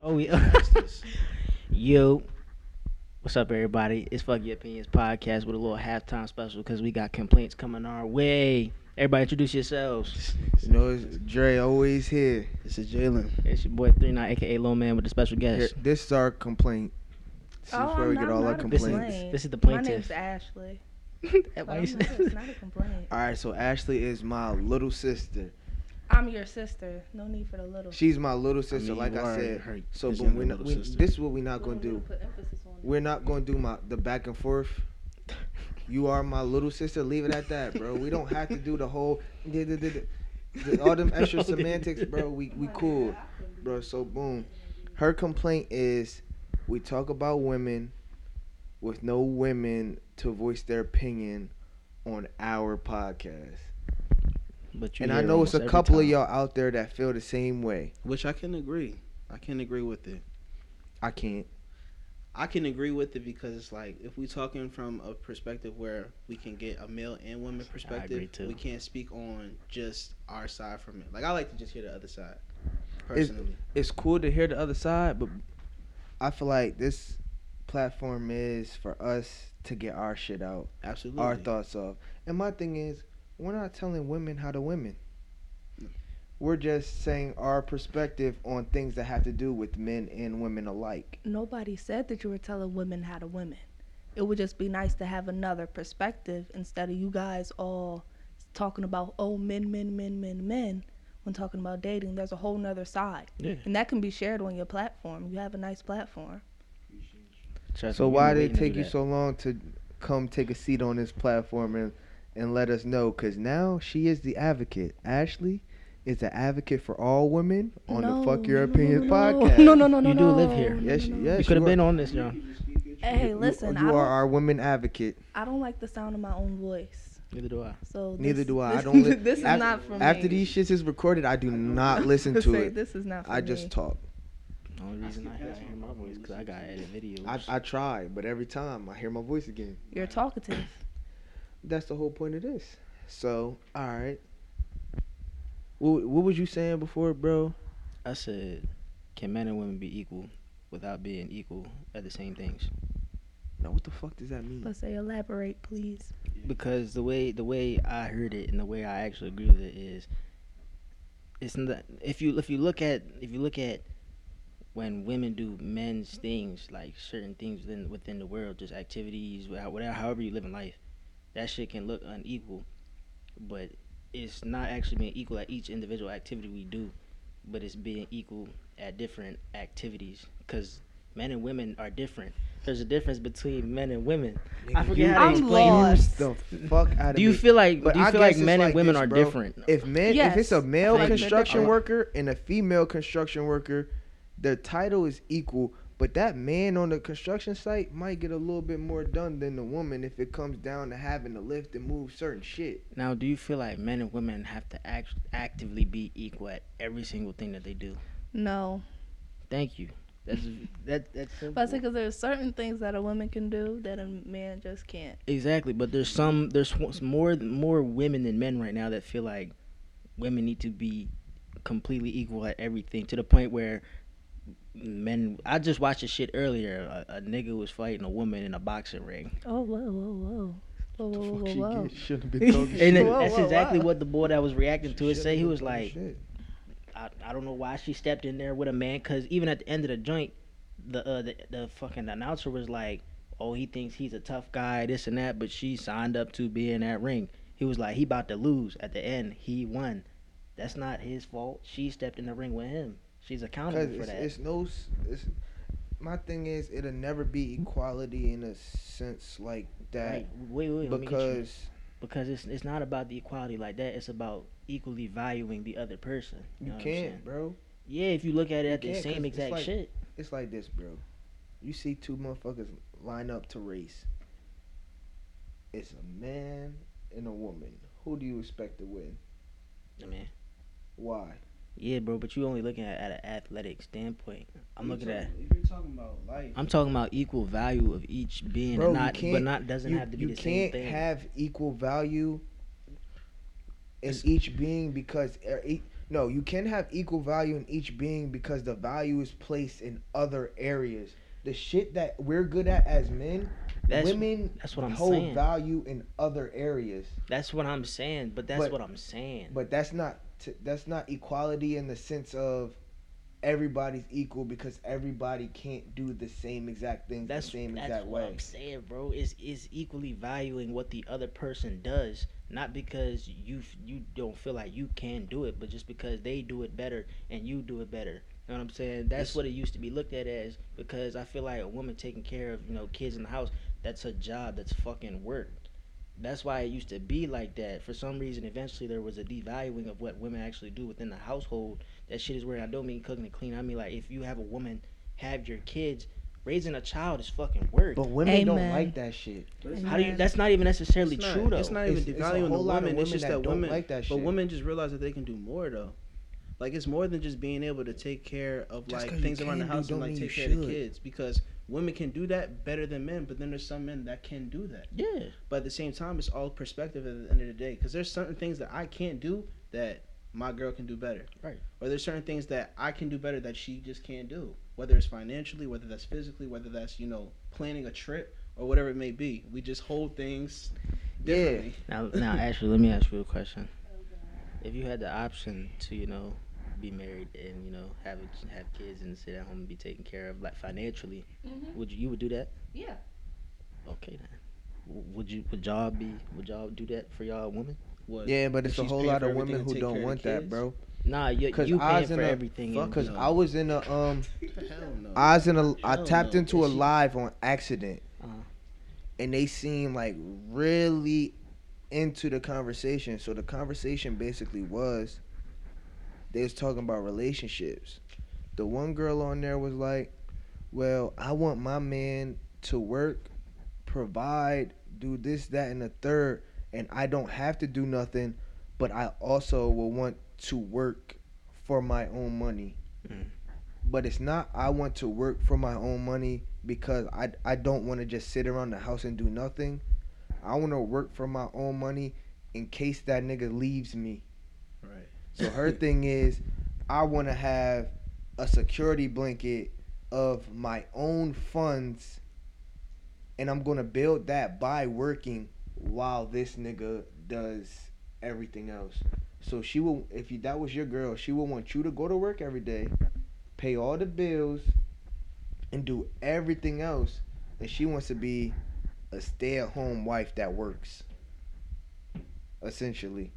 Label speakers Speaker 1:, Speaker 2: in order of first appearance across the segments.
Speaker 1: Oh yeah. Yo, what's up, everybody? It's Fuck Your Opinions podcast with a little halftime special because we got complaints coming our way. Everybody, introduce yourselves.
Speaker 2: You know, it's Dre always here. This is Jalen.
Speaker 1: It's your boy Three Nine, aka Low Man, with a special guest.
Speaker 2: Here, This is our complaint. This
Speaker 3: Oh,
Speaker 2: is where
Speaker 3: I'm
Speaker 2: we
Speaker 3: not-
Speaker 2: get all
Speaker 3: I'm
Speaker 2: our
Speaker 3: not a
Speaker 1: This is
Speaker 2: complaints.
Speaker 3: complaint.
Speaker 1: this is the
Speaker 3: My name's
Speaker 1: plaintiff.
Speaker 3: Ashley.
Speaker 1: Why
Speaker 3: Why
Speaker 1: you
Speaker 3: is
Speaker 1: say-
Speaker 3: it's not a complaint.
Speaker 2: All right, so Ashley is my little sister.
Speaker 3: I'm your sister. No need for the little.
Speaker 2: She's my little sister,
Speaker 4: mean,
Speaker 2: like
Speaker 4: you
Speaker 2: I
Speaker 4: are
Speaker 2: said.
Speaker 4: her-
Speaker 2: so,
Speaker 4: his
Speaker 2: but
Speaker 4: younger
Speaker 2: we're not,
Speaker 4: little
Speaker 2: we,
Speaker 4: sister.
Speaker 2: this is what we're not gonna do. We're not gonna do my the back and forth. You are my little sister. Leave it at that, bro. We don't have to do the whole d- d- d- d- all them extra
Speaker 1: No, they-
Speaker 2: semantics, bro. We we cool, bro. So boom. Her complaint is we talk about women with no women to voice their opinion on our podcast.
Speaker 1: But
Speaker 2: And I
Speaker 1: here
Speaker 2: know
Speaker 1: almost
Speaker 2: it's a
Speaker 1: every
Speaker 2: couple of
Speaker 1: time.
Speaker 2: y'all out there that feel the same way.
Speaker 4: Which I can agree. I can agree with it.
Speaker 2: I can't.
Speaker 4: I can agree with it because it's like if we talking from a perspective where we can get a male and woman perspective,
Speaker 1: agree too.
Speaker 4: we can't speak on just our side from it. Like I like to just hear the other side. Personally,
Speaker 2: it's cool to hear the other side, but I feel like this platform is for us to get our shit out,
Speaker 4: absolutely.
Speaker 2: our thoughts off. And my thing is, we're not telling women how to women. We're just saying our perspective on things that have to do with men and women alike.
Speaker 3: Nobody said that you were telling women how to women. It would just be nice to have another perspective instead of you guys all talking about oh men, men, men, men, men. When talking about dating, there's a whole nother side,
Speaker 1: Yeah.
Speaker 3: and that can be shared on your platform. You have a nice platform.
Speaker 1: Trust
Speaker 2: So
Speaker 1: me, we
Speaker 2: why
Speaker 1: been
Speaker 2: did
Speaker 1: waiting to
Speaker 2: it
Speaker 1: do
Speaker 2: take you
Speaker 1: that.
Speaker 2: so long to come take a seat on this platform and and let us know? Because now she is the advocate. Ashley is the advocate for all women on the Fuck Your Opinions podcast.
Speaker 3: No, no, no, no.
Speaker 1: You do
Speaker 3: no,
Speaker 1: live here.
Speaker 3: no,
Speaker 2: Yes,
Speaker 3: no, no.
Speaker 2: yes.
Speaker 1: You could have
Speaker 2: you
Speaker 1: been
Speaker 2: are.
Speaker 1: on this, y'all.
Speaker 3: Hey,
Speaker 2: You-
Speaker 3: listen.
Speaker 2: You,
Speaker 3: I,
Speaker 2: are
Speaker 3: don't,
Speaker 2: our women advocate.
Speaker 3: I don't like the sound of my own voice.
Speaker 1: Neither do I.
Speaker 3: So
Speaker 2: Neither
Speaker 3: this-
Speaker 2: do I. I
Speaker 3: This,
Speaker 2: don't. Li-
Speaker 3: this is
Speaker 2: af-
Speaker 3: not for me.
Speaker 2: After these shits is recorded, I do not listen to
Speaker 3: Say,
Speaker 2: it.
Speaker 3: This is not. For
Speaker 2: I just
Speaker 3: me.
Speaker 2: talk.
Speaker 1: The only reason I hear, I hear my voice because I got edit videos.
Speaker 2: I, I try, but every time I hear my voice again.
Speaker 3: You're talkative.
Speaker 2: That's the whole point of this. So, all right. What, what was you saying before, bro?
Speaker 1: I said, can men and women be equal without being equal at the same things?
Speaker 2: Now, what the fuck does that mean?
Speaker 3: But say elaborate, please.
Speaker 1: because the way the way I heard it and the way I actually agree with it is, it's not if you if you look at if you look at when women do men's things like certain things within within the world, just activities, wha- whatever, however you live in life, that shit can look unequal, but it's not actually being equal at each individual activity we do, but it's being equal at different activities because men and women are different. There's a difference between men and women. I
Speaker 2: Nigga,
Speaker 1: forget how to
Speaker 3: I'm
Speaker 1: explain it.
Speaker 3: lost.
Speaker 2: The fuck out of
Speaker 1: Do you
Speaker 2: me.
Speaker 1: feel like
Speaker 2: But
Speaker 1: do you
Speaker 2: I
Speaker 1: feel like
Speaker 2: guess it's
Speaker 1: men and
Speaker 2: like
Speaker 1: women
Speaker 2: this,
Speaker 1: are
Speaker 2: bro.
Speaker 1: different?
Speaker 2: if men if it's a
Speaker 3: Yes.
Speaker 2: male
Speaker 1: Like,
Speaker 2: construction
Speaker 1: uh,
Speaker 2: worker and a female construction worker, their title is equal, but that man on the construction site might get a little bit more done than the woman if it comes down to having to lift and move certain shit.
Speaker 1: Now, do you feel like men and women have to act- actively be equal at every single thing that they do?
Speaker 3: No.
Speaker 1: Thank you. That's that that's simple.
Speaker 3: But because there's certain things that a woman can do that a man just can't.
Speaker 1: exactly. But there's some there's w- more more women than men right now that feel like women need to be completely equal at everything to the point where men. I just watched a shit earlier. A, a nigga was fighting a woman in a boxing ring.
Speaker 3: Oh, whoa, whoa, whoa. Whoa, whoa, whoa, whoa. whoa.
Speaker 2: should have
Speaker 1: And it-
Speaker 3: Whoa,
Speaker 1: that's
Speaker 3: whoa,
Speaker 1: exactly
Speaker 3: whoa.
Speaker 1: what the boy that was reacting to it said. He was like, I, I don't know why she stepped in there with a man because even at the end of the joint, the, uh, the the fucking announcer was like, "Oh, he thinks he's a tough guy, this and that," but she signed up to be in that ring. He was like, "He about to lose." At the end, he won. That's not his fault. She stepped in the ring with him. She's
Speaker 2: Because
Speaker 1: accountable for
Speaker 2: it's,
Speaker 1: that.
Speaker 2: it's no. s- It's, my thing is, it'll never be equality in a sense like that
Speaker 1: Like, wait, wait, let me get you.
Speaker 2: because
Speaker 1: because it's it's not about the equality like that. It's about equally valuing the other person.
Speaker 2: you
Speaker 1: know what I'm saying?
Speaker 2: can't, bro.
Speaker 1: Yeah, if you look at it
Speaker 2: You
Speaker 1: at the
Speaker 2: can't 'cause
Speaker 1: same
Speaker 2: it's
Speaker 1: exact
Speaker 2: like-
Speaker 1: shit.
Speaker 2: It's like this, bro. You see two motherfuckers line up to race. It's a man and a woman. Who do you expect to win?
Speaker 1: I mean,
Speaker 2: Why?
Speaker 1: yeah, bro, but you only looking at, at an athletic standpoint. I'm looking at
Speaker 4: If you're talking about life,
Speaker 1: I'm talking about equal value of each being,
Speaker 2: Bro,
Speaker 1: and
Speaker 2: you
Speaker 1: not but
Speaker 2: can't-
Speaker 1: not doesn't
Speaker 2: you
Speaker 1: have to be
Speaker 2: you
Speaker 1: the same
Speaker 2: can't
Speaker 1: thing.
Speaker 2: have equal value in
Speaker 1: It's-
Speaker 2: each being because e- e- No, you can have equal value in each being because the value is placed in other areas. The shit that we're good at as men,
Speaker 1: That's
Speaker 2: women
Speaker 1: that's what I'm
Speaker 2: hold
Speaker 1: saying.
Speaker 2: value in other areas.
Speaker 1: That's what I'm saying. But that's
Speaker 2: But-
Speaker 1: what I'm saying.
Speaker 2: But that's not t- that's not equality in the sense of everybody's equal because everybody can't do the same exact thing the
Speaker 1: that's
Speaker 2: same
Speaker 1: that's
Speaker 2: exact
Speaker 1: what
Speaker 2: way.
Speaker 1: I'm saying, bro. Is is equally valuing what the other person does, not because you f- you don't feel like you can do it, but just because they do it better and you do it better. You know what I'm saying? That's
Speaker 2: It's-
Speaker 1: what it used to be looked at as. Because I feel like a woman taking care of you know kids in the house, that's her job. That's fucking work. That's why it used to be like that. For some reason, eventually there was a devaluing of what women actually do within the household. That shit is weird. I don't mean cooking and cleaning. I mean like if you have a woman have your kids, raising a child is fucking work.
Speaker 2: But women don't
Speaker 3: Amen.
Speaker 2: like that shit.
Speaker 1: How do you? That's not even necessarily
Speaker 4: It's
Speaker 1: true
Speaker 4: not,
Speaker 1: though.
Speaker 4: It's not even
Speaker 2: It's- it's a
Speaker 4: devaluing the
Speaker 2: whole lot of
Speaker 4: woman. It's
Speaker 2: women
Speaker 4: just
Speaker 2: that
Speaker 4: that
Speaker 2: don't
Speaker 4: women
Speaker 2: like that
Speaker 4: But
Speaker 2: shit.
Speaker 4: women just realize that they can do more though. Like it's more than just being able to take care of
Speaker 2: Just 'cause
Speaker 4: like
Speaker 2: you
Speaker 4: things around the
Speaker 2: can do
Speaker 4: house
Speaker 2: don't
Speaker 4: and like
Speaker 2: mean you
Speaker 4: take care of the
Speaker 2: should.
Speaker 4: kids because women can do that better than men. But then there's some men that can do that.
Speaker 1: yeah.
Speaker 4: But at the same time, it's all perspective at the end of the day because there's certain things that I can't do that my girl can do better.
Speaker 1: Right.
Speaker 4: Or there's certain things that I can do better that she just can't do. Whether it's financially, whether that's physically, whether that's you know planning a trip or whatever it may be. We just hold things
Speaker 2: Yeah.
Speaker 4: differently.
Speaker 1: Now, now, actually, let me ask you a question. If you had the option to, you know, be married and you know have a, have kids and sit at home and be taken care of, like financially,
Speaker 3: Mhm.
Speaker 1: would you, you would do that?
Speaker 3: Yeah.
Speaker 1: Okay then. W- Would you? Would y'all be? Would y'all do that for y'all women?
Speaker 4: What?
Speaker 2: Yeah, but
Speaker 4: If
Speaker 2: it's a
Speaker 4: she's
Speaker 2: whole
Speaker 4: paying
Speaker 2: lot
Speaker 4: for
Speaker 2: of
Speaker 4: everything
Speaker 2: women
Speaker 4: to
Speaker 2: who
Speaker 4: take care
Speaker 2: don't
Speaker 4: of
Speaker 2: want
Speaker 4: the
Speaker 2: that,
Speaker 4: kids?
Speaker 2: bro.
Speaker 1: Nah, you
Speaker 2: Cause
Speaker 1: you
Speaker 2: I
Speaker 1: paying
Speaker 2: was
Speaker 1: for
Speaker 2: in a-
Speaker 1: everything.
Speaker 4: fuck
Speaker 1: and-
Speaker 2: Cause
Speaker 4: No.
Speaker 2: I was in a um,
Speaker 4: Hell no.
Speaker 2: I was in a, I
Speaker 4: Hell
Speaker 2: tapped
Speaker 4: no.
Speaker 2: into a
Speaker 4: She-
Speaker 2: live on accident,
Speaker 1: Uh-huh.
Speaker 2: and they seemed like really into the conversation. So the conversation basically was, they was talking about relationships. The one girl on there was like, "Well, I want my man to work, provide, do this, that, and the third, and I don't have to do nothing, but I also will want to work for my own money."
Speaker 1: Mm.
Speaker 2: But it's not I want to work for my own money because I I don't want to just sit around the house and do nothing. I want to work for my own money in case that nigga leaves me.
Speaker 4: Right.
Speaker 2: So her thing is, I want to have a security blanket of my own funds, and I'm gonna build that by working while this nigga does everything else. So she will, if you, that was your girl, she will want you to go to work every day, pay all the bills, and do everything else, and she wants to be a stay-at-home wife that works, essentially.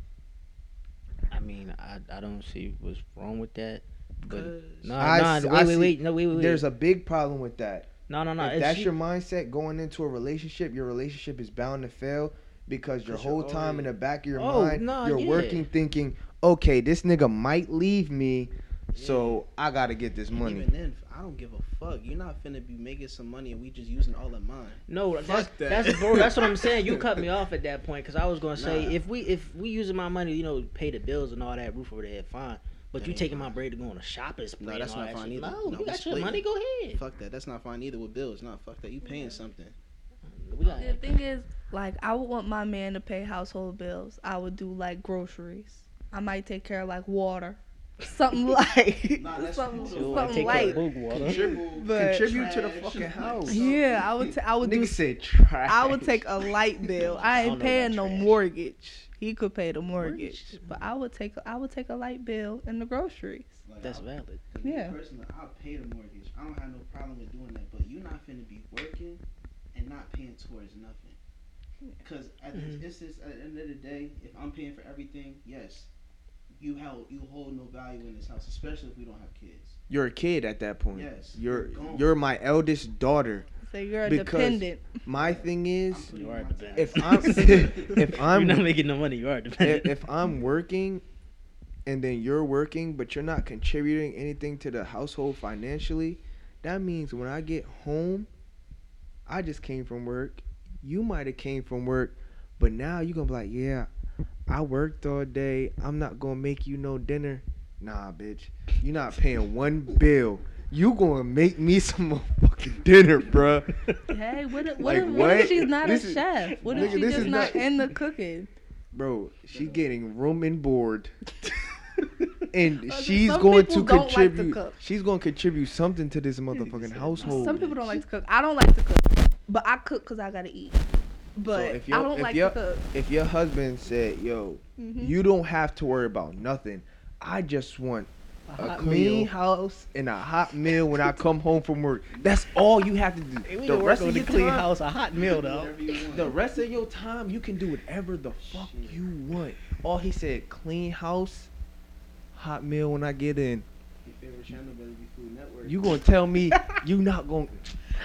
Speaker 1: I mean, I, I don't see what's wrong with that. But
Speaker 4: Cause-
Speaker 1: no,
Speaker 2: I
Speaker 1: no,
Speaker 2: s-
Speaker 1: wait,
Speaker 2: I
Speaker 1: wait,
Speaker 2: see-
Speaker 1: wait, no, wait, wait, wait.
Speaker 2: There's a big problem with that.
Speaker 1: no, no, no.
Speaker 2: if
Speaker 1: it's-
Speaker 2: that's
Speaker 1: she-
Speaker 2: your mindset going into a relationship, your relationship is bound to fail because your
Speaker 4: 'Cause you're
Speaker 2: whole time in
Speaker 4: already-
Speaker 2: the back of your
Speaker 1: Oh,
Speaker 2: mind,
Speaker 1: nah,
Speaker 2: you're
Speaker 1: yeah.
Speaker 2: working thinking, okay, this nigga might leave me, so I gotta get this
Speaker 4: And
Speaker 2: money.
Speaker 4: Even then, I don't give a fuck. You're not finna be making some money and we just using all of mine.
Speaker 1: No, that's,
Speaker 4: that.
Speaker 1: that's bro. That's what I'm saying. You cut me off at that point because I was gonna say
Speaker 4: Nah.
Speaker 1: if we if we using my money, you know, pay the bills and all that, roof over the head, fine. But
Speaker 4: That
Speaker 1: you
Speaker 4: ain't
Speaker 1: taking my
Speaker 4: fine.
Speaker 1: bread to go on a shopping spree?
Speaker 4: No, that's
Speaker 1: and all
Speaker 4: not
Speaker 1: that
Speaker 4: fine
Speaker 1: shit.
Speaker 4: either.
Speaker 1: No,
Speaker 4: No,
Speaker 1: you
Speaker 4: we
Speaker 1: got your
Speaker 4: splitting.
Speaker 1: money. Go ahead.
Speaker 4: Fuck that. That's not fine either with bills. Nah, fuck that. You paying something.
Speaker 1: We got
Speaker 3: The thing is, like, I would want my man to pay household bills. I would do like groceries. I might take care of like water, something like
Speaker 4: Nah, that's
Speaker 3: something,
Speaker 4: cool. You
Speaker 1: Ooh, I
Speaker 3: something
Speaker 1: take care of
Speaker 3: light.
Speaker 1: bug water.
Speaker 3: But-
Speaker 2: Contribute to the fucking house.
Speaker 3: Yeah, I would. T- I would do.
Speaker 2: Nigga said try.
Speaker 3: I would take a light bill. I
Speaker 1: I don't
Speaker 3: ain't
Speaker 1: know
Speaker 3: paying no
Speaker 1: about trash.
Speaker 3: mortgage. He could pay the mortgage, but I would take. I would take a light bill and the groceries.
Speaker 4: Like,
Speaker 1: That's
Speaker 4: I'll-
Speaker 1: valid.
Speaker 4: as me
Speaker 3: Yeah.
Speaker 4: Personally, I'll pay the mortgage. I don't have no problem with doing that. But you're not finna be working and not paying towards nothing. Because at
Speaker 1: Mhm.
Speaker 2: Mm-hmm.
Speaker 4: the it's just, at the end of the day, if I'm paying for everything, yes, you hold you hold no value in this house, especially if we don't have kids.
Speaker 2: You're a kid at that point.
Speaker 4: Yes,
Speaker 2: You're
Speaker 4: you're gone.
Speaker 2: you're my eldest daughter.
Speaker 3: So you're a
Speaker 2: Because-
Speaker 3: dependent.
Speaker 2: My thing is,
Speaker 4: I'm putting
Speaker 1: You are
Speaker 4: my
Speaker 1: the
Speaker 4: time-
Speaker 1: best.
Speaker 2: if I'm if I'm
Speaker 1: You're not making no money. You are
Speaker 2: if,
Speaker 1: dependent.
Speaker 2: if I'm working and then you're working but you're not contributing anything to the household financially, that means when I get home, I just came from work. You might have came from work, but now you're gonna be like, yeah, I worked all day. I'm not gonna make you no dinner. Nah, bitch. You're not paying one bill. You gonna make me some motherfucking dinner, bruh.
Speaker 3: Hey, what? If, what,
Speaker 2: Like,
Speaker 3: if, what if
Speaker 2: what?
Speaker 3: she's not
Speaker 2: This
Speaker 3: a
Speaker 2: is-
Speaker 3: chef? What if
Speaker 2: nigga,
Speaker 3: she's
Speaker 2: this
Speaker 3: just
Speaker 2: is
Speaker 3: not
Speaker 2: not-
Speaker 3: in the cooking?
Speaker 2: Bro, she's getting room and board. and
Speaker 3: Other-
Speaker 2: she's
Speaker 3: some
Speaker 2: going to
Speaker 3: people don't like to
Speaker 2: contribute.
Speaker 3: cook.
Speaker 2: she's going to contribute something to this motherfucking household.
Speaker 3: Some people don't like to cook. I don't like to cook, but I cook because I gotta eat. But
Speaker 2: if
Speaker 3: I
Speaker 2: you're-
Speaker 3: don't
Speaker 2: if
Speaker 3: like
Speaker 2: you're-
Speaker 3: to cook.
Speaker 2: If your husband said, "Yo,
Speaker 3: Mhm.
Speaker 2: you don't have to worry about nothing. I just want a,
Speaker 4: hot
Speaker 2: clean
Speaker 4: meal."
Speaker 2: house and a hot meal when I come home from work. That's all you have to do.
Speaker 4: Hey, we
Speaker 2: the
Speaker 4: the
Speaker 2: rest of
Speaker 4: work on the
Speaker 2: your
Speaker 4: clean
Speaker 2: time,
Speaker 4: house, a hot meal though.
Speaker 2: the rest of your time, you can do whatever the fuck you want. All he said, clean house, hot meal when I get in. You gonna tell me you not gonna?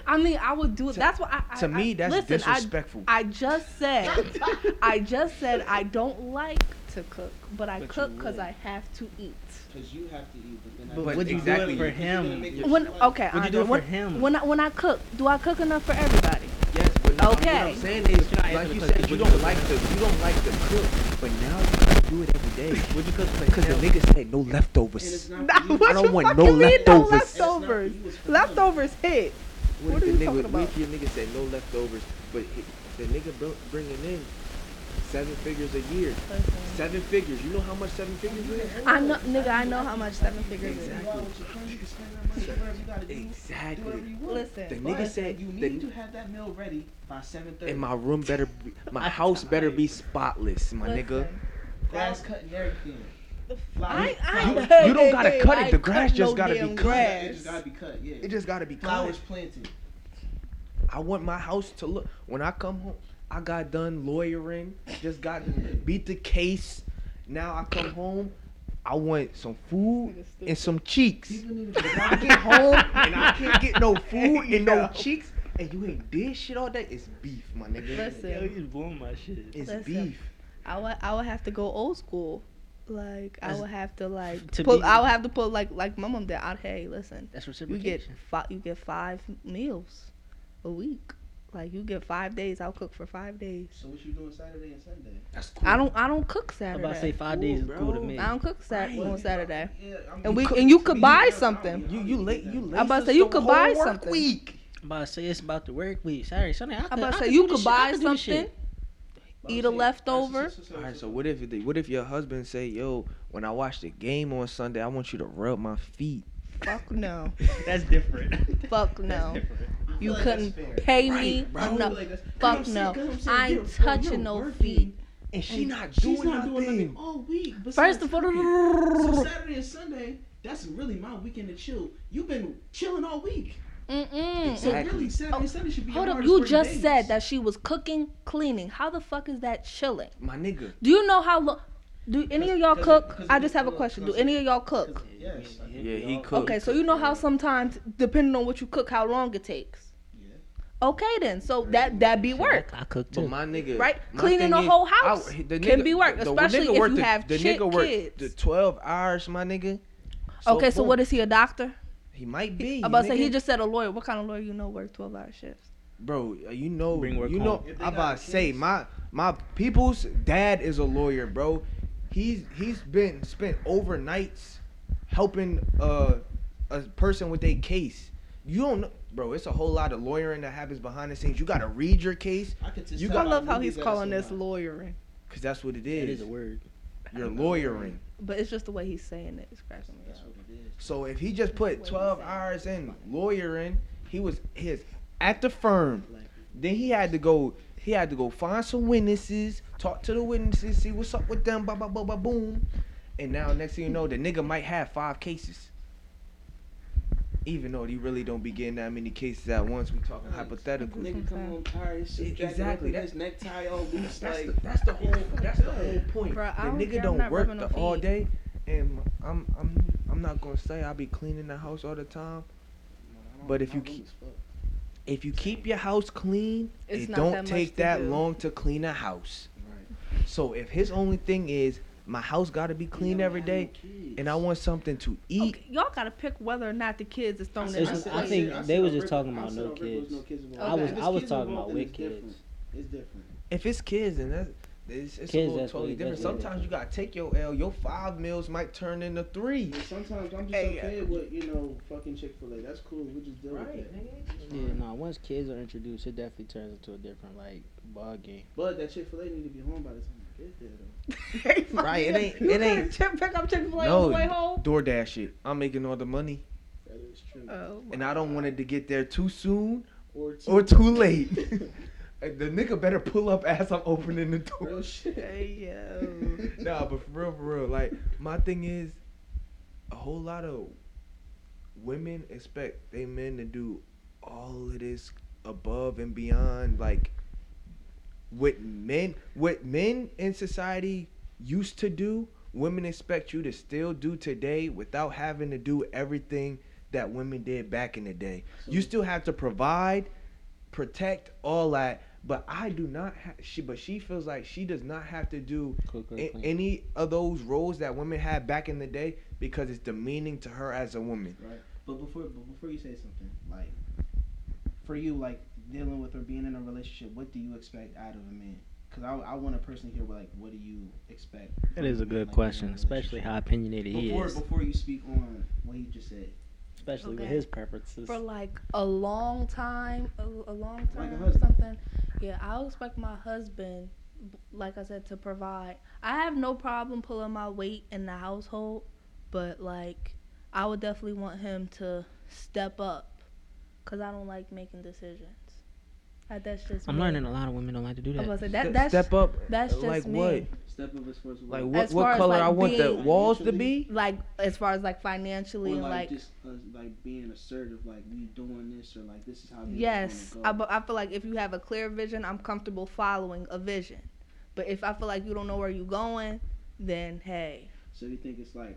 Speaker 3: I mean, I would do it.
Speaker 2: To-
Speaker 3: that's what I. I
Speaker 2: To me,
Speaker 3: I-
Speaker 2: that's
Speaker 3: listen, I-
Speaker 2: disrespectful.
Speaker 3: I just said, I just said I don't like to cook, but I
Speaker 4: But you
Speaker 3: cook because
Speaker 4: would.
Speaker 3: I have to eat.
Speaker 5: Because you have to eat, but then
Speaker 4: But
Speaker 2: But
Speaker 4: would you do
Speaker 2: exactly.
Speaker 4: it for
Speaker 5: You're
Speaker 4: him?
Speaker 5: gonna make
Speaker 2: Yes.
Speaker 3: When
Speaker 5: Like,
Speaker 3: okay,
Speaker 4: Would you
Speaker 3: Andre,
Speaker 4: do it for
Speaker 3: when,
Speaker 4: him?
Speaker 3: when I, when I cook, do I cook enough for everybody?
Speaker 2: Yes, but no,
Speaker 3: Okay.
Speaker 2: What I'm saying is,
Speaker 4: Can I
Speaker 2: like
Speaker 4: answer
Speaker 2: you
Speaker 4: the
Speaker 2: said,
Speaker 4: question?
Speaker 2: you don't like to, you don't like to cook, but now you gotta do it every day.
Speaker 4: Would you cook for
Speaker 2: Cause the
Speaker 4: him?
Speaker 2: nigga said no
Speaker 5: and it's
Speaker 2: leftovers.
Speaker 5: not
Speaker 3: Nah,
Speaker 5: for you.
Speaker 3: what
Speaker 2: don't
Speaker 3: you
Speaker 2: want
Speaker 3: fucking
Speaker 2: no
Speaker 3: mean,
Speaker 2: leftovers.
Speaker 3: No leftovers.
Speaker 5: It's not for you, it's for them.
Speaker 3: Leftovers hit.
Speaker 2: if
Speaker 3: What
Speaker 2: the
Speaker 3: are you
Speaker 2: nigga,
Speaker 3: talking
Speaker 2: what
Speaker 3: about?
Speaker 2: if your nigga said no leftovers, but he, the nigga br- bringing in seven figures a year, seven figures. You know how much seven figures is?
Speaker 3: I know, nigga. I know how much seven figures is.
Speaker 5: You out with your friends, you can spend that money, whatever you gotta do, do
Speaker 2: Exactly.
Speaker 5: whatever you want.
Speaker 2: The
Speaker 3: Listen,
Speaker 2: nigga
Speaker 5: But
Speaker 2: said,
Speaker 5: you
Speaker 2: the,
Speaker 5: need to have that meal ready by seven thirty.
Speaker 2: and my room better, be, my house better be spotless, my nigga.
Speaker 3: listen.
Speaker 5: grass cutting everything.
Speaker 3: I,
Speaker 5: Flowers-
Speaker 3: I,
Speaker 5: flowers-
Speaker 2: you don't gotta
Speaker 3: Hey,
Speaker 2: cut it.
Speaker 3: I
Speaker 2: The
Speaker 3: ain't
Speaker 2: grass
Speaker 3: cut
Speaker 2: just
Speaker 3: no
Speaker 2: gotta be
Speaker 3: damn
Speaker 2: cut.
Speaker 3: grass.
Speaker 5: It just gotta be cut. Yeah.
Speaker 2: It just gotta be
Speaker 5: flowers
Speaker 2: clean.
Speaker 5: planted.
Speaker 2: I want my house to look when I come home. I got done lawyering, just got beat the case. Now I come home. I want some food and some cheeks.
Speaker 5: People need to
Speaker 2: If I get home and I can't get no food and no cheeks, and you ain't did shit all day, it's beef, my nigga.
Speaker 4: Yo, you
Speaker 3: Listen,
Speaker 4: just blowing my shit.
Speaker 2: it's
Speaker 3: listen.
Speaker 2: beef.
Speaker 3: I would, I would have to go old school. Like I would have to like
Speaker 1: To
Speaker 3: put,
Speaker 1: be-
Speaker 3: I would have to put like like my mom did. I'd hey, listen,
Speaker 1: That's
Speaker 3: you
Speaker 1: reciprocation.
Speaker 3: get five, you get five meals a week. Like you get five days. I'll cook for five days.
Speaker 5: So what you doing Saturday and Sunday?
Speaker 2: That's cool.
Speaker 3: I don't, I don't cook
Speaker 1: I'm
Speaker 3: Saturday.
Speaker 1: about to say five days is
Speaker 2: Cool,
Speaker 1: cool to
Speaker 2: bro.
Speaker 1: me.
Speaker 3: I don't cook Sat
Speaker 2: Right.
Speaker 3: on Saturday.
Speaker 5: Yeah, I mean,
Speaker 3: And we-
Speaker 5: cook-
Speaker 3: and you could
Speaker 5: me,
Speaker 3: buy
Speaker 5: I don't-
Speaker 3: something.
Speaker 5: I
Speaker 2: You
Speaker 5: don't
Speaker 2: you
Speaker 5: do
Speaker 2: late
Speaker 5: that.
Speaker 2: you late.
Speaker 3: I'm about to say, you could buy something.
Speaker 2: Week.
Speaker 1: I'm about to say it's about the work week. Saturday, Sunday. I could,
Speaker 3: I'm about
Speaker 1: I
Speaker 3: to say
Speaker 1: could
Speaker 3: you
Speaker 1: do this
Speaker 3: could
Speaker 1: shit. I
Speaker 3: buy
Speaker 1: could do this shit.
Speaker 3: something. Eat a
Speaker 5: All right,
Speaker 3: leftover.
Speaker 2: All right, so what if the, what if your husband say, "Yo, when I watch the game on Sunday, I want you to rub my feet."
Speaker 3: Fuck no.
Speaker 4: That's different.
Speaker 3: Fuck no.
Speaker 5: I feel
Speaker 3: You
Speaker 5: like
Speaker 3: couldn't
Speaker 5: that's fair.
Speaker 3: pay
Speaker 2: Right,
Speaker 3: me
Speaker 2: bro. I
Speaker 5: don't
Speaker 3: enough.
Speaker 5: feel like that's-
Speaker 3: Fuck
Speaker 5: Cause I'm
Speaker 3: no.
Speaker 5: saying- cause I'm saying,
Speaker 3: I
Speaker 5: yo,
Speaker 3: ain't
Speaker 5: yo, you're
Speaker 3: touching no
Speaker 5: working.
Speaker 3: feet.
Speaker 2: And she
Speaker 5: And
Speaker 2: not doing
Speaker 5: She's not doing
Speaker 2: nothing.
Speaker 5: nothing all week. besides
Speaker 3: First of all,
Speaker 5: cooking. so Saturday and Sunday, that's really my weekend to chill. You've been chilling all week. So
Speaker 3: mm-mm.
Speaker 2: Exactly.
Speaker 5: really, Saturday and Sunday should be
Speaker 3: Mm-hmm. Oh,
Speaker 5: your
Speaker 3: Hold up.
Speaker 5: hardest
Speaker 3: You
Speaker 5: working
Speaker 3: just
Speaker 5: days.
Speaker 3: said that she was cooking, cleaning. How the fuck is that chilling?
Speaker 2: my nigga.
Speaker 3: Do you know how long? Do any of y'all
Speaker 5: Cause it-
Speaker 3: cook?
Speaker 5: cause it
Speaker 3: I
Speaker 5: is
Speaker 3: just have a
Speaker 5: cooked,
Speaker 3: question. Do
Speaker 5: cause
Speaker 3: any of y'all
Speaker 5: Cause-
Speaker 3: cook?
Speaker 5: Yes. I-
Speaker 2: Yeah, he cooked.
Speaker 3: Okay, so you know how sometimes, depending on what you cook, how long it takes.
Speaker 5: Yeah.
Speaker 3: Okay, then. So that that be
Speaker 1: Shit,
Speaker 3: work.
Speaker 1: I, I cook too.
Speaker 2: But my nigga,
Speaker 3: Right?
Speaker 2: my
Speaker 3: Cleaning
Speaker 2: thing
Speaker 3: the
Speaker 2: is,
Speaker 3: whole
Speaker 2: I-
Speaker 3: house
Speaker 2: the
Speaker 3: can be work,
Speaker 2: the
Speaker 3: especially
Speaker 2: nigga
Speaker 3: if
Speaker 2: worked
Speaker 3: you
Speaker 2: the,
Speaker 3: have
Speaker 2: the
Speaker 3: shit
Speaker 2: nigga worked
Speaker 3: kids.
Speaker 2: The twelve hours, my nigga.
Speaker 3: okay, so
Speaker 2: boom,
Speaker 3: what is he a doctor?
Speaker 2: he might be?
Speaker 3: I'm about to say he
Speaker 2: nigga.
Speaker 3: just said a lawyer. What kind of lawyer you know work twelve hour shifts?
Speaker 2: bro. uh, You know,
Speaker 1: Bring work
Speaker 2: you
Speaker 1: home.
Speaker 2: know.
Speaker 5: If they
Speaker 2: I
Speaker 5: got
Speaker 2: about to say
Speaker 5: kids.
Speaker 2: my my people's dad is a lawyer, bro. He's he's been spent overnights helping uh, a person with a case. You don't know, bro. It's a whole lot of lawyering that happens behind the scenes. You gotta read your case,
Speaker 5: I could just
Speaker 2: You
Speaker 5: tell
Speaker 2: got-
Speaker 3: I
Speaker 5: by
Speaker 3: love how
Speaker 5: movies
Speaker 3: he's
Speaker 5: that
Speaker 3: calling
Speaker 5: it's
Speaker 3: this
Speaker 5: a lot.
Speaker 3: lawyering,
Speaker 2: cause that's what it
Speaker 1: it
Speaker 2: is.
Speaker 1: is a word.
Speaker 2: You're lawyering.
Speaker 3: but it's just the way he's saying it. It's cracking me
Speaker 5: That's
Speaker 3: up.
Speaker 5: what it is.
Speaker 2: So if he just put 12 hours in lawyering, he was his at the firm. Then he had to go. He had to go find some witnesses, talk to the witnesses, see what's up with them. Ba ba ba ba boom. And now next thing you know, the nigga might have five cases. Even though he really don't be getting that many cases at once, we talking hypothetical.
Speaker 5: Nigga come home tired, his
Speaker 2: Yeah,
Speaker 5: suit jacket
Speaker 2: exactly,
Speaker 5: open,
Speaker 2: that-
Speaker 5: his necktie all loose,
Speaker 2: That's
Speaker 5: like
Speaker 2: the, that's the whole that's the whole point.
Speaker 3: Bruh, I don't
Speaker 2: the
Speaker 3: care,
Speaker 2: nigga
Speaker 3: I'm
Speaker 2: don't
Speaker 3: not
Speaker 2: work
Speaker 3: rubbing
Speaker 2: the
Speaker 3: no
Speaker 2: all
Speaker 3: feet.
Speaker 2: day, and I'm I'm I'm not gonna say I be cleaning the house all the time. But if you keep- If you keep your house clean,
Speaker 3: It's
Speaker 2: it
Speaker 3: not
Speaker 2: don't
Speaker 3: that much
Speaker 2: take
Speaker 3: to
Speaker 2: that
Speaker 3: do.
Speaker 2: long to clean a house.
Speaker 5: Right.
Speaker 2: So if his only thing is my house got to be clean every day, and I want something to eat,
Speaker 3: Okay, y'all gotta pick whether or not the kids is thrown
Speaker 1: I
Speaker 3: in.
Speaker 1: said-
Speaker 3: this
Speaker 1: I
Speaker 3: place.
Speaker 1: think they was just talking about no kids.
Speaker 3: I was-
Speaker 1: I was talking about with kids.
Speaker 5: It's different.
Speaker 2: if it's kids and that's it's, it's
Speaker 1: Kids,
Speaker 2: a little
Speaker 1: that's
Speaker 2: totally
Speaker 1: way-
Speaker 2: different.
Speaker 1: that's way
Speaker 2: Sometimes you gotta take your L. Your five meals might turn into three.
Speaker 5: But sometimes I'm just
Speaker 2: Hey,
Speaker 5: okay with you know fucking Chick Fil A. That's cool. We just deal with it.
Speaker 1: Yeah, no. Once kids are introduced, it definitely turns into a different like ball game.
Speaker 5: But that Chick Fil A need to be home by the time.
Speaker 2: Right, it ain't-
Speaker 3: You
Speaker 2: it
Speaker 3: could've
Speaker 2: ain't-
Speaker 3: chip- Pick up Chick Fil A
Speaker 2: No.
Speaker 3: on the way home.
Speaker 2: DoorDash it. I'm making all the money,
Speaker 5: That is true.
Speaker 3: Oh,
Speaker 2: and I don't want it to get there too soon
Speaker 5: or two.
Speaker 2: or too late. the nigga better pull up as I'm opening the door.
Speaker 5: Real shit.
Speaker 3: hey, yo.
Speaker 2: nah, but for real, for real, like my thing is, a whole lot of women expect they men to do all of this above and beyond. Like what men, what men in society used to do, women expect you to still do today without having to do everything that women did back in the day. You still have to provide, protect, all that. But I do not. Ha- she, but she feels like she does not have to do
Speaker 1: Cook or
Speaker 2: a-
Speaker 1: clean.
Speaker 2: any of those roles that women had back in the day because it's demeaning to her as a woman.
Speaker 4: But before but before you say something, like for you, like dealing with or being in a relationship, what do you expect out of a man? Because I, I want a person here where like what do you expect?
Speaker 1: That is a
Speaker 4: from
Speaker 1: good
Speaker 4: like,
Speaker 1: question,
Speaker 4: being in a
Speaker 1: especially
Speaker 4: relationship?
Speaker 1: how opinionated he
Speaker 4: before
Speaker 1: is,
Speaker 4: before you speak on what he just said,
Speaker 1: especially with
Speaker 3: Okay.
Speaker 1: his preferences.
Speaker 3: for like a long time, a, a long
Speaker 4: Like a
Speaker 3: time or
Speaker 4: husband.
Speaker 3: something. Yeah, I'll expect my husband, b- like I said, to provide. I have no problem pulling my weight in the household, but like I would definitely want him to step up because I don't like making decisions. Like, that's just
Speaker 1: I'm
Speaker 3: me.
Speaker 1: learning a lot of women don't like to do
Speaker 3: I'm
Speaker 1: that.
Speaker 3: about to say,
Speaker 2: Ste-
Speaker 3: that, that's,
Speaker 2: step up.
Speaker 3: that's just
Speaker 2: like
Speaker 3: me.
Speaker 2: what?
Speaker 4: step up as far as
Speaker 2: Like
Speaker 4: what-
Speaker 2: what?
Speaker 3: As far
Speaker 2: What
Speaker 3: as,
Speaker 2: color
Speaker 3: like,
Speaker 2: I want the
Speaker 3: being-
Speaker 2: walls to be?
Speaker 3: Like as far as like
Speaker 4: or
Speaker 3: financially
Speaker 4: like,
Speaker 3: and like,
Speaker 4: just uh, like being assertive, like we doing this or like this is how we
Speaker 3: Yes,
Speaker 4: Go.
Speaker 3: I, bu- I feel like if you have a clear vision, I'm comfortable following a vision. But if I feel like you don't know where you're going, then hey,
Speaker 4: So you think it's like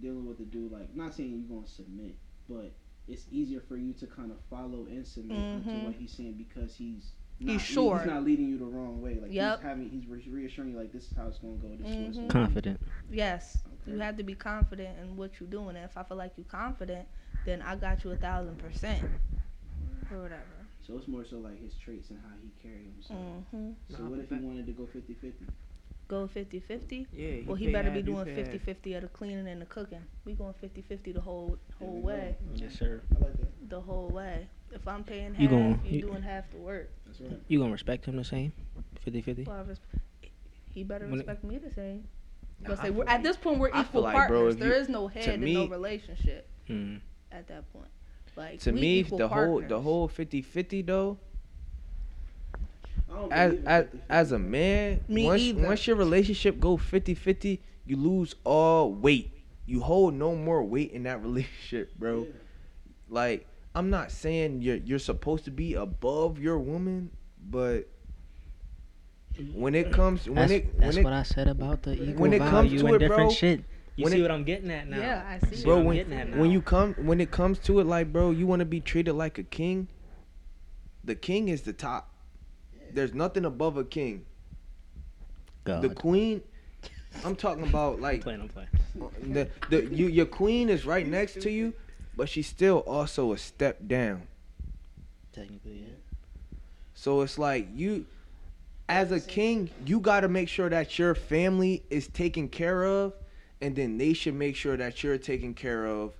Speaker 4: dealing with a dude like not saying you're gonna submit, but it's easier for you to kind of follow and submit
Speaker 3: Mhm.
Speaker 4: onto what he's saying because he's not,
Speaker 3: He's sure.
Speaker 4: he's not leading you the wrong way. Like
Speaker 3: Yep.
Speaker 4: he's having he's re- reassuring you like this is how it's gonna go. This is what
Speaker 3: Mhm.
Speaker 4: it's gonna be.
Speaker 1: Confident.
Speaker 3: yes, you
Speaker 4: Okay.
Speaker 3: have to be confident in what you're doing. And if I feel like you're confident, then I got you a thousand percent or whatever.
Speaker 4: So it's more so like his traits and how he carry himself.
Speaker 3: hmm
Speaker 4: So what if he wanted to go 50-50?
Speaker 3: Go 50 50.
Speaker 2: Yeah.
Speaker 3: Well, he better be doing 50 50 of the cleaning and the cooking. We going 50 50 the whole
Speaker 4: There
Speaker 3: whole
Speaker 4: we go.
Speaker 3: way.
Speaker 1: Yes, sir.
Speaker 4: I like that.
Speaker 3: The whole way. If I'm paying half,
Speaker 1: You
Speaker 3: you
Speaker 1: gon-
Speaker 3: you
Speaker 1: you-
Speaker 3: doing half the work.
Speaker 4: That's right.
Speaker 1: You gonna respect him the same? 50-50?
Speaker 3: Well, I res- he better
Speaker 1: When it-
Speaker 3: respect me the same.
Speaker 2: Nah,
Speaker 3: But
Speaker 2: I
Speaker 3: say we're,
Speaker 2: feel
Speaker 3: at this point we're
Speaker 2: I feel
Speaker 3: equal
Speaker 2: like, bro,
Speaker 3: partners.
Speaker 2: if
Speaker 3: There is
Speaker 2: you-
Speaker 3: no head and
Speaker 2: me-
Speaker 3: no relationship
Speaker 1: Mm.
Speaker 3: at that point. Like
Speaker 2: To
Speaker 3: we
Speaker 2: me,
Speaker 3: equal
Speaker 2: the whole the
Speaker 3: partners.
Speaker 2: whole 50-50 though.
Speaker 4: I don't
Speaker 2: As
Speaker 4: believe in
Speaker 2: as,
Speaker 4: 50-50,
Speaker 2: as a
Speaker 4: bro.
Speaker 2: man,
Speaker 3: Me
Speaker 2: once
Speaker 3: either.
Speaker 2: once your relationship go 50-50, you lose all weight. You hold no more weight in that relationship, bro.
Speaker 4: Yeah.
Speaker 2: like I'm not saying you're you're supposed to be above your woman, but when it comes when
Speaker 1: That's,
Speaker 2: it
Speaker 1: that's
Speaker 2: when it
Speaker 1: what I said about the equal
Speaker 2: when it comes
Speaker 1: value
Speaker 2: to
Speaker 1: and
Speaker 2: it,
Speaker 1: different
Speaker 2: bro,
Speaker 1: shit. You
Speaker 2: when
Speaker 1: see
Speaker 2: it-
Speaker 1: what I'm getting at now?
Speaker 3: Yeah, I
Speaker 1: You
Speaker 3: see.
Speaker 1: what
Speaker 2: bro
Speaker 1: I'm
Speaker 2: when
Speaker 1: getting at now.
Speaker 2: when you come when it comes to it like bro you want to be treated like a king. The king is the top. There's nothing above a king.
Speaker 1: God.
Speaker 2: The queen. I'm talking about
Speaker 1: I'm
Speaker 2: like
Speaker 1: playing, I'm playing.
Speaker 2: the, the you your queen is right next to you, but she's still also a step down.
Speaker 1: Technically, yeah.
Speaker 2: So it's like you, as a king, you got to make sure that your family is taken care of, and then they should make sure that you're taken care of,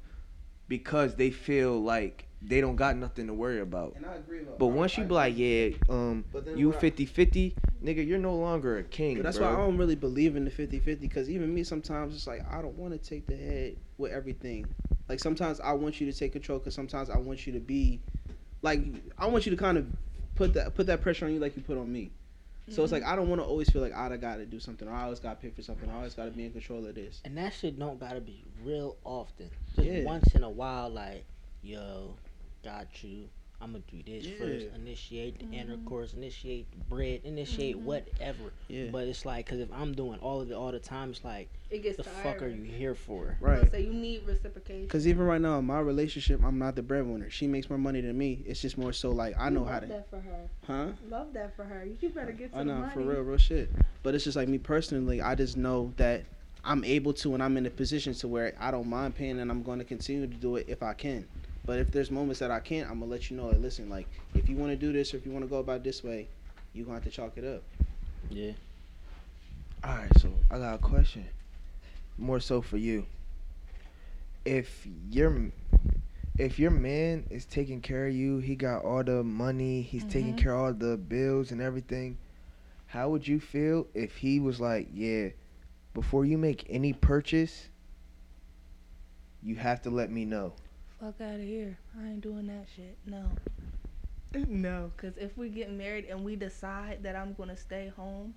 Speaker 2: because they feel like they don't got nothing to worry about.
Speaker 4: And I agree with
Speaker 2: But
Speaker 4: I-
Speaker 2: once you
Speaker 4: I
Speaker 2: be like, yeah, um,
Speaker 4: But then
Speaker 2: you
Speaker 4: what I-
Speaker 2: 50-50, nigga, you're no longer a king,
Speaker 4: But that's
Speaker 2: bro.
Speaker 4: why I don't really believe in the 50 50 because even me sometimes it's like I don't want to take the head with everything. Like sometimes I want you to take control because sometimes I want you to be like I want you to kind of put that put that pressure on you like you put on me. So it's like I don't want to always feel like I got to do something or I always got to pay for something. I always got to be in control of this.
Speaker 1: And that shit don't gotta be real often. Just
Speaker 4: Yeah.
Speaker 1: once in a while, like, yo, got you. I'm gonna do this
Speaker 4: Yeah.
Speaker 1: first. Initiate the intercourse. Initiate the bread. Initiate whatever.
Speaker 4: Yeah.
Speaker 1: But it's like, cause if I'm doing all of it all the time, it's like,
Speaker 3: it gets
Speaker 1: the fuck are you here for?
Speaker 4: Right.
Speaker 3: So you need reciprocation.
Speaker 4: Because even right now in my relationship, I'm not the breadwinner. She makes more money than me. It's just more so like I know how to,
Speaker 3: That for her.
Speaker 4: huh?
Speaker 3: Love that for her. You better get
Speaker 4: I know, for real, real shit. But it's just like me personally, I just know that I'm able to and I'm in a position to where I don't mind paying and I'm going to continue to do it if I can. But if there's moments that I can't, I'm going to let you know, like, listen, like, if you want to do this or if you want to go about this way, you're going to have to chalk it up.
Speaker 1: Yeah.
Speaker 2: All right, so I got a question, more so for you. If your if your man is taking care of you, he got all the money, he's taking care of all the bills and everything. How would you feel if he was like, yeah, before you make any purchase, you have to let me know.
Speaker 3: Fuck out of here. I ain't doing that shit. No. No, because if we get married and we decide that I'm going to stay home,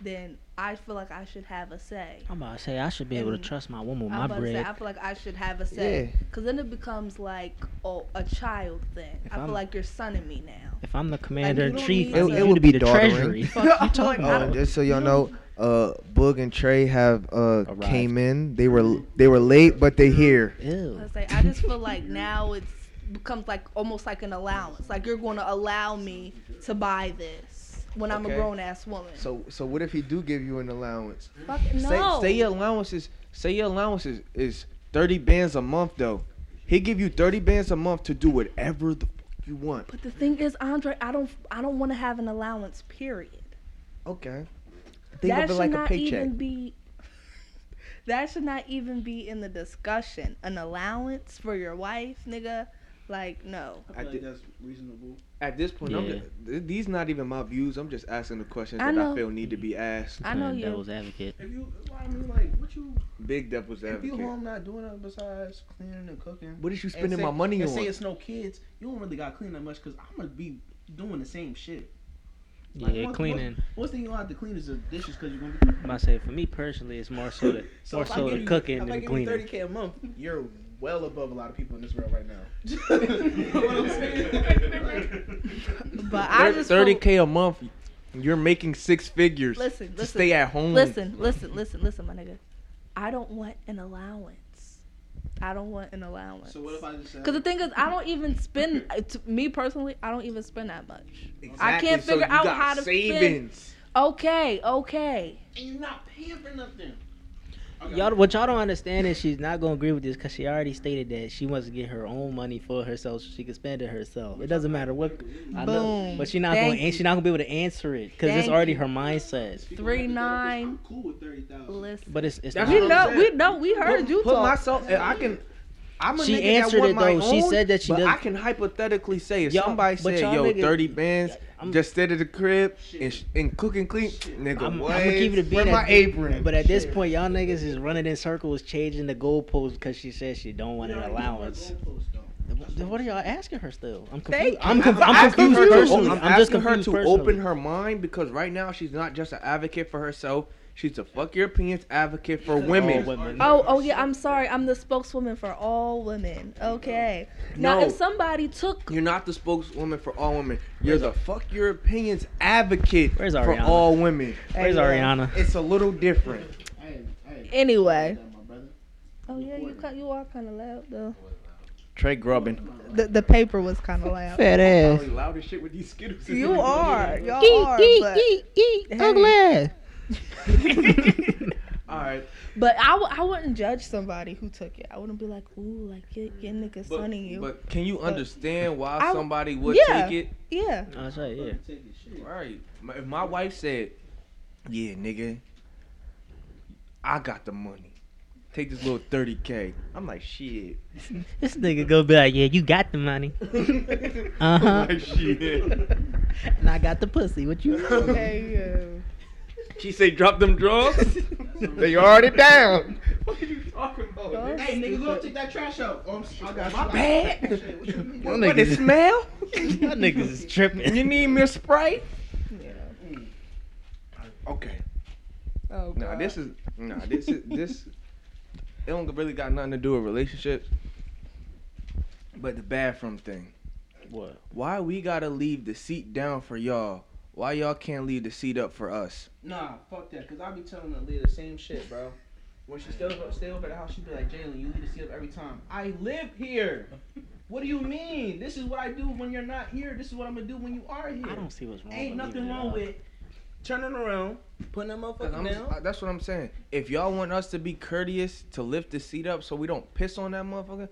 Speaker 3: then I feel like I should have a say.
Speaker 1: I'm about to say I should be able to
Speaker 3: And
Speaker 1: trust my woman with
Speaker 3: I'm
Speaker 1: my
Speaker 3: about to say,
Speaker 1: bread.
Speaker 3: I feel like I should have a say.
Speaker 2: Yeah.
Speaker 3: Because then it becomes like oh, a child thing.
Speaker 1: If
Speaker 3: I feel
Speaker 1: I'm-
Speaker 3: like you're sonning me now.
Speaker 1: If I'm the commander in
Speaker 3: don't
Speaker 1: chief,
Speaker 3: need
Speaker 1: I
Speaker 3: to-
Speaker 1: need
Speaker 3: It- it
Speaker 1: you to
Speaker 2: would
Speaker 1: be
Speaker 2: be
Speaker 1: the
Speaker 2: daughtering.
Speaker 1: treasury.
Speaker 3: Fuck
Speaker 1: Fuck you
Speaker 3: you
Speaker 1: talking
Speaker 3: like
Speaker 2: Oh,
Speaker 1: about?
Speaker 2: just so y'all know, uh, Boog and Trey have uh
Speaker 1: Arrived.
Speaker 2: came in. They were they were late, but they here.
Speaker 1: Ew.
Speaker 3: I say I just feel like now it's becomes like almost like an allowance. Like you're going to allow me to buy this when I'm
Speaker 2: Okay.
Speaker 3: a grown ass woman.
Speaker 2: So so what if he do give you an allowance?
Speaker 3: Fuck
Speaker 2: Say,
Speaker 3: no.
Speaker 2: say your allowances. Say your allowances is thirty bands a month though. He give you thirty bands a month to do whatever the fuck you want.
Speaker 3: But the thing is, Andre, I don't, I don't want to have an allowance. Period.
Speaker 2: Okay. Think of
Speaker 3: that
Speaker 2: it
Speaker 3: should
Speaker 2: like a
Speaker 3: not
Speaker 2: paycheck.
Speaker 3: even be. That should not even be in the discussion. An allowance for your wife, nigga. Like no.
Speaker 4: I feel like
Speaker 2: did-
Speaker 4: that's reasonable.
Speaker 2: At this point, I'm
Speaker 1: Yeah.
Speaker 2: just, th- these not even my views. I'm just asking the questions that
Speaker 3: I
Speaker 2: I
Speaker 3: know.
Speaker 2: feel need to be asked.
Speaker 3: I know
Speaker 1: Playing
Speaker 3: you.
Speaker 1: Devil's advocate.
Speaker 4: If you, I mean, like, what you,
Speaker 2: Big devil's
Speaker 4: if you
Speaker 2: advocate.
Speaker 4: home not doing nothing besides cleaning and cooking,
Speaker 2: What is you
Speaker 4: and
Speaker 2: spending
Speaker 4: say-
Speaker 2: my money
Speaker 4: and
Speaker 2: on?
Speaker 4: say it's no kids, you don't really got to clean that much because I'm gonna be doing the same shit. Like,
Speaker 1: Yeah,
Speaker 4: once-
Speaker 1: cleaning.
Speaker 4: Once thing you gonna have to clean is the dishes because you're gonna be cooking.
Speaker 1: I'm about to say for me personally, it's more so the more
Speaker 4: if I
Speaker 1: so
Speaker 4: give
Speaker 1: the
Speaker 4: you-
Speaker 1: cooking
Speaker 4: if I
Speaker 1: than
Speaker 4: give you
Speaker 1: cleaning.
Speaker 4: 30k a month, you're well above a lot of people in this world right now. You know what I'm saying?
Speaker 3: But I just feel-
Speaker 2: Thirty k a month. You're making six figures.
Speaker 3: Listen,
Speaker 2: to
Speaker 3: listen.
Speaker 2: stay at home.
Speaker 3: Listen, listen, listen, listen, my nigga. I don't want an allowance. I don't want an allowance.
Speaker 4: so what if I just said?
Speaker 3: Because the thing is, I don't even spend. To me personally, I don't even spend that much.
Speaker 2: Exactly,
Speaker 3: can't
Speaker 2: so
Speaker 3: figure
Speaker 2: you
Speaker 3: out
Speaker 2: got
Speaker 3: how to spend-
Speaker 2: savings.
Speaker 3: Okay, okay.
Speaker 4: and you're not paying for nothing. Okay.
Speaker 1: Y'all, what y'all don't understand is she's not gonna agree with this because she already stated that she wants to get her own money for herself so she can spend it herself. It doesn't matter what. I know,
Speaker 3: Boom.
Speaker 1: but she's not
Speaker 3: Thank
Speaker 1: gonna. And she's not gonna be able to answer it because it's
Speaker 3: Thank
Speaker 1: already
Speaker 3: you.
Speaker 1: her mindset.
Speaker 4: Speaking
Speaker 3: Three
Speaker 4: of hypotheticals,
Speaker 3: nine.
Speaker 4: I'm cool with thirty thousand.
Speaker 3: Listen,
Speaker 1: But it's it's
Speaker 2: That's
Speaker 1: not.
Speaker 3: we
Speaker 2: what I'm
Speaker 3: know, we
Speaker 2: saying.
Speaker 3: know, we heard
Speaker 2: Put-
Speaker 3: you
Speaker 2: put
Speaker 3: talk.
Speaker 2: myself. I can. I'm a
Speaker 1: She
Speaker 2: nigga
Speaker 1: answered
Speaker 2: that
Speaker 1: it,
Speaker 2: want my
Speaker 1: though. She
Speaker 2: own,
Speaker 1: said that she
Speaker 2: but
Speaker 1: does-
Speaker 2: I can hypothetically say if
Speaker 1: Y'all-
Speaker 2: somebody
Speaker 1: but
Speaker 2: said,
Speaker 1: y'all
Speaker 2: "Yo,
Speaker 1: niggas-
Speaker 2: thirty bands,
Speaker 1: I'm-
Speaker 2: just stay at the crib
Speaker 4: Shit.
Speaker 2: and, sh- and cook and clean, nigga."
Speaker 1: I'm,
Speaker 2: what?
Speaker 1: I'm gonna keep it a beat.
Speaker 2: Where
Speaker 1: at
Speaker 2: my
Speaker 1: thi-
Speaker 2: apron?
Speaker 1: But at this point, y'all niggas is running in circles, changing the goalposts because she says she don't want an allowance. Then What are y'all asking her still? I'm
Speaker 3: Thank
Speaker 1: confused.
Speaker 3: you.
Speaker 1: I'm, conf-
Speaker 2: I'm,
Speaker 1: I'm,
Speaker 2: asking
Speaker 1: confused
Speaker 2: her to,
Speaker 1: personally.
Speaker 2: I'm
Speaker 1: I'm, just
Speaker 2: asking her
Speaker 1: confused
Speaker 2: to
Speaker 1: personally.
Speaker 2: open her mind because right now she's not just an advocate for herself. She's a fuck your opinions advocate for women.
Speaker 1: women.
Speaker 3: Oh, oh yeah. I'm sorry. I'm the spokeswoman for all women. Okay. Now,
Speaker 2: No.
Speaker 3: if somebody took,
Speaker 2: You're not the spokeswoman for all women. You're the fuck your opinions advocate
Speaker 1: Where's
Speaker 2: for
Speaker 1: Ariana?
Speaker 2: all women.
Speaker 1: Where's Ariana?
Speaker 2: It's a little different.
Speaker 3: Anyway.
Speaker 4: My
Speaker 3: oh yeah, you cut. You are kind of loud though.
Speaker 2: Trey Grubbin.
Speaker 3: The the paper was kind of loud.
Speaker 1: Fat ass.
Speaker 2: Probably loud as shit with these skittles.
Speaker 3: You are. Y'all are. but,
Speaker 1: Eat, eat, eat,
Speaker 3: Hey.
Speaker 1: ugly ass.
Speaker 2: All right.
Speaker 3: but I, w- I wouldn't judge somebody who took it. I wouldn't be like, ooh, like your, your nigga
Speaker 2: But,
Speaker 3: sunning you.
Speaker 2: but can you understand why
Speaker 3: I-
Speaker 2: somebody would
Speaker 3: yeah.
Speaker 2: take it?
Speaker 3: yeah.
Speaker 1: I'll tell you, yeah.
Speaker 2: Right. My- If my wife said, "Yeah, nigga, I got the money. Take this little 30k." I'm like, "Shit."
Speaker 1: This nigga gonna be like, yeah, you got the money.
Speaker 2: Oh
Speaker 1: Uh huh.
Speaker 2: I'm like, "Shit."
Speaker 1: And I got the pussy. What you?
Speaker 3: Hey,
Speaker 2: She say, "Drop them drugs." they already down.
Speaker 4: Hey, nigga, go take that trash out. Oh, I'm, I got my
Speaker 2: bad.
Speaker 4: What you mean?
Speaker 1: Y'all
Speaker 2: What it
Speaker 1: niggas,
Speaker 2: smell?
Speaker 1: y'all niggas is tripping.
Speaker 2: You need me a sprite?
Speaker 3: yeah.
Speaker 2: Okay.
Speaker 3: Oh,
Speaker 2: Nah,
Speaker 6: Uh,
Speaker 3: God.
Speaker 2: this is nah, this is this. It don't really got nothing to do with relationships. But the bathroom thing.
Speaker 1: What?
Speaker 2: Why we gotta leave the seat down for y'all? Why y'all can't leave the seat up for us?
Speaker 4: Nah, fuck that. Cause I be telling Aaliyah the same shit, bro. When she still stay over at the house, she be like, Jalen, you need to see up every time. I live here. What do you mean? This is what I do when you're not here. This is what I'm gonna do when you are here.
Speaker 1: I don't see what's wrong.
Speaker 4: Ain't
Speaker 1: with
Speaker 4: nothing
Speaker 1: leaving it
Speaker 4: wrong
Speaker 1: up.
Speaker 4: with turning around, putting that
Speaker 2: 'Cause
Speaker 4: motherfucker
Speaker 2: I'm-
Speaker 4: down.
Speaker 2: I- that's what I'm saying. If y'all want us to be courteous to lift the seat up so we don't piss on that motherfucker,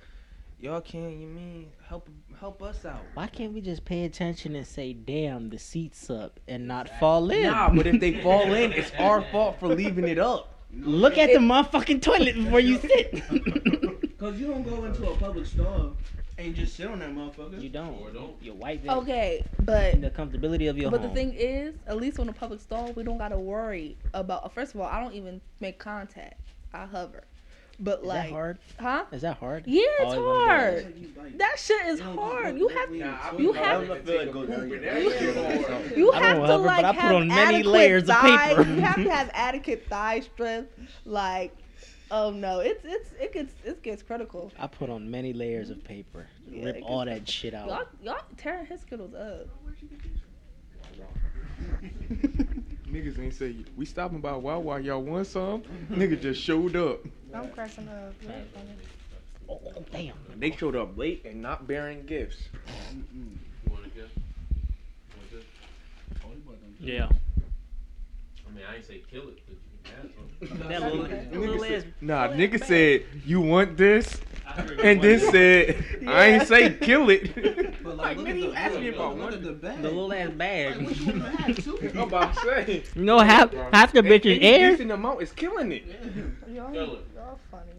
Speaker 2: y'all can't. You mean help help us out?
Speaker 1: Why can't we just pay attention and say, damn, the seat's up and not fall in?
Speaker 2: Nah, but if they fall in, it's our fault for leaving it up.
Speaker 1: Look at the motherfucking toilet before you sit.
Speaker 4: Cause you don't go into a public store and just sit on that motherfucker.
Speaker 1: You don't.
Speaker 7: Or don't.
Speaker 1: You, you wipe it.
Speaker 3: Okay, but
Speaker 1: And the comfortability of your
Speaker 3: but
Speaker 1: home.
Speaker 3: the thing is, at least on a public stall, we don't gotta worry about. uh, First of all, I don't even make contact. I hover, but
Speaker 1: is
Speaker 3: like,
Speaker 1: that hard?
Speaker 3: huh?
Speaker 1: Is that hard?
Speaker 3: Yeah,
Speaker 1: Oh,
Speaker 3: it's
Speaker 1: it wouldn't go
Speaker 3: hard.
Speaker 1: away.
Speaker 3: That shit is
Speaker 4: You don't do
Speaker 3: hard.
Speaker 4: that.
Speaker 3: You have
Speaker 7: Nah, I
Speaker 3: you
Speaker 7: be-
Speaker 3: have-
Speaker 7: I don't feel it goes down your
Speaker 3: You-
Speaker 7: back.
Speaker 3: You
Speaker 1: I
Speaker 3: have
Speaker 1: don't hover,
Speaker 3: to
Speaker 1: but
Speaker 3: like
Speaker 1: I put
Speaker 3: have
Speaker 1: on many
Speaker 3: adequate
Speaker 1: layers of
Speaker 3: thigh,
Speaker 1: paper.
Speaker 3: you have to have adequate thigh strength. Like, oh no, it's it's it gets it gets critical.
Speaker 1: I put on many layers of paper.
Speaker 3: Yeah,
Speaker 1: Rip
Speaker 3: it
Speaker 1: all
Speaker 3: gets-
Speaker 1: that shit out.
Speaker 3: Y'all y'all tearing his skittles up.
Speaker 6: Niggas ain't say we stopping by Wawa. Y'all want some? Nigga just showed up.
Speaker 3: I'm cracking up.
Speaker 1: Oh, oh, damn.
Speaker 2: They showed up late and not bearing gifts.
Speaker 7: You want a gift? You want a gift? Oh, you want them.
Speaker 8: Yeah.
Speaker 7: I mean, I ain't say kill it, but you can have some.
Speaker 1: That little, little ass.
Speaker 6: Nah, nigga said you want this,
Speaker 7: I heard
Speaker 6: and
Speaker 7: one
Speaker 6: then
Speaker 7: gift.
Speaker 6: said I ain't say kill it.
Speaker 4: But like, look at the,
Speaker 7: asked me
Speaker 4: look,
Speaker 7: about
Speaker 4: look at the bag.
Speaker 1: The little ass bag.
Speaker 4: Like, what you wanna have,
Speaker 2: I'm
Speaker 4: two?
Speaker 2: about to say.
Speaker 1: you know, half, half the bitches air.
Speaker 2: Decent amount is killing it.
Speaker 3: Y'all,
Speaker 7: Kill it.
Speaker 3: y'all funny.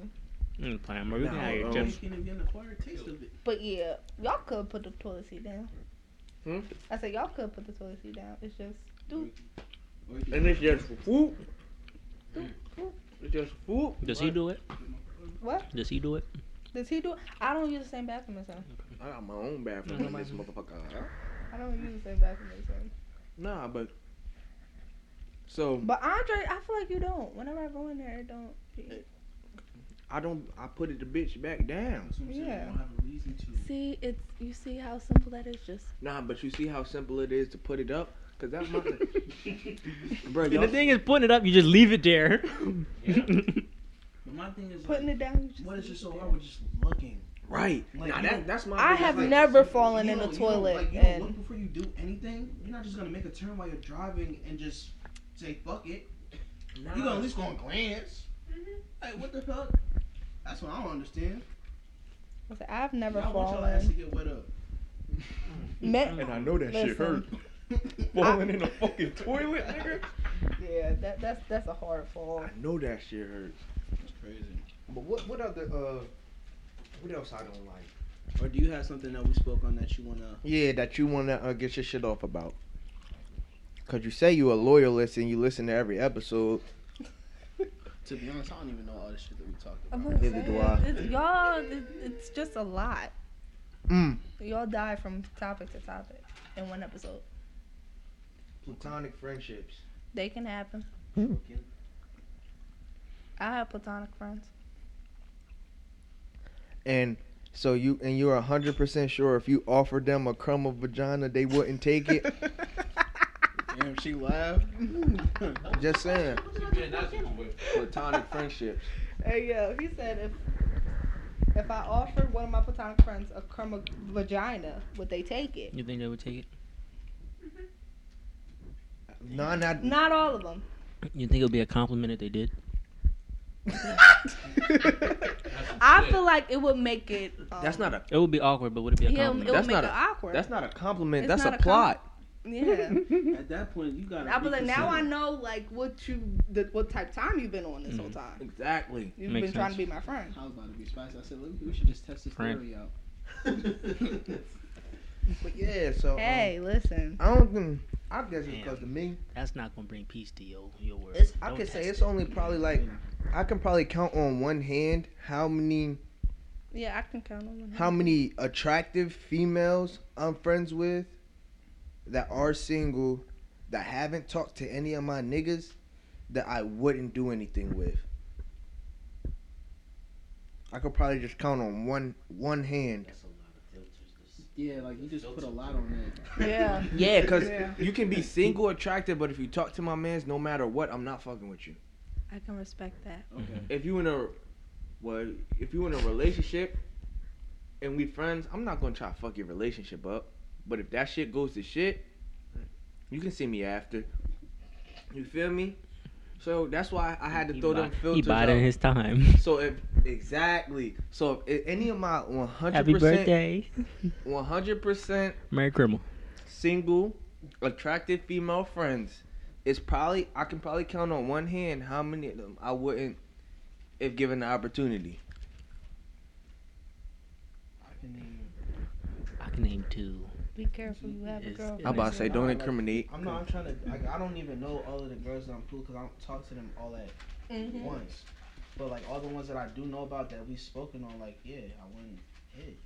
Speaker 8: Mm, playing, bro. We can
Speaker 2: Nah,
Speaker 8: have your
Speaker 2: bro.
Speaker 8: chips.
Speaker 4: You can't even acquire a taste of it.
Speaker 3: But yeah, y'all could put the toilet seat down.
Speaker 2: Hmm?
Speaker 3: I said y'all could put the toilet seat down. It's just do
Speaker 2: And it's just food. It's just food.
Speaker 8: Does he do it?
Speaker 3: what?
Speaker 8: Does he do it?
Speaker 3: Does he do? I don't use the same bathroom as him.
Speaker 2: I got my own bathroom in this motherfucker.
Speaker 3: I don't use the same bathroom as him.
Speaker 2: Nah, but so
Speaker 3: But Andre, I feel like you don't. Whenever I go in there, it don't.
Speaker 2: I don't. I put it the bitch back down.
Speaker 4: That's what I'm saying,
Speaker 3: Yeah.
Speaker 4: You don't have a reason to.
Speaker 3: See, it's you see how simple that is. Just
Speaker 2: Nah, but you see how simple it is to put it up. Cause that my bro.
Speaker 8: And the
Speaker 2: Y'all,
Speaker 8: thing is, putting it up, you just leave it there.
Speaker 4: But my thing is,
Speaker 3: putting
Speaker 4: like,
Speaker 3: it down. You just
Speaker 4: what is it
Speaker 3: leave
Speaker 4: so
Speaker 3: it
Speaker 4: hard
Speaker 3: there.
Speaker 4: with just looking?
Speaker 2: right?
Speaker 4: Like,
Speaker 2: nah,
Speaker 4: you
Speaker 2: that,
Speaker 4: don't-
Speaker 2: that's my.
Speaker 3: I
Speaker 2: biggest,
Speaker 3: have
Speaker 2: like,
Speaker 3: never
Speaker 4: You
Speaker 3: fallen in the
Speaker 4: don't- you don't,
Speaker 3: toilet
Speaker 4: like, you don't look
Speaker 3: and
Speaker 4: before you do anything. You're not just gonna make a turn while you're driving and just say fuck it.
Speaker 2: nah.
Speaker 4: You gonna at least go and glance.
Speaker 3: Mm-hmm.
Speaker 4: Like what the fuck? That's what I don't understand.
Speaker 3: I said, I've never
Speaker 4: Y'all want y'all ass to
Speaker 3: fallen.
Speaker 4: get wet up.
Speaker 3: Me-
Speaker 6: And I know that shit
Speaker 3: Listen.
Speaker 6: hurt. Falling in the fucking toilet, nigga.
Speaker 3: yeah, that that's that's a hard fall.
Speaker 2: I know that shit hurt.
Speaker 4: That's crazy.
Speaker 6: But what what other uh what else I don't like?
Speaker 4: Or do you have something that we spoke on that you wanna?
Speaker 6: Yeah, that you wanna uh, get your shit off about. Cause you say you a loyalist and you listen to every episode.
Speaker 4: To be honest, I don't even know all the shit that we talked
Speaker 3: I'm not
Speaker 4: about.
Speaker 6: Neither do
Speaker 3: saying,
Speaker 6: I.
Speaker 3: It's, y'all, it, it's just a lot.
Speaker 6: Mm.
Speaker 3: Y'all die from topic to topic in one episode.
Speaker 6: Platonic friendships.
Speaker 3: They can happen. I have platonic friends.
Speaker 6: And so you and you're hundred percent sure if you offered them a crumb of vagina they wouldn't take it.
Speaker 4: Damn, she laughed.
Speaker 6: Just saying.
Speaker 7: Yeah, that's what you with.
Speaker 2: Platonic friendships.
Speaker 3: Hey yo, he said if if I offered one of my platonic friends a crumb of vagina, would they take it?
Speaker 8: you think they would take it?
Speaker 6: No, not
Speaker 3: Not all of them.
Speaker 8: You think it would be a compliment if they did?
Speaker 7: That's some
Speaker 3: I
Speaker 7: shit.
Speaker 3: feel like it would make it. Um,
Speaker 2: That's not a.
Speaker 8: It would be awkward, but would it be a
Speaker 3: Yeah, it
Speaker 8: compliment?
Speaker 3: would
Speaker 2: That's
Speaker 3: make
Speaker 2: not
Speaker 3: it
Speaker 2: a-
Speaker 3: awkward.
Speaker 2: That's not a compliment.
Speaker 3: It's
Speaker 2: that's
Speaker 3: not
Speaker 2: a
Speaker 3: a com-
Speaker 2: plot.
Speaker 3: yeah.
Speaker 4: At that point, you gotta.
Speaker 3: I was like, now I
Speaker 4: reconsider.
Speaker 3: know like what you, the, what type of time you've been on this
Speaker 2: Mm.
Speaker 3: whole time.
Speaker 2: exactly.
Speaker 3: You've
Speaker 8: Makes
Speaker 3: been trying to
Speaker 8: sense.
Speaker 3: be my friend.
Speaker 4: I was about to be spicy. I said, Look, we should just test this
Speaker 8: Prank.
Speaker 4: theory out.
Speaker 6: but yeah, so um,
Speaker 3: Hey, listen.
Speaker 6: I don't think I guess it's
Speaker 8: Damn.
Speaker 6: because to me.
Speaker 8: That's not gonna bring peace to your your world.
Speaker 6: It's, I
Speaker 8: Don't
Speaker 6: could say
Speaker 8: test
Speaker 6: it's
Speaker 8: it.
Speaker 6: only probably like I can probably count on one hand how many
Speaker 3: Yeah, I can count on one.
Speaker 6: how many attractive females I'm friends with that are single that haven't talked to any of my niggas that I wouldn't do anything with. I could probably just count on one one hand.
Speaker 4: Yeah, like you just put a lot on it.
Speaker 3: Yeah.
Speaker 2: Yeah, cause
Speaker 3: Yeah.
Speaker 2: you can be single, attractive, but if you talk to my man's, no matter what, I'm not fucking with you.
Speaker 3: I can respect that.
Speaker 2: if you in a well, if you in a relationship and we friends, I'm not gonna try to fuck your relationship up. But if that shit goes to shit, you can see me after. You feel me? So that's why I had to
Speaker 8: He
Speaker 2: throw
Speaker 8: buy-
Speaker 2: them
Speaker 8: He
Speaker 2: filters.
Speaker 8: bought
Speaker 2: out.
Speaker 8: in his time.
Speaker 2: so if exactly, so if any of my 100
Speaker 8: Happy birthday,
Speaker 2: 100 percent
Speaker 8: Merry Christmas.
Speaker 2: single, attractive female friends, it's probably I can probably count on one hand how many of them I wouldn't if given the opportunity.
Speaker 4: I can name
Speaker 1: nickname too.
Speaker 3: Be careful you have a
Speaker 1: It's-
Speaker 3: girlfriend.
Speaker 2: I'm about to say, don't
Speaker 4: Like,
Speaker 2: incriminate.
Speaker 4: I'm not. I'm trying to. Like, I don't even know all of the girls that I'm cool because I don't talk to them all at
Speaker 3: Mhm.
Speaker 4: once. But like all the ones that I do know about that we've spoken on, like yeah, I wouldn't hit.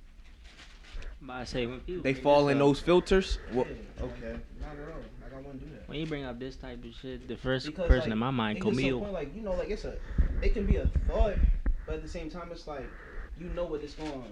Speaker 1: I say when people
Speaker 2: They
Speaker 1: bring
Speaker 2: fall
Speaker 1: this
Speaker 2: in
Speaker 1: up-
Speaker 2: those filters. Well,
Speaker 4: Yeah, okay. Not at all. Like I wouldn't do that.
Speaker 1: When you bring up this type of shit, the first
Speaker 4: Because,
Speaker 1: person
Speaker 4: like,
Speaker 1: in my mind,
Speaker 4: It gets to a
Speaker 1: Camille.
Speaker 4: point, like you know, like it's a, it can be a thought, but at the same time, it's like you know what it's going to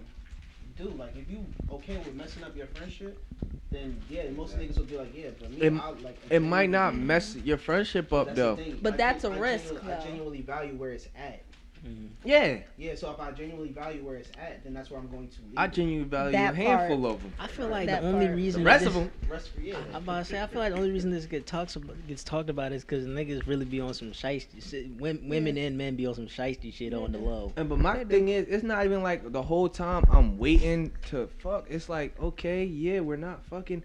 Speaker 4: do. Like if you okay with messing up your friendship, then yeah, most niggas will be like, yeah, but me,
Speaker 2: It-
Speaker 4: I, like
Speaker 2: it might not mess your friendship up
Speaker 4: That's the
Speaker 2: though.
Speaker 4: thing.
Speaker 3: But
Speaker 4: I
Speaker 3: that's
Speaker 4: gen-
Speaker 3: a
Speaker 4: I
Speaker 3: risk,
Speaker 4: genuinely- I
Speaker 3: though.
Speaker 4: genuinely value where it's at.
Speaker 1: Mhm.
Speaker 2: Yeah,
Speaker 4: Yeah, so if I genuinely value where it's at, then that's where I'm going to. Leave.
Speaker 2: I genuinely value
Speaker 3: That
Speaker 2: a handful of them.
Speaker 1: I feel like
Speaker 3: That
Speaker 1: the only
Speaker 3: part.
Speaker 1: reason
Speaker 2: The rest
Speaker 1: this-
Speaker 2: of them,
Speaker 4: rest for yeah.
Speaker 1: I'm about to say I feel like the only reason this get talks about, gets talked about is because niggas really be on some shiesty shit. Wom- Women and men be on some shiesty shit on the low.
Speaker 2: and but my thing is, it's not even like the whole time I'm waiting to fuck. It's like, okay, yeah, we're not fucking,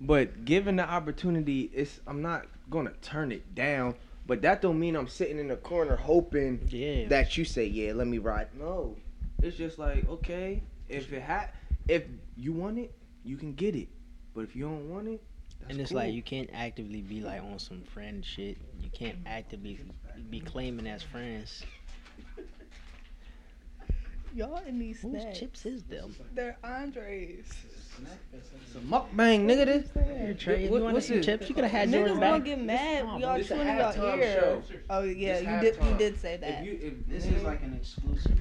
Speaker 2: but given the opportunity, it's I'm not gonna turn it down. But that don't mean I'm sitting in the corner hoping
Speaker 1: Yeah.
Speaker 2: that you say, yeah, let me ride. No, it's just like okay, if it ha- if you want it, you can get it. But if you don't want it, that's
Speaker 1: and it's
Speaker 2: cool.
Speaker 1: like you can't actively be like on some friend shit. You can't actively be claiming as friends.
Speaker 3: Y'all in these
Speaker 1: Whose
Speaker 3: snacks.
Speaker 1: chips is them?
Speaker 3: They're Andres.
Speaker 2: it's a mukbang, nigga. This
Speaker 1: Here, Trey, if
Speaker 2: What-
Speaker 1: you want
Speaker 2: what's
Speaker 1: some
Speaker 2: it?
Speaker 1: chips, you could have had yours
Speaker 3: Niggas
Speaker 1: back.
Speaker 3: gonna get mad.
Speaker 2: nah,
Speaker 3: we
Speaker 2: bro,
Speaker 3: all
Speaker 2: this a
Speaker 3: chewing your
Speaker 2: halftime
Speaker 3: ear.
Speaker 2: show.
Speaker 3: Oh yeah, you
Speaker 2: This
Speaker 3: did. You
Speaker 2: halftime.
Speaker 3: did say that.
Speaker 2: If you, if
Speaker 4: This is like an exclusive.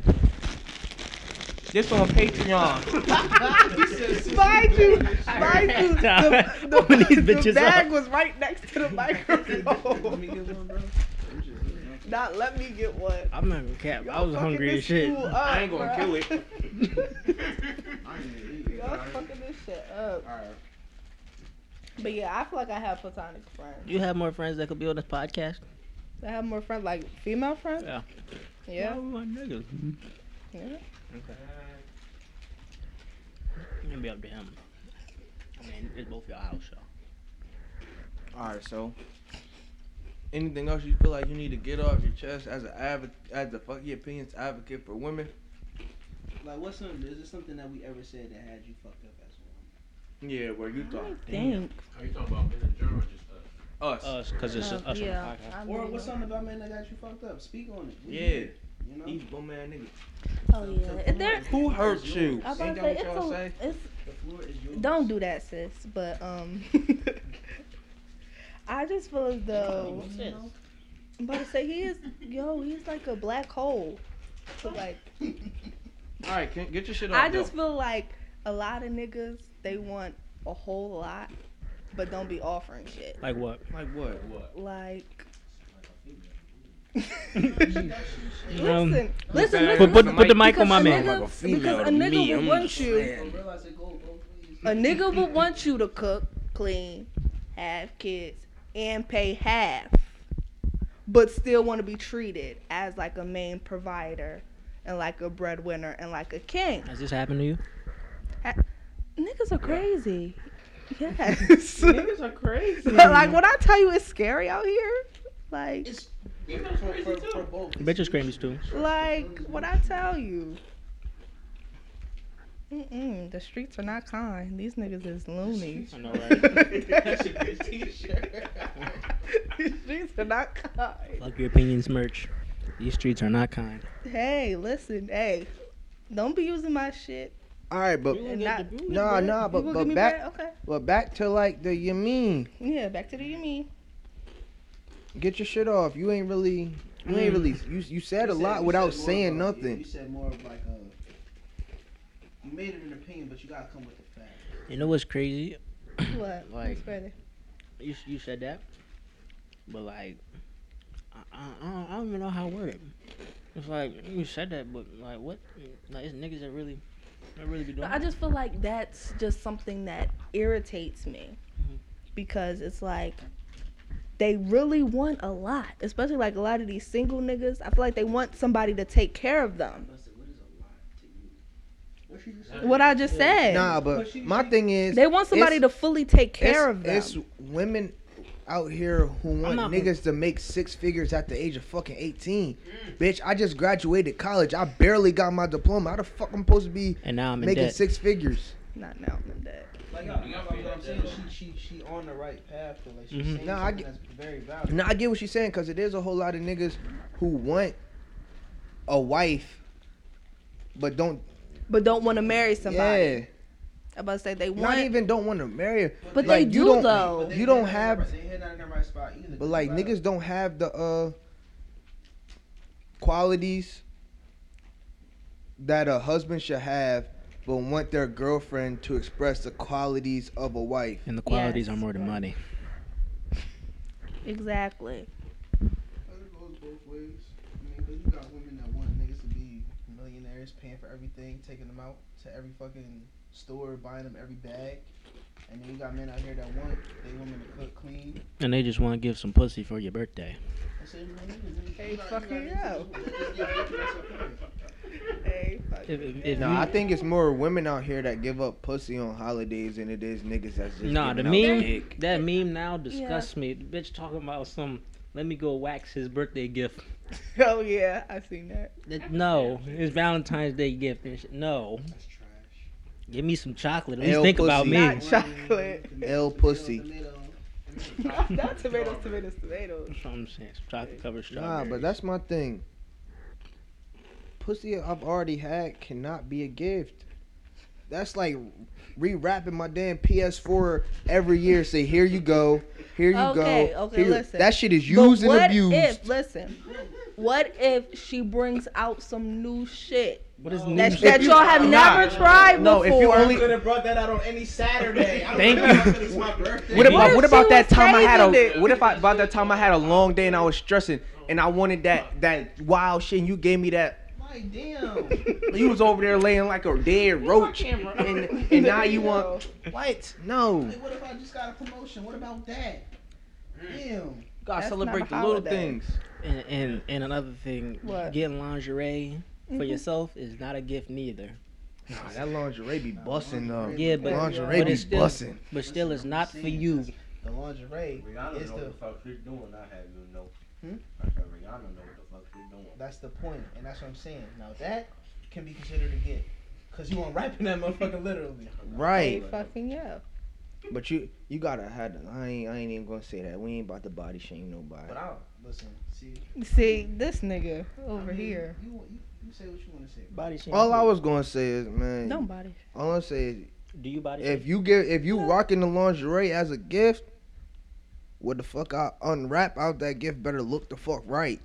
Speaker 2: this on Patreon.
Speaker 3: Mind you, mind you, the, the,
Speaker 1: Open these
Speaker 3: the
Speaker 1: bitches
Speaker 3: bag
Speaker 1: up.
Speaker 3: was right next to the microphone. Not let me get one.
Speaker 1: I'm not gonna cap. I
Speaker 3: Y'all
Speaker 1: was
Speaker 3: fucking
Speaker 1: hungry
Speaker 3: this
Speaker 1: as shit.
Speaker 3: fool up,
Speaker 2: I ain't gonna
Speaker 3: bruh.
Speaker 2: kill it.
Speaker 3: Y'all fucking this shit up. But yeah, I feel like I have platonic friends.
Speaker 1: You have more friends that could be on this podcast.
Speaker 3: I have more friends, like female friends.
Speaker 1: Yeah.
Speaker 3: Yeah.
Speaker 1: Oh, my nigga.
Speaker 3: yeah.
Speaker 1: It's gonna be up to him. I mean, it's both your house, y'all.
Speaker 2: All right, so anything else you feel like you need to get off your chest as a advo- as a fuck your opinions advocate for women?
Speaker 4: Like, what's something? Is there something that we ever said that had you fucked up as well?
Speaker 2: Yeah, where you thought
Speaker 3: Thanks.
Speaker 9: Are you talking about men in general or just us?
Speaker 2: us?
Speaker 1: Us, because it's us on the
Speaker 3: Oh, yeah.
Speaker 1: podcast.
Speaker 3: I'm
Speaker 4: Or
Speaker 3: real.
Speaker 4: what's something about men that got you fucked up? Speak on it. We
Speaker 2: Yeah,
Speaker 4: need it, You know.
Speaker 2: these bum ass niggas.
Speaker 3: Oh yeah. And there,
Speaker 2: Who hurt you?
Speaker 3: I'm
Speaker 2: Ain't
Speaker 3: about to
Speaker 2: that
Speaker 3: say
Speaker 2: what
Speaker 3: it's
Speaker 2: y'all
Speaker 3: a,
Speaker 2: say?
Speaker 3: it's
Speaker 4: The floor is yours.
Speaker 3: Don't do that, sis. But um, I just feel as though I'm about to say he is yo, he's like a black hole. But like,
Speaker 2: All right, can, get your shit off.
Speaker 3: I just feel like a lot of niggas they want a whole lot, but don't be offering shit.
Speaker 1: Like what?
Speaker 2: like what?
Speaker 3: Like,
Speaker 1: Um,
Speaker 3: listen, listen,
Speaker 2: Put-
Speaker 3: listen,
Speaker 2: put-
Speaker 3: listen,
Speaker 2: put the mic
Speaker 3: because
Speaker 1: on my
Speaker 3: a
Speaker 1: man.
Speaker 3: nigga-
Speaker 2: Like a female
Speaker 3: because a
Speaker 2: to
Speaker 3: nigga
Speaker 2: me,
Speaker 3: will
Speaker 2: I'm
Speaker 3: want
Speaker 2: just
Speaker 3: you.
Speaker 2: saying.
Speaker 4: Realize it go both ways.
Speaker 3: A nigga will want you to cook, clean, have kids, and pay half, but still want to be treated as like a main provider and like a breadwinner and like a king.
Speaker 1: Has this happened to you?
Speaker 3: Niggas are crazy. Yes.
Speaker 2: Niggas are crazy.
Speaker 3: like when I tell you it's scary out here, like
Speaker 4: It's even for, for, for both.
Speaker 1: Bitches screams too.
Speaker 3: like what I tell you. Mm-mm, the streets are not kind. These niggas is loony.
Speaker 1: I know, right?
Speaker 3: These streets are not kind.
Speaker 1: Fuck your opinions, merch. These streets are not kind.
Speaker 3: Hey, listen, hey, don't be using my shit.
Speaker 10: All right, but
Speaker 3: And not, you
Speaker 10: nah, nah, but
Speaker 3: gonna
Speaker 10: but
Speaker 3: give me
Speaker 10: back,
Speaker 3: bread? Okay.
Speaker 10: but back to like the you mean.
Speaker 3: Yeah, back to the you mean.
Speaker 10: Get your shit off. You ain't really, you
Speaker 3: Mm.
Speaker 10: ain't really. You you said a lot without saying
Speaker 4: You
Speaker 10: nothing.
Speaker 4: said more of like a. You made it an opinion, but you gotta come with the facts.
Speaker 1: You know what's crazy?
Speaker 3: What?
Speaker 1: Like-
Speaker 3: What's better?
Speaker 1: You you said that, but like, I, I, I, don't, I don't even know how to word it. It's like you said that, but like what? Like it's niggas that really, that really be doing.
Speaker 3: No, I just feel like that's just something that irritates me
Speaker 1: Mhm.
Speaker 3: because it's like they really want a lot, especially like a lot of these single niggas. I feel like they want somebody to take care of them.
Speaker 4: Busted, what is a lot to you? What she just said?
Speaker 3: What I just said.
Speaker 10: Nah, but my thing is,
Speaker 3: they want somebody to
Speaker 10: it's-
Speaker 3: fully take care
Speaker 10: it's,
Speaker 3: of them.
Speaker 10: It's women out here who want
Speaker 1: not-
Speaker 10: niggas to make six figures at the age of fucking eighteen. Bitch, I just graduated college. I barely got my diploma. How the fuck I'm supposed to be
Speaker 1: and now I'm in
Speaker 10: making
Speaker 1: debt.
Speaker 10: six figures?
Speaker 3: Not now, than that.
Speaker 4: Like, I, like what I'm saying, she, she, she on the right path, though. Like, she's
Speaker 11: Mhm.
Speaker 3: Mm-hmm.
Speaker 4: saying
Speaker 2: No, I
Speaker 4: something
Speaker 2: get-
Speaker 4: that's very valuable.
Speaker 2: No, I get what she's saying because it is a whole lot of niggas who want a wife, but don't.
Speaker 3: But don't want to marry somebody.
Speaker 2: Yeah,
Speaker 3: I'm about to say they
Speaker 2: not
Speaker 3: want,
Speaker 2: even don't want to marry her. like,
Speaker 3: but they
Speaker 2: you
Speaker 3: do
Speaker 2: don't-
Speaker 3: though.
Speaker 2: you don't
Speaker 4: they're not in the
Speaker 2: have-
Speaker 4: right- They hit not in the right spot either.
Speaker 2: But like
Speaker 4: Like,
Speaker 2: niggas don't have the uh qualities that a husband should have, but want their girlfriend to express the qualities of a wife.
Speaker 1: And the qualities are
Speaker 3: Yes.
Speaker 1: more than money.
Speaker 3: Exactly.
Speaker 4: It goes both ways. I mean, 'cause you got women that want niggas to be millionaires, paying for everything, taking them out to every fucking store, buying them every bag. And then you got men out here that want they women to cook, clean.
Speaker 1: And they just want to give some pussy for your birthday.
Speaker 4: That's it, man. Niggas,
Speaker 3: Hey,
Speaker 4: you got-
Speaker 3: fuck
Speaker 4: you
Speaker 3: it
Speaker 4: got-
Speaker 3: up.
Speaker 4: It's your dick, that's your period.
Speaker 3: Hey, fuck
Speaker 1: If, if, if
Speaker 2: No,
Speaker 1: you-
Speaker 2: I think it's more women out here that give up pussy on holidays than it is niggas that's just
Speaker 1: Nah, the
Speaker 2: giving out
Speaker 1: meme-
Speaker 2: dick.
Speaker 1: that meme now disgusts me. Bitch talking about some. Let me go wax his birthday gift.
Speaker 3: Oh yeah, I seen that.
Speaker 1: That- no, his Valentine's Day gift. and shit. No,
Speaker 4: That's trash.
Speaker 1: give me some chocolate. At least
Speaker 2: L
Speaker 1: think about
Speaker 2: pussy.
Speaker 1: me.
Speaker 3: Not chocolate.
Speaker 2: L pussy.
Speaker 4: Tomato,
Speaker 3: not, not tomatoes, tomatoes, tomatoes.
Speaker 1: That's what I'm saying. Some chocolate covered
Speaker 2: Nah,
Speaker 1: strawberry.
Speaker 2: but that's my thing. Pussy I've already had cannot be a gift. That's like rewrapping my damn PS4 every year. Say, here you go, here you
Speaker 3: Okay,
Speaker 2: go.
Speaker 3: okay,
Speaker 2: here you-"
Speaker 3: listen.
Speaker 2: That shit is
Speaker 3: But
Speaker 2: used and
Speaker 3: what
Speaker 2: abused.
Speaker 3: If, listen, what if she brings out some new shit
Speaker 1: what is
Speaker 3: that,
Speaker 1: news?
Speaker 3: that y'all have
Speaker 2: Nah.
Speaker 3: never tried
Speaker 2: No, if
Speaker 3: before?
Speaker 2: you only-
Speaker 4: could have brought that out on any Saturday. I don't
Speaker 1: Thank
Speaker 4: care
Speaker 1: you.
Speaker 4: how good It's my birthday.
Speaker 2: What
Speaker 1: What
Speaker 2: about
Speaker 1: if
Speaker 2: what about
Speaker 3: she
Speaker 2: that
Speaker 3: was
Speaker 2: time I had
Speaker 3: saving
Speaker 2: a what if I about that time I had a long day and I was stressing and I wanted that that wild shit and you gave me that
Speaker 4: Like, damn.
Speaker 2: you was over there laying like a dead roach and, and now you want what? No.
Speaker 4: Like, what if I just got a promotion? What about that? Hmm. Damn.
Speaker 2: Gotta
Speaker 3: That's
Speaker 2: celebrate
Speaker 3: not
Speaker 2: the
Speaker 3: a
Speaker 2: little
Speaker 3: holiday.
Speaker 2: things.
Speaker 1: And, and and another thing,
Speaker 3: What?
Speaker 1: getting lingerie for
Speaker 3: Mhm.
Speaker 1: yourself is not a gift neither.
Speaker 2: Nah, that lingerie be busting though.
Speaker 1: Yeah, but
Speaker 2: lingerie
Speaker 1: but
Speaker 2: be
Speaker 1: it's still-
Speaker 2: busting.
Speaker 1: But still, it's not for you.
Speaker 4: The lingerie
Speaker 12: Rihanna
Speaker 4: is
Speaker 12: know
Speaker 4: the
Speaker 12: what the fuck she's doing. I have you know.
Speaker 4: Hmm?
Speaker 12: I said Rihanna know what the fuck she's doing.
Speaker 4: that's the point, and that's what I'm saying. Now that can be considered a gift, cause you unwrapping that motherfucker literally.
Speaker 2: Right.
Speaker 3: fucking yeah.
Speaker 2: But you you gotta have the, I ain't I ain't even gonna say that. We ain't about to body shame nobody.
Speaker 4: But I don't listen. See
Speaker 3: See this nigga over
Speaker 4: I mean,
Speaker 3: here.
Speaker 4: You, you you say what you want to say. bro.
Speaker 1: Body shame.
Speaker 2: All I was gonna say is man
Speaker 3: Don't body.
Speaker 2: all I'm saying is
Speaker 1: Do you body shame?
Speaker 2: If you give, if you rocking the lingerie as a gift, what the fuck I unwrap out that gift better look the fuck right.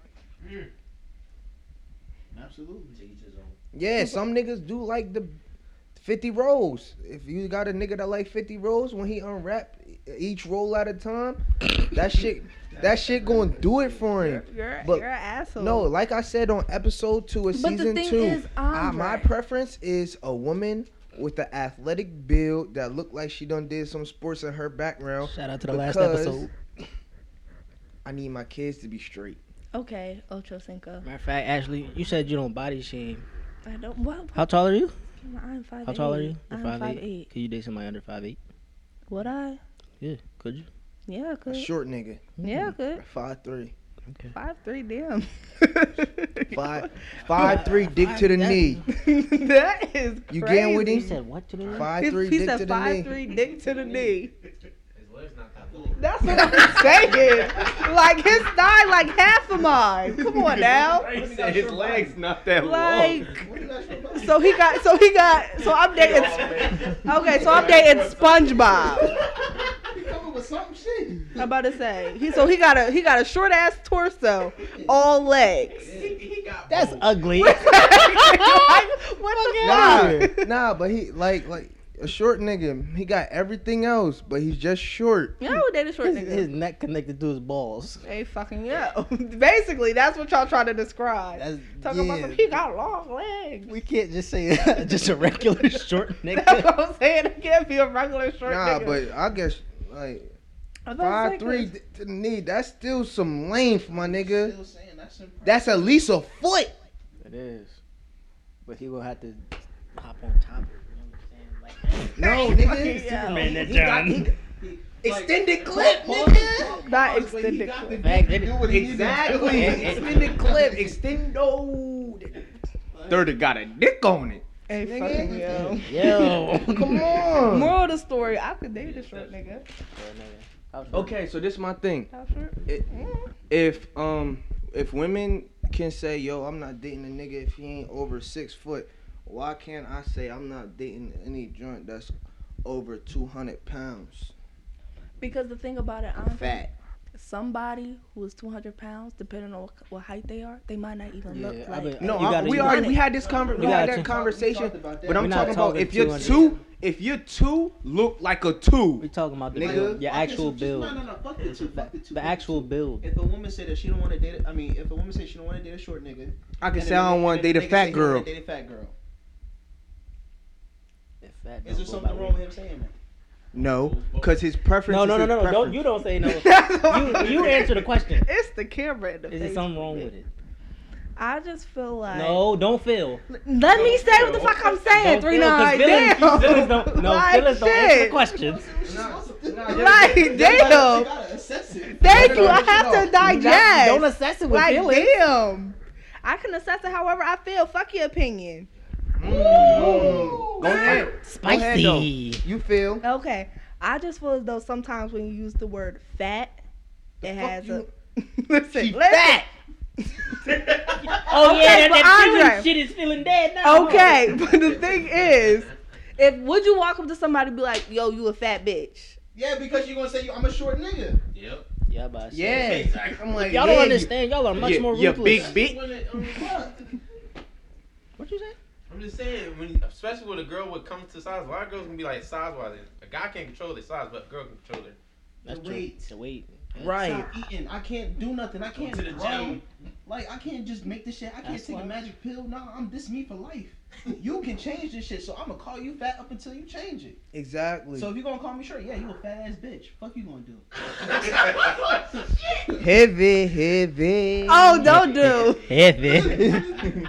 Speaker 4: Absolutely.
Speaker 12: To each his own.
Speaker 2: Yeah, some niggas do like the fifty rolls. If you got a nigga that like fifty rolls, when he unwrap each roll at a time, that shit, that shit gonna do it for him.
Speaker 3: You're
Speaker 2: But-
Speaker 3: you're an asshole.
Speaker 2: No, like I said on episode two of
Speaker 3: But the
Speaker 2: season
Speaker 3: thing
Speaker 2: two,
Speaker 3: is, I'm
Speaker 2: I- my
Speaker 3: right.
Speaker 2: preference is a woman with an athletic build that look like she done did some sports in her background.
Speaker 1: Shout out to the last
Speaker 2: because
Speaker 1: episode.
Speaker 2: I need my kids to be straight.
Speaker 3: Okay, Ocho Cinco.
Speaker 1: Matter of fact, Ashley, you said you don't body shame.
Speaker 3: I don't. What?
Speaker 1: How tall are you?
Speaker 3: I'm five.
Speaker 1: How tall are you? You're
Speaker 3: I'm
Speaker 1: 5'8"?
Speaker 3: five, eight.
Speaker 1: Could you date somebody under five eight?
Speaker 3: Would I?
Speaker 1: Yeah, could you?
Speaker 3: Yeah, I
Speaker 2: A
Speaker 3: could.
Speaker 2: short nigga,
Speaker 3: Yeah, I could.
Speaker 2: five three,
Speaker 3: Five three. Damn.
Speaker 2: five five three, dick to the knee.
Speaker 3: that is crazy.
Speaker 2: You getting with
Speaker 1: He
Speaker 2: him?
Speaker 1: said what to the
Speaker 2: Five
Speaker 3: He-
Speaker 2: three,
Speaker 3: he
Speaker 2: dick
Speaker 3: said
Speaker 2: to the
Speaker 3: five
Speaker 2: knee.
Speaker 3: three, dick to the knee.
Speaker 12: His legs not that long.
Speaker 3: That's what I'm saying. Like his thigh, like half of mine. Come on now.
Speaker 13: His legs not that
Speaker 3: Like,
Speaker 4: What do you guys feel about
Speaker 3: so he got, so he got, so I'm dating. Okay, so I'm dating SpongeBob.
Speaker 4: He coming with some shit.
Speaker 3: I'm about to say. He, so he got a, he got a short ass torso, all legs.
Speaker 1: That's ugly.
Speaker 3: like, what the
Speaker 2: Nah,
Speaker 3: fuck?
Speaker 2: nah, but he like like a short nigga. He got everything else, but he's just short.
Speaker 3: Yeah, I would date a short
Speaker 1: his,
Speaker 3: nigga.
Speaker 1: his neck connected to his balls.
Speaker 3: Hey, fucking yeah. Basically, that's what y'all trying to describe.
Speaker 1: That's,
Speaker 3: Talking about
Speaker 2: yeah.
Speaker 3: some, he got long legs.
Speaker 1: we can't just say just a regular short
Speaker 3: That's
Speaker 1: nigga.
Speaker 3: what I'm saying. It can't be a regular short
Speaker 2: Nah,
Speaker 3: nigga.
Speaker 2: but I guess like
Speaker 3: I'm about to say,
Speaker 2: five three dick to the knee. That's still some length, my nigga.
Speaker 4: Still saying that's impressive.
Speaker 2: That's at least a foot.
Speaker 1: it is, but he will have to hop on top. of it, you know what I'm saying? Like,
Speaker 2: No,
Speaker 3: fucking
Speaker 2: nigga.
Speaker 3: yeah.
Speaker 1: Man, that
Speaker 2: He got-
Speaker 1: John.
Speaker 2: he- Extended clip, nigga.
Speaker 3: Not
Speaker 4: Pause, but he
Speaker 3: extended
Speaker 4: got
Speaker 3: clip.
Speaker 4: the dick
Speaker 1: Fact,
Speaker 4: to
Speaker 1: it-
Speaker 4: do what he needed to
Speaker 2: Exactly.
Speaker 4: do.
Speaker 2: Extended clip. Extendo. Thirty got a dick on it.
Speaker 3: Hey, fucking yo.
Speaker 1: Yo.
Speaker 2: Come on.
Speaker 3: Moral of the story, I could date a short nigga.
Speaker 13: Okay, so this is my thing.
Speaker 3: How short?
Speaker 13: It-
Speaker 3: Mm.
Speaker 13: If um
Speaker 2: if women can say, "Yo, I'm not dating a nigga if he ain't over six foot," why can't I say I'm not dating any joint that's over two hundred pounds?
Speaker 3: Because the thing
Speaker 1: Um,
Speaker 3: about it, honestly,
Speaker 2: Fat.
Speaker 3: somebody who is 200 pounds, depending on what, what height they are, they might not even
Speaker 1: Yeah,
Speaker 3: look
Speaker 1: I
Speaker 3: like.
Speaker 1: mean,
Speaker 13: no,
Speaker 1: You
Speaker 13: I-
Speaker 1: gotta-
Speaker 13: we
Speaker 1: you
Speaker 13: already
Speaker 1: gotta-
Speaker 13: we had this conver- we
Speaker 1: you
Speaker 13: had
Speaker 1: gotta
Speaker 13: that
Speaker 1: talk-
Speaker 13: conversation.
Speaker 4: about that.
Speaker 13: But I'm
Speaker 1: We're not
Speaker 13: talking about
Speaker 1: talking
Speaker 13: if you're
Speaker 1: 200.
Speaker 13: two, if you're two, look like a two.
Speaker 1: We talking about the
Speaker 2: Nigga.
Speaker 1: build, your
Speaker 4: Fuck this,
Speaker 1: actual
Speaker 4: just-
Speaker 1: build,
Speaker 4: No, no, no. Fuck the two. Fuck the two.
Speaker 1: the actual build.
Speaker 4: If a woman said that she don't want to date, a- I mean, if a woman said she don't want to date a short nigga,
Speaker 13: I
Speaker 4: and
Speaker 13: can
Speaker 4: a
Speaker 13: say I
Speaker 4: nigga-
Speaker 13: don't want
Speaker 4: and
Speaker 13: to date a
Speaker 4: nigga say
Speaker 13: fat
Speaker 4: he don't wanna
Speaker 13: girl.
Speaker 4: Date a fat girl.
Speaker 1: If that don't
Speaker 4: Is there
Speaker 1: go
Speaker 4: something
Speaker 1: by
Speaker 4: wrong
Speaker 1: weight.
Speaker 4: with him saying that?
Speaker 2: No, cause his preference.
Speaker 1: No, no, no,
Speaker 2: is his
Speaker 1: no, no. Don't
Speaker 2: preference.
Speaker 1: you don't say no.
Speaker 2: That's what I'm
Speaker 1: you you
Speaker 2: saying.
Speaker 1: answer the question.
Speaker 3: It's the camera in the
Speaker 1: Is
Speaker 3: face.
Speaker 1: there something wrong with it?
Speaker 3: I just feel like.
Speaker 1: No, don't feel.
Speaker 3: Let me say what the fuck I'm
Speaker 1: Don't
Speaker 3: saying. Three
Speaker 1: feel, 'cause
Speaker 3: nine.
Speaker 1: feelings-
Speaker 3: Damn.
Speaker 1: Feelings don't, no,
Speaker 3: Like,
Speaker 1: feelings don't answer the
Speaker 3: shit.
Speaker 1: question.
Speaker 3: Like, damn. Thank you. I have to digest.
Speaker 1: Don't assess it with
Speaker 3: like,
Speaker 1: feelings.
Speaker 3: damn. I can assess it however I feel. Fuck your opinion.
Speaker 2: Mm. Go ahead. Go ahead, though.
Speaker 1: Spicy.
Speaker 2: You feel?
Speaker 3: Okay. I just feel as though sometimes when you use the word fat, it
Speaker 2: fuck
Speaker 3: has
Speaker 2: you-
Speaker 3: a. listen,
Speaker 2: She
Speaker 3: listen.
Speaker 2: fat.
Speaker 1: Oh yeah,
Speaker 3: Okay,
Speaker 1: that,
Speaker 3: but
Speaker 1: that feeling
Speaker 3: Andre-
Speaker 1: shit is feeling dead now.
Speaker 3: Okay, but the thing is, if would you walk up to somebody and be like, "Yo, you a fat bitch"?
Speaker 4: Yeah, because you're gonna say you, I'm a short nigga.
Speaker 12: Yep.
Speaker 1: Yeah, but I said-
Speaker 2: Yeah. I'm like,
Speaker 1: Y'all
Speaker 2: yeah,
Speaker 1: don't
Speaker 2: you-
Speaker 1: understand. Y'all are much
Speaker 13: Yeah,
Speaker 1: more
Speaker 13: yeah,
Speaker 1: ruthless.
Speaker 13: big bitch.
Speaker 12: When
Speaker 2: um,
Speaker 12: it- I mean, what?
Speaker 1: What you say?
Speaker 12: I'm just saying, when especially when a girl would come to size, a lot of girls can be like size wise. A guy can't control their size, but a girl can control their
Speaker 1: That's
Speaker 4: The
Speaker 1: true.
Speaker 4: weight.
Speaker 1: The weight.
Speaker 2: Right.
Speaker 4: Stop eating. I can't do nothing. I can't
Speaker 12: to the
Speaker 4: grow.
Speaker 12: gym.
Speaker 4: Like I can't just make this shit. I can't
Speaker 1: That's
Speaker 4: take
Speaker 1: why.
Speaker 4: a magic pill. Nah, I'm this me for life. You can change this shit, so I'm gonna call you fat up until you change it.
Speaker 2: Exactly.
Speaker 4: So if you're gonna call me short, yeah, you a fat ass bitch. Fuck you gonna do?
Speaker 2: heavy, heavy.
Speaker 3: Oh, don't do.
Speaker 1: Heavy.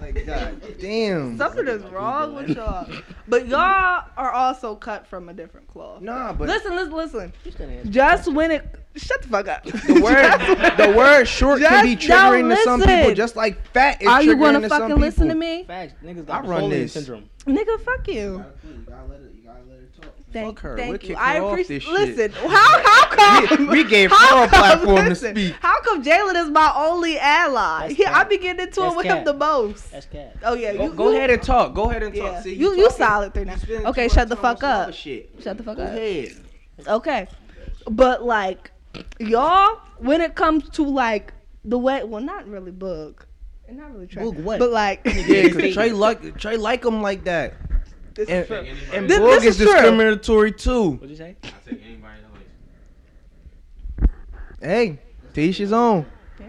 Speaker 2: Like, God damn.
Speaker 3: Something is wrong with y'all. But y'all are also cut from a different cloth.
Speaker 2: Nah, but
Speaker 3: listen, listen, listen.
Speaker 1: You still answer.
Speaker 3: Just when it shut the fuck up.
Speaker 2: the word the word short can be
Speaker 3: Just don't
Speaker 2: triggering to some people,
Speaker 3: listen.
Speaker 2: just like fat is
Speaker 3: Are you
Speaker 2: triggering
Speaker 3: gonna
Speaker 2: to some
Speaker 3: fucking listen to
Speaker 2: people.
Speaker 3: me,
Speaker 1: Facts. Niggas
Speaker 2: I
Speaker 1: got
Speaker 2: run
Speaker 1: Napoleon
Speaker 2: this.
Speaker 1: syndrome.
Speaker 3: nigga? Fuck you.
Speaker 4: You gotta let her. You gotta let her talk.
Speaker 3: Thank,
Speaker 2: her. We'll
Speaker 3: thank you.
Speaker 2: kick
Speaker 3: I
Speaker 2: her off
Speaker 3: appreciate.
Speaker 2: this shit.
Speaker 3: Listen, how how come
Speaker 2: We- we gave
Speaker 3: how
Speaker 2: her a
Speaker 3: come-
Speaker 2: platform to speak.
Speaker 3: How come Jalen is my only ally?
Speaker 1: That's
Speaker 3: He, I
Speaker 1: cap.
Speaker 3: be getting into
Speaker 1: That's
Speaker 3: it with him
Speaker 1: cap.
Speaker 3: the most.
Speaker 1: That's cat.
Speaker 3: Oh yeah,
Speaker 13: Go,
Speaker 3: you
Speaker 13: go
Speaker 3: you-
Speaker 13: ahead and talk. Go ahead and talk.
Speaker 3: Yeah.
Speaker 13: See,
Speaker 3: You you solid through now.
Speaker 13: spending
Speaker 3: Okay,
Speaker 13: too much
Speaker 3: shut the
Speaker 13: time
Speaker 3: fuck
Speaker 13: on some
Speaker 3: up.
Speaker 13: other Shit.
Speaker 3: Shut the fuck
Speaker 13: Go
Speaker 3: up.
Speaker 13: ahead.
Speaker 3: Okay. But like y'all, when it comes to like the way well not really book. And not really trash.
Speaker 1: Book what?
Speaker 3: But like
Speaker 2: Yeah,
Speaker 3: this,
Speaker 2: cause Trey like Trey like him like that,
Speaker 3: is true.
Speaker 2: and
Speaker 3: Th-
Speaker 2: Boog
Speaker 3: this
Speaker 2: is
Speaker 3: is true.
Speaker 2: discriminatory too.
Speaker 1: What'd you say?
Speaker 12: I take anybody else.
Speaker 2: Hey, teach his own.
Speaker 3: Yeah.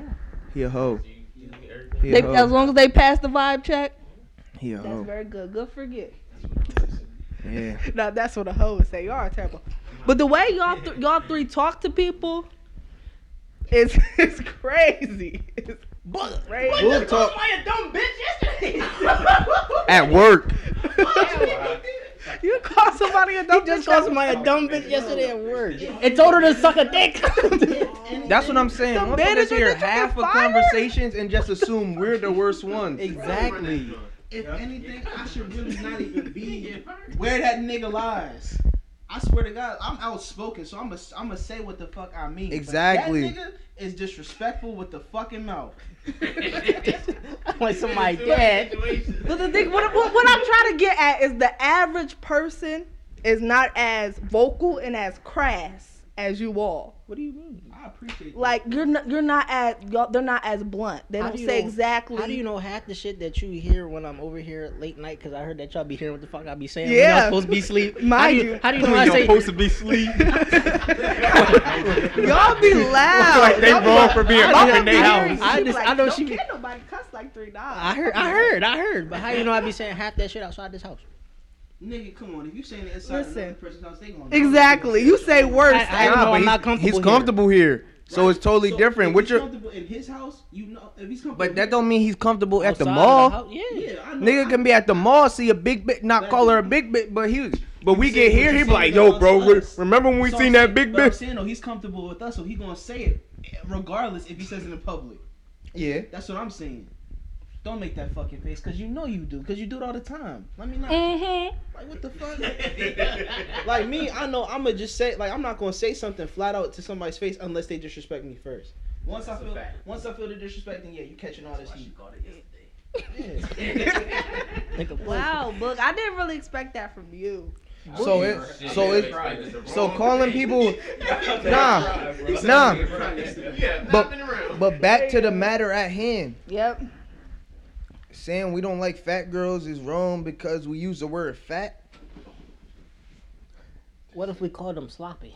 Speaker 2: He a hoe.
Speaker 12: You, you look at
Speaker 2: He
Speaker 12: everything.
Speaker 3: They-
Speaker 2: a
Speaker 3: as
Speaker 2: hoe.
Speaker 3: long as they pass the vibe check,
Speaker 2: He a
Speaker 3: that's
Speaker 1: Oh.
Speaker 2: hoe.
Speaker 3: very good. Good for you.
Speaker 2: Yeah.
Speaker 3: Now that's what a hoe would say. Y'all are terrible. But the way y'all th- y'all three talk to people is it's crazy. It's crazy.
Speaker 2: Boog talk. At work.
Speaker 3: you call somebody a dumb
Speaker 1: Just
Speaker 3: bitch,
Speaker 1: called somebody a dumb bitch yesterday at work and told her to suck a dick.
Speaker 2: That's what I'm saying.
Speaker 3: The
Speaker 2: Motherfuckers
Speaker 3: manager
Speaker 2: hear
Speaker 3: that took
Speaker 2: half
Speaker 3: the
Speaker 2: of
Speaker 3: fire?
Speaker 2: conversations and just assume we're the worst ones.
Speaker 1: exactly.
Speaker 4: If anything, I should really not even be where that nigga lies. I swear to God, I'm outspoken, so I'm gonna I'm gonna say what the fuck I mean. But
Speaker 2: Exactly.
Speaker 4: that nigga is disrespectful with the fucking mouth.
Speaker 1: I'm like somebody dead.
Speaker 3: But the thing, what, what, what I'm trying to get at is the average person is not as vocal and as crass as you all.
Speaker 1: What do you mean?
Speaker 4: I appreciate. That.
Speaker 3: Like you're not, you're not as y'all. They're not as blunt. They
Speaker 1: How
Speaker 3: don't
Speaker 1: do you
Speaker 3: say
Speaker 1: know-
Speaker 3: exactly.
Speaker 1: How do you know half the shit that you hear when I'm over here late night? Because I heard that y'all be hearing what the fuck I be saying when
Speaker 3: Yeah.
Speaker 1: y'all supposed to be asleep.
Speaker 3: Mind
Speaker 1: how do you,
Speaker 3: you.
Speaker 1: How do you know I say?
Speaker 2: to be sleep.
Speaker 3: Y'all be loud. Y'all be like-
Speaker 2: being
Speaker 3: Y'all be hearing
Speaker 1: house.
Speaker 3: shit
Speaker 1: I just-
Speaker 3: like,
Speaker 1: I know
Speaker 3: don't
Speaker 1: she be-
Speaker 3: Can't nobody cuss like three dogs.
Speaker 1: I heard, I heard, I heard. But how you know I be saying half that shit outside this house?
Speaker 4: Nigga, come on. If you saying it inside
Speaker 3: Listen.
Speaker 4: another person's house, they gonna
Speaker 3: Exactly. You say worse.
Speaker 1: I- I-
Speaker 3: and-
Speaker 1: know I'm
Speaker 2: he's,
Speaker 1: not comfortable
Speaker 2: he's
Speaker 1: here.
Speaker 2: comfortable here, so it's totally
Speaker 4: So,
Speaker 2: different.
Speaker 4: If
Speaker 2: What
Speaker 4: he's
Speaker 2: your
Speaker 4: comfortable in his house, you know. If he's comfortable,
Speaker 2: but that don't mean he's comfortable at the
Speaker 1: Outside
Speaker 2: mall.
Speaker 1: of the house? Yeah.
Speaker 4: Yeah, I know.
Speaker 2: Nigga can be at the mall, see a big bit, not call her a big bit, but he was. But we get
Speaker 4: see,
Speaker 2: here,
Speaker 4: you
Speaker 2: he be
Speaker 4: see
Speaker 2: like,
Speaker 4: it
Speaker 2: "Yo,
Speaker 4: on
Speaker 2: bro,
Speaker 4: us.
Speaker 2: re- remember when we
Speaker 4: So I'm
Speaker 2: seen
Speaker 4: saying-
Speaker 2: that big
Speaker 4: but I'm
Speaker 2: bit?"
Speaker 4: saying though, he's comfortable with us, so he gonna say it regardless if he says it in public.
Speaker 2: Yeah,
Speaker 4: That's what I'm saying. Don't make that fucking face, cause you know you do, cause you do it all the time. Let me not.
Speaker 3: Mm-hmm.
Speaker 4: Like what the fuck? like me, I know I'ma just say like I'm not gonna say something flat out to somebody's face unless they disrespect me first. Once
Speaker 12: That's
Speaker 4: I
Speaker 12: a
Speaker 4: feel
Speaker 12: fact.
Speaker 4: once I feel the disrespect, then yeah, you catching all this heat. Yeah.
Speaker 3: Wow, book. I didn't really expect that from you.
Speaker 2: So it, so it, so calling people, nah, nah.
Speaker 12: Yeah,
Speaker 2: But-
Speaker 12: but, around.
Speaker 2: But back to the matter at hand.
Speaker 3: Yep.
Speaker 2: Saying we don't like fat girls is wrong because we use the word fat.
Speaker 1: What if we called them sloppy?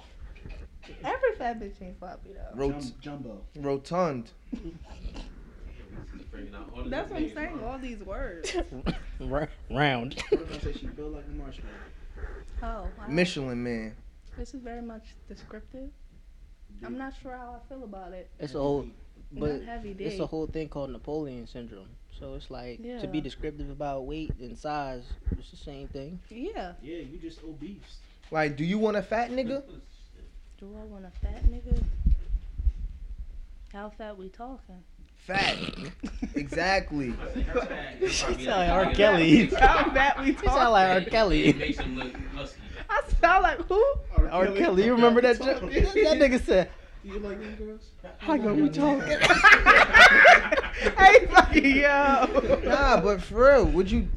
Speaker 3: Every fat bitch ain't floppy though.
Speaker 2: Rot-
Speaker 4: Jumbo.
Speaker 2: rotund.
Speaker 3: That's what I'm saying. All these words.
Speaker 1: R- round.
Speaker 4: What if I say she built like a marshmallow?
Speaker 3: Oh, wow.
Speaker 2: Michelin man.
Speaker 3: This is very much descriptive. I'm not sure how I feel about it.
Speaker 1: It's a whole,
Speaker 3: Not
Speaker 1: but
Speaker 3: heavy D.
Speaker 1: it's a whole thing called Napoleon syndrome. So it's like to be
Speaker 3: Yeah.
Speaker 1: descriptive about weight and size, it's the same thing.
Speaker 3: yeah.
Speaker 4: Yeah, you just obese.
Speaker 2: Like, do you want a fat nigga?
Speaker 3: Do I want a fat nigga? How fat we talking?
Speaker 2: Fat. Exactly.
Speaker 1: R. Kelly.
Speaker 3: How fat we
Speaker 1: You sound
Speaker 3: talking?
Speaker 1: like R. Kelly.
Speaker 12: Makes him look husky.
Speaker 3: I sound like who?
Speaker 1: R. Kelly, you remember that joke? That nigga said,
Speaker 4: You like them girls?
Speaker 1: "How come we talking?"
Speaker 3: hey, fucking yo.
Speaker 2: Nah, but for real, would you?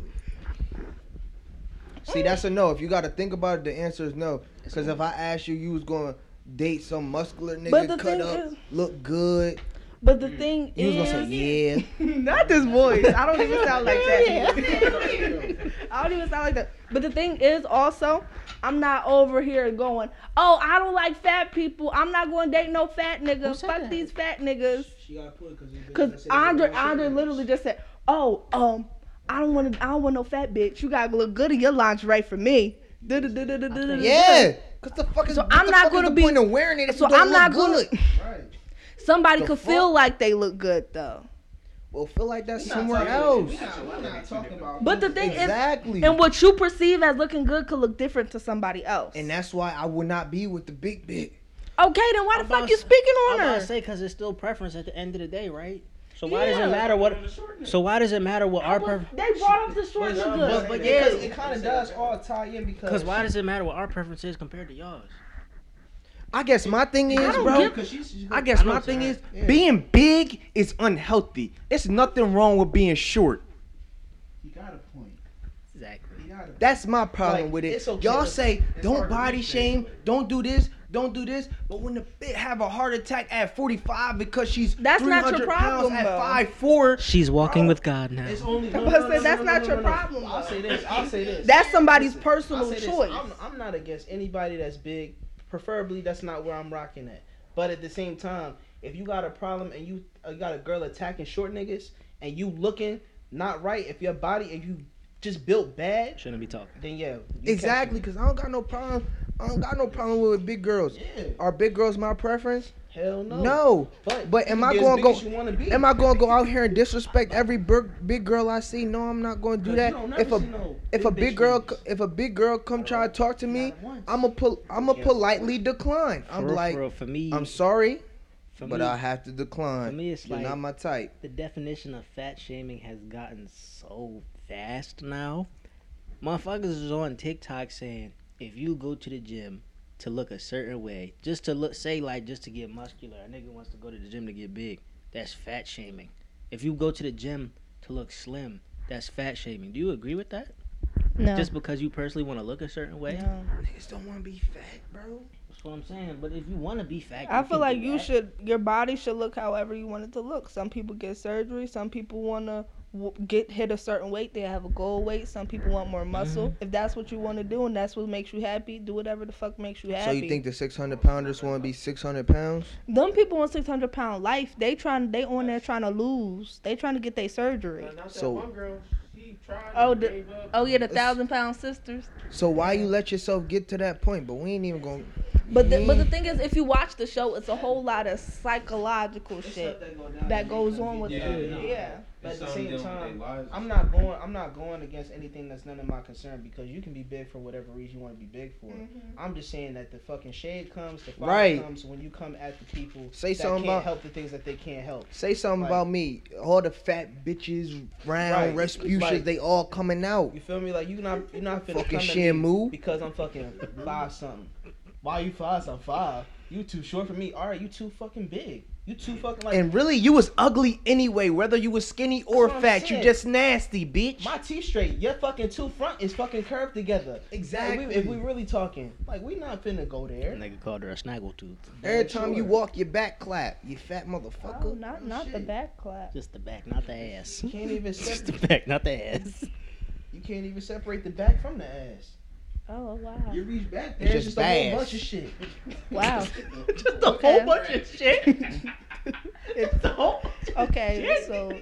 Speaker 2: See, that's a no. If you got to think about it, the answer is no. Because if I asked you, you was gonna date some muscular
Speaker 3: But the
Speaker 2: nigga, cut
Speaker 3: thing
Speaker 2: up,
Speaker 3: is-
Speaker 2: look good.
Speaker 3: But the thing
Speaker 2: You was gonna say
Speaker 3: is,
Speaker 2: yeah.
Speaker 3: not this voice. I don't even sound like that. I don't even sound like that. But the thing is, also, I'm not over here going, oh, I don't like fat people. I'm not going to date no fat
Speaker 1: Who
Speaker 3: niggas.
Speaker 1: said
Speaker 3: Fuck
Speaker 1: that?
Speaker 3: these fat niggas.
Speaker 4: She got put because
Speaker 3: Cause Andre, Andre literally just said, "Oh, um, I don't want to, I don't want no fat bitch. You gotta look good in your lingerie for me." Du-du-du-du-du-du-du-du.
Speaker 2: Yeah, cause the fuck is
Speaker 3: So
Speaker 2: what
Speaker 3: I'm
Speaker 2: the
Speaker 3: not
Speaker 2: fuck is
Speaker 3: gonna
Speaker 2: the
Speaker 3: be-
Speaker 2: point of wearing it. If
Speaker 3: So
Speaker 2: you don't
Speaker 3: I'm
Speaker 2: look
Speaker 3: not gonna.
Speaker 2: good?
Speaker 3: Somebody
Speaker 2: The
Speaker 3: could
Speaker 2: fuck?
Speaker 3: feel like they look good though.
Speaker 2: Well, feel like that's somewhere else.
Speaker 4: We're not talking about.
Speaker 3: But the thing
Speaker 2: Exactly.
Speaker 3: is, and what you perceive as looking good could look different to somebody else.
Speaker 2: And that's why I would not be with the big bitch.
Speaker 3: okay, then why the fuck you speaking on
Speaker 1: I'm about
Speaker 3: her?
Speaker 1: to say because it's still preference at the end of the day, right? So why does
Speaker 3: Yeah.
Speaker 1: it matter what? So why does it matter what our
Speaker 3: Well,
Speaker 1: preference?
Speaker 3: they brought up the short look good.
Speaker 4: But, but yeah, it kind of does all tie in because.
Speaker 1: Because why does it matter what our preference is compared to yours?
Speaker 2: I guess my thing is,
Speaker 3: don't
Speaker 2: bro.
Speaker 3: give-
Speaker 4: Because she's, she's
Speaker 2: I guess
Speaker 1: I know
Speaker 2: my
Speaker 1: it's
Speaker 2: thing
Speaker 1: alright.
Speaker 2: is being big is unhealthy. It's nothing wrong with being short.
Speaker 4: You got a point.
Speaker 1: Exactly.
Speaker 4: You got a point.
Speaker 2: That's my problem
Speaker 4: Like,
Speaker 2: with it.
Speaker 4: it's okay
Speaker 2: Y'all
Speaker 4: to-
Speaker 2: say
Speaker 4: it's
Speaker 2: don't
Speaker 4: hard to
Speaker 2: body
Speaker 4: make
Speaker 2: shame, don't do this, don't do this. But when the bitch have a heart attack at 45 because she's
Speaker 3: That's not your
Speaker 2: 300
Speaker 3: problem,
Speaker 2: pounds at
Speaker 3: though.
Speaker 2: 5'4",
Speaker 1: She's walking
Speaker 2: Bro,
Speaker 1: with God now.
Speaker 4: It's only.
Speaker 3: I'm about to say, that's not your problem,
Speaker 4: I'll
Speaker 3: though.
Speaker 4: say this. I'll say this.
Speaker 3: That's somebody's
Speaker 4: Listen,
Speaker 3: personal
Speaker 4: I'll say this,
Speaker 3: choice.
Speaker 4: I'm, I'm not against anybody that's big. Preferably, that's not where I'm rocking at. But at the same time, if you got a problem and you uh, got a girl attacking short niggas and you looking not right, if your body if you just built bad,
Speaker 1: Shouldn't be talking.
Speaker 4: then yeah, you catch
Speaker 2: exactly,
Speaker 4: me.
Speaker 2: because I don't got no problem. I don't got no problem with big girls.
Speaker 4: Yeah,
Speaker 2: Are big girls my preference?
Speaker 4: hell no.
Speaker 2: No.
Speaker 4: but
Speaker 2: but
Speaker 4: you
Speaker 2: am
Speaker 4: can
Speaker 2: I
Speaker 4: be as
Speaker 2: gonna
Speaker 4: big
Speaker 2: go-
Speaker 4: as You wanna be.
Speaker 2: Am I gonna go out here and disrespect every big, big girl I see? No, I'm not gonna do
Speaker 4: You
Speaker 2: that.
Speaker 4: don't never
Speaker 2: If a
Speaker 4: see no
Speaker 2: if a
Speaker 4: bitch
Speaker 2: big girl
Speaker 4: niggas.
Speaker 2: c- if a big girl come try to talk to me,
Speaker 4: Not once.
Speaker 2: I'm a pol- I'm a politely decline.
Speaker 1: For,
Speaker 2: I'm
Speaker 1: real,
Speaker 2: like
Speaker 1: for, real, for me,
Speaker 2: I'm sorry,
Speaker 1: for
Speaker 2: but
Speaker 1: me,
Speaker 2: I have to decline.
Speaker 1: for me, it's
Speaker 2: You're
Speaker 1: like-
Speaker 2: not my type.
Speaker 1: the definition of fat shaming has gotten so fast now. Motherfuckers is on TikTok saying if you go to the gym to look a certain way, just to look, say like just to get muscular, a nigga wants to go to the gym to get big. That's fat shaming. If you go to the gym to look slim, that's fat shaming. Do you agree with that?
Speaker 3: no.
Speaker 1: Just because you personally want to look a certain way?
Speaker 3: no.
Speaker 2: Niggas don't want to be fat, bro.
Speaker 1: That's what I'm saying. But if you want to be fat,
Speaker 3: I feel
Speaker 1: can
Speaker 3: like
Speaker 1: do
Speaker 3: you
Speaker 1: that.
Speaker 3: should, your body should look however you want it to look. Some people get surgery. Some people want to w- get hit a certain weight. They have a goal weight. Some people want more muscle. If that's what you want to do and that's what makes you happy, do whatever the fuck makes you happy.
Speaker 2: So you think the 600 pounders want to be 600 pounds?
Speaker 3: them people on six hundred pound life? They trying, they on there trying to lose. They trying to get their surgery.
Speaker 2: So-
Speaker 12: So one girl, she tried.
Speaker 3: Oh,
Speaker 12: and
Speaker 3: the-
Speaker 12: gave up.
Speaker 3: Oh yeah, the
Speaker 2: It's-
Speaker 3: thousand pound sisters.
Speaker 2: So why you let yourself get to that point? But we ain't even gonna.
Speaker 3: But the, but the thing is, if you watch the show, it's a whole lot of psychological shit that goes on with
Speaker 12: Yeah,
Speaker 3: it.
Speaker 12: no.
Speaker 3: Yeah,
Speaker 4: But at the
Speaker 12: Some
Speaker 4: same
Speaker 12: dealing with
Speaker 4: time,
Speaker 12: their lives and
Speaker 4: I'm
Speaker 12: shit.
Speaker 4: not going. I'm not going against anything that's none of my concern because you can be big for whatever reason you want to be big for.
Speaker 3: Mm-hmm.
Speaker 4: I'm just saying that the fucking shade comes, the fire
Speaker 2: Right.
Speaker 4: comes when you come at the people
Speaker 2: Say
Speaker 4: that
Speaker 2: something
Speaker 4: can't
Speaker 2: about-
Speaker 4: help the things that they can't help.
Speaker 2: Say something
Speaker 4: Like-
Speaker 2: about me. All the fat bitches, brown
Speaker 4: Right.
Speaker 2: Rospucians,
Speaker 4: Like-
Speaker 2: they all coming out.
Speaker 4: You feel me? Like you not you not finna
Speaker 2: Fucking
Speaker 4: come to me
Speaker 2: Shamu.
Speaker 4: because I'm fucking five something. Why you five something five? You too short for me. All right, you too fucking big. You too fucking like
Speaker 2: and really, you was ugly anyway, whether you was skinny or
Speaker 4: That's what I'm
Speaker 2: fat. You
Speaker 4: saying.
Speaker 2: just nasty, bitch.
Speaker 4: my T straight. Your fucking two front is fucking curved together. Like, we, if we really talking, like we not finna go there.
Speaker 1: Nigga called her a snaggle tooth.
Speaker 2: Every
Speaker 4: Yeah,
Speaker 2: time
Speaker 4: sure.
Speaker 2: you walk, your back clap. You fat motherfucker.
Speaker 3: Oh, not not the
Speaker 2: Shit.
Speaker 3: back clap.
Speaker 1: Just the back, not the ass.
Speaker 4: You can't even
Speaker 1: Just
Speaker 4: separate.
Speaker 1: the back, not the ass.
Speaker 4: You can't even separate the back from the ass.
Speaker 3: Oh wow.
Speaker 4: You reach back,
Speaker 2: It's
Speaker 4: there's
Speaker 2: just
Speaker 4: just, a
Speaker 2: bass.
Speaker 4: whole bunch of shit.
Speaker 3: Wow.
Speaker 1: Just a
Speaker 3: Okay.
Speaker 1: whole bunch of shit. it's the whole.
Speaker 3: Okay, so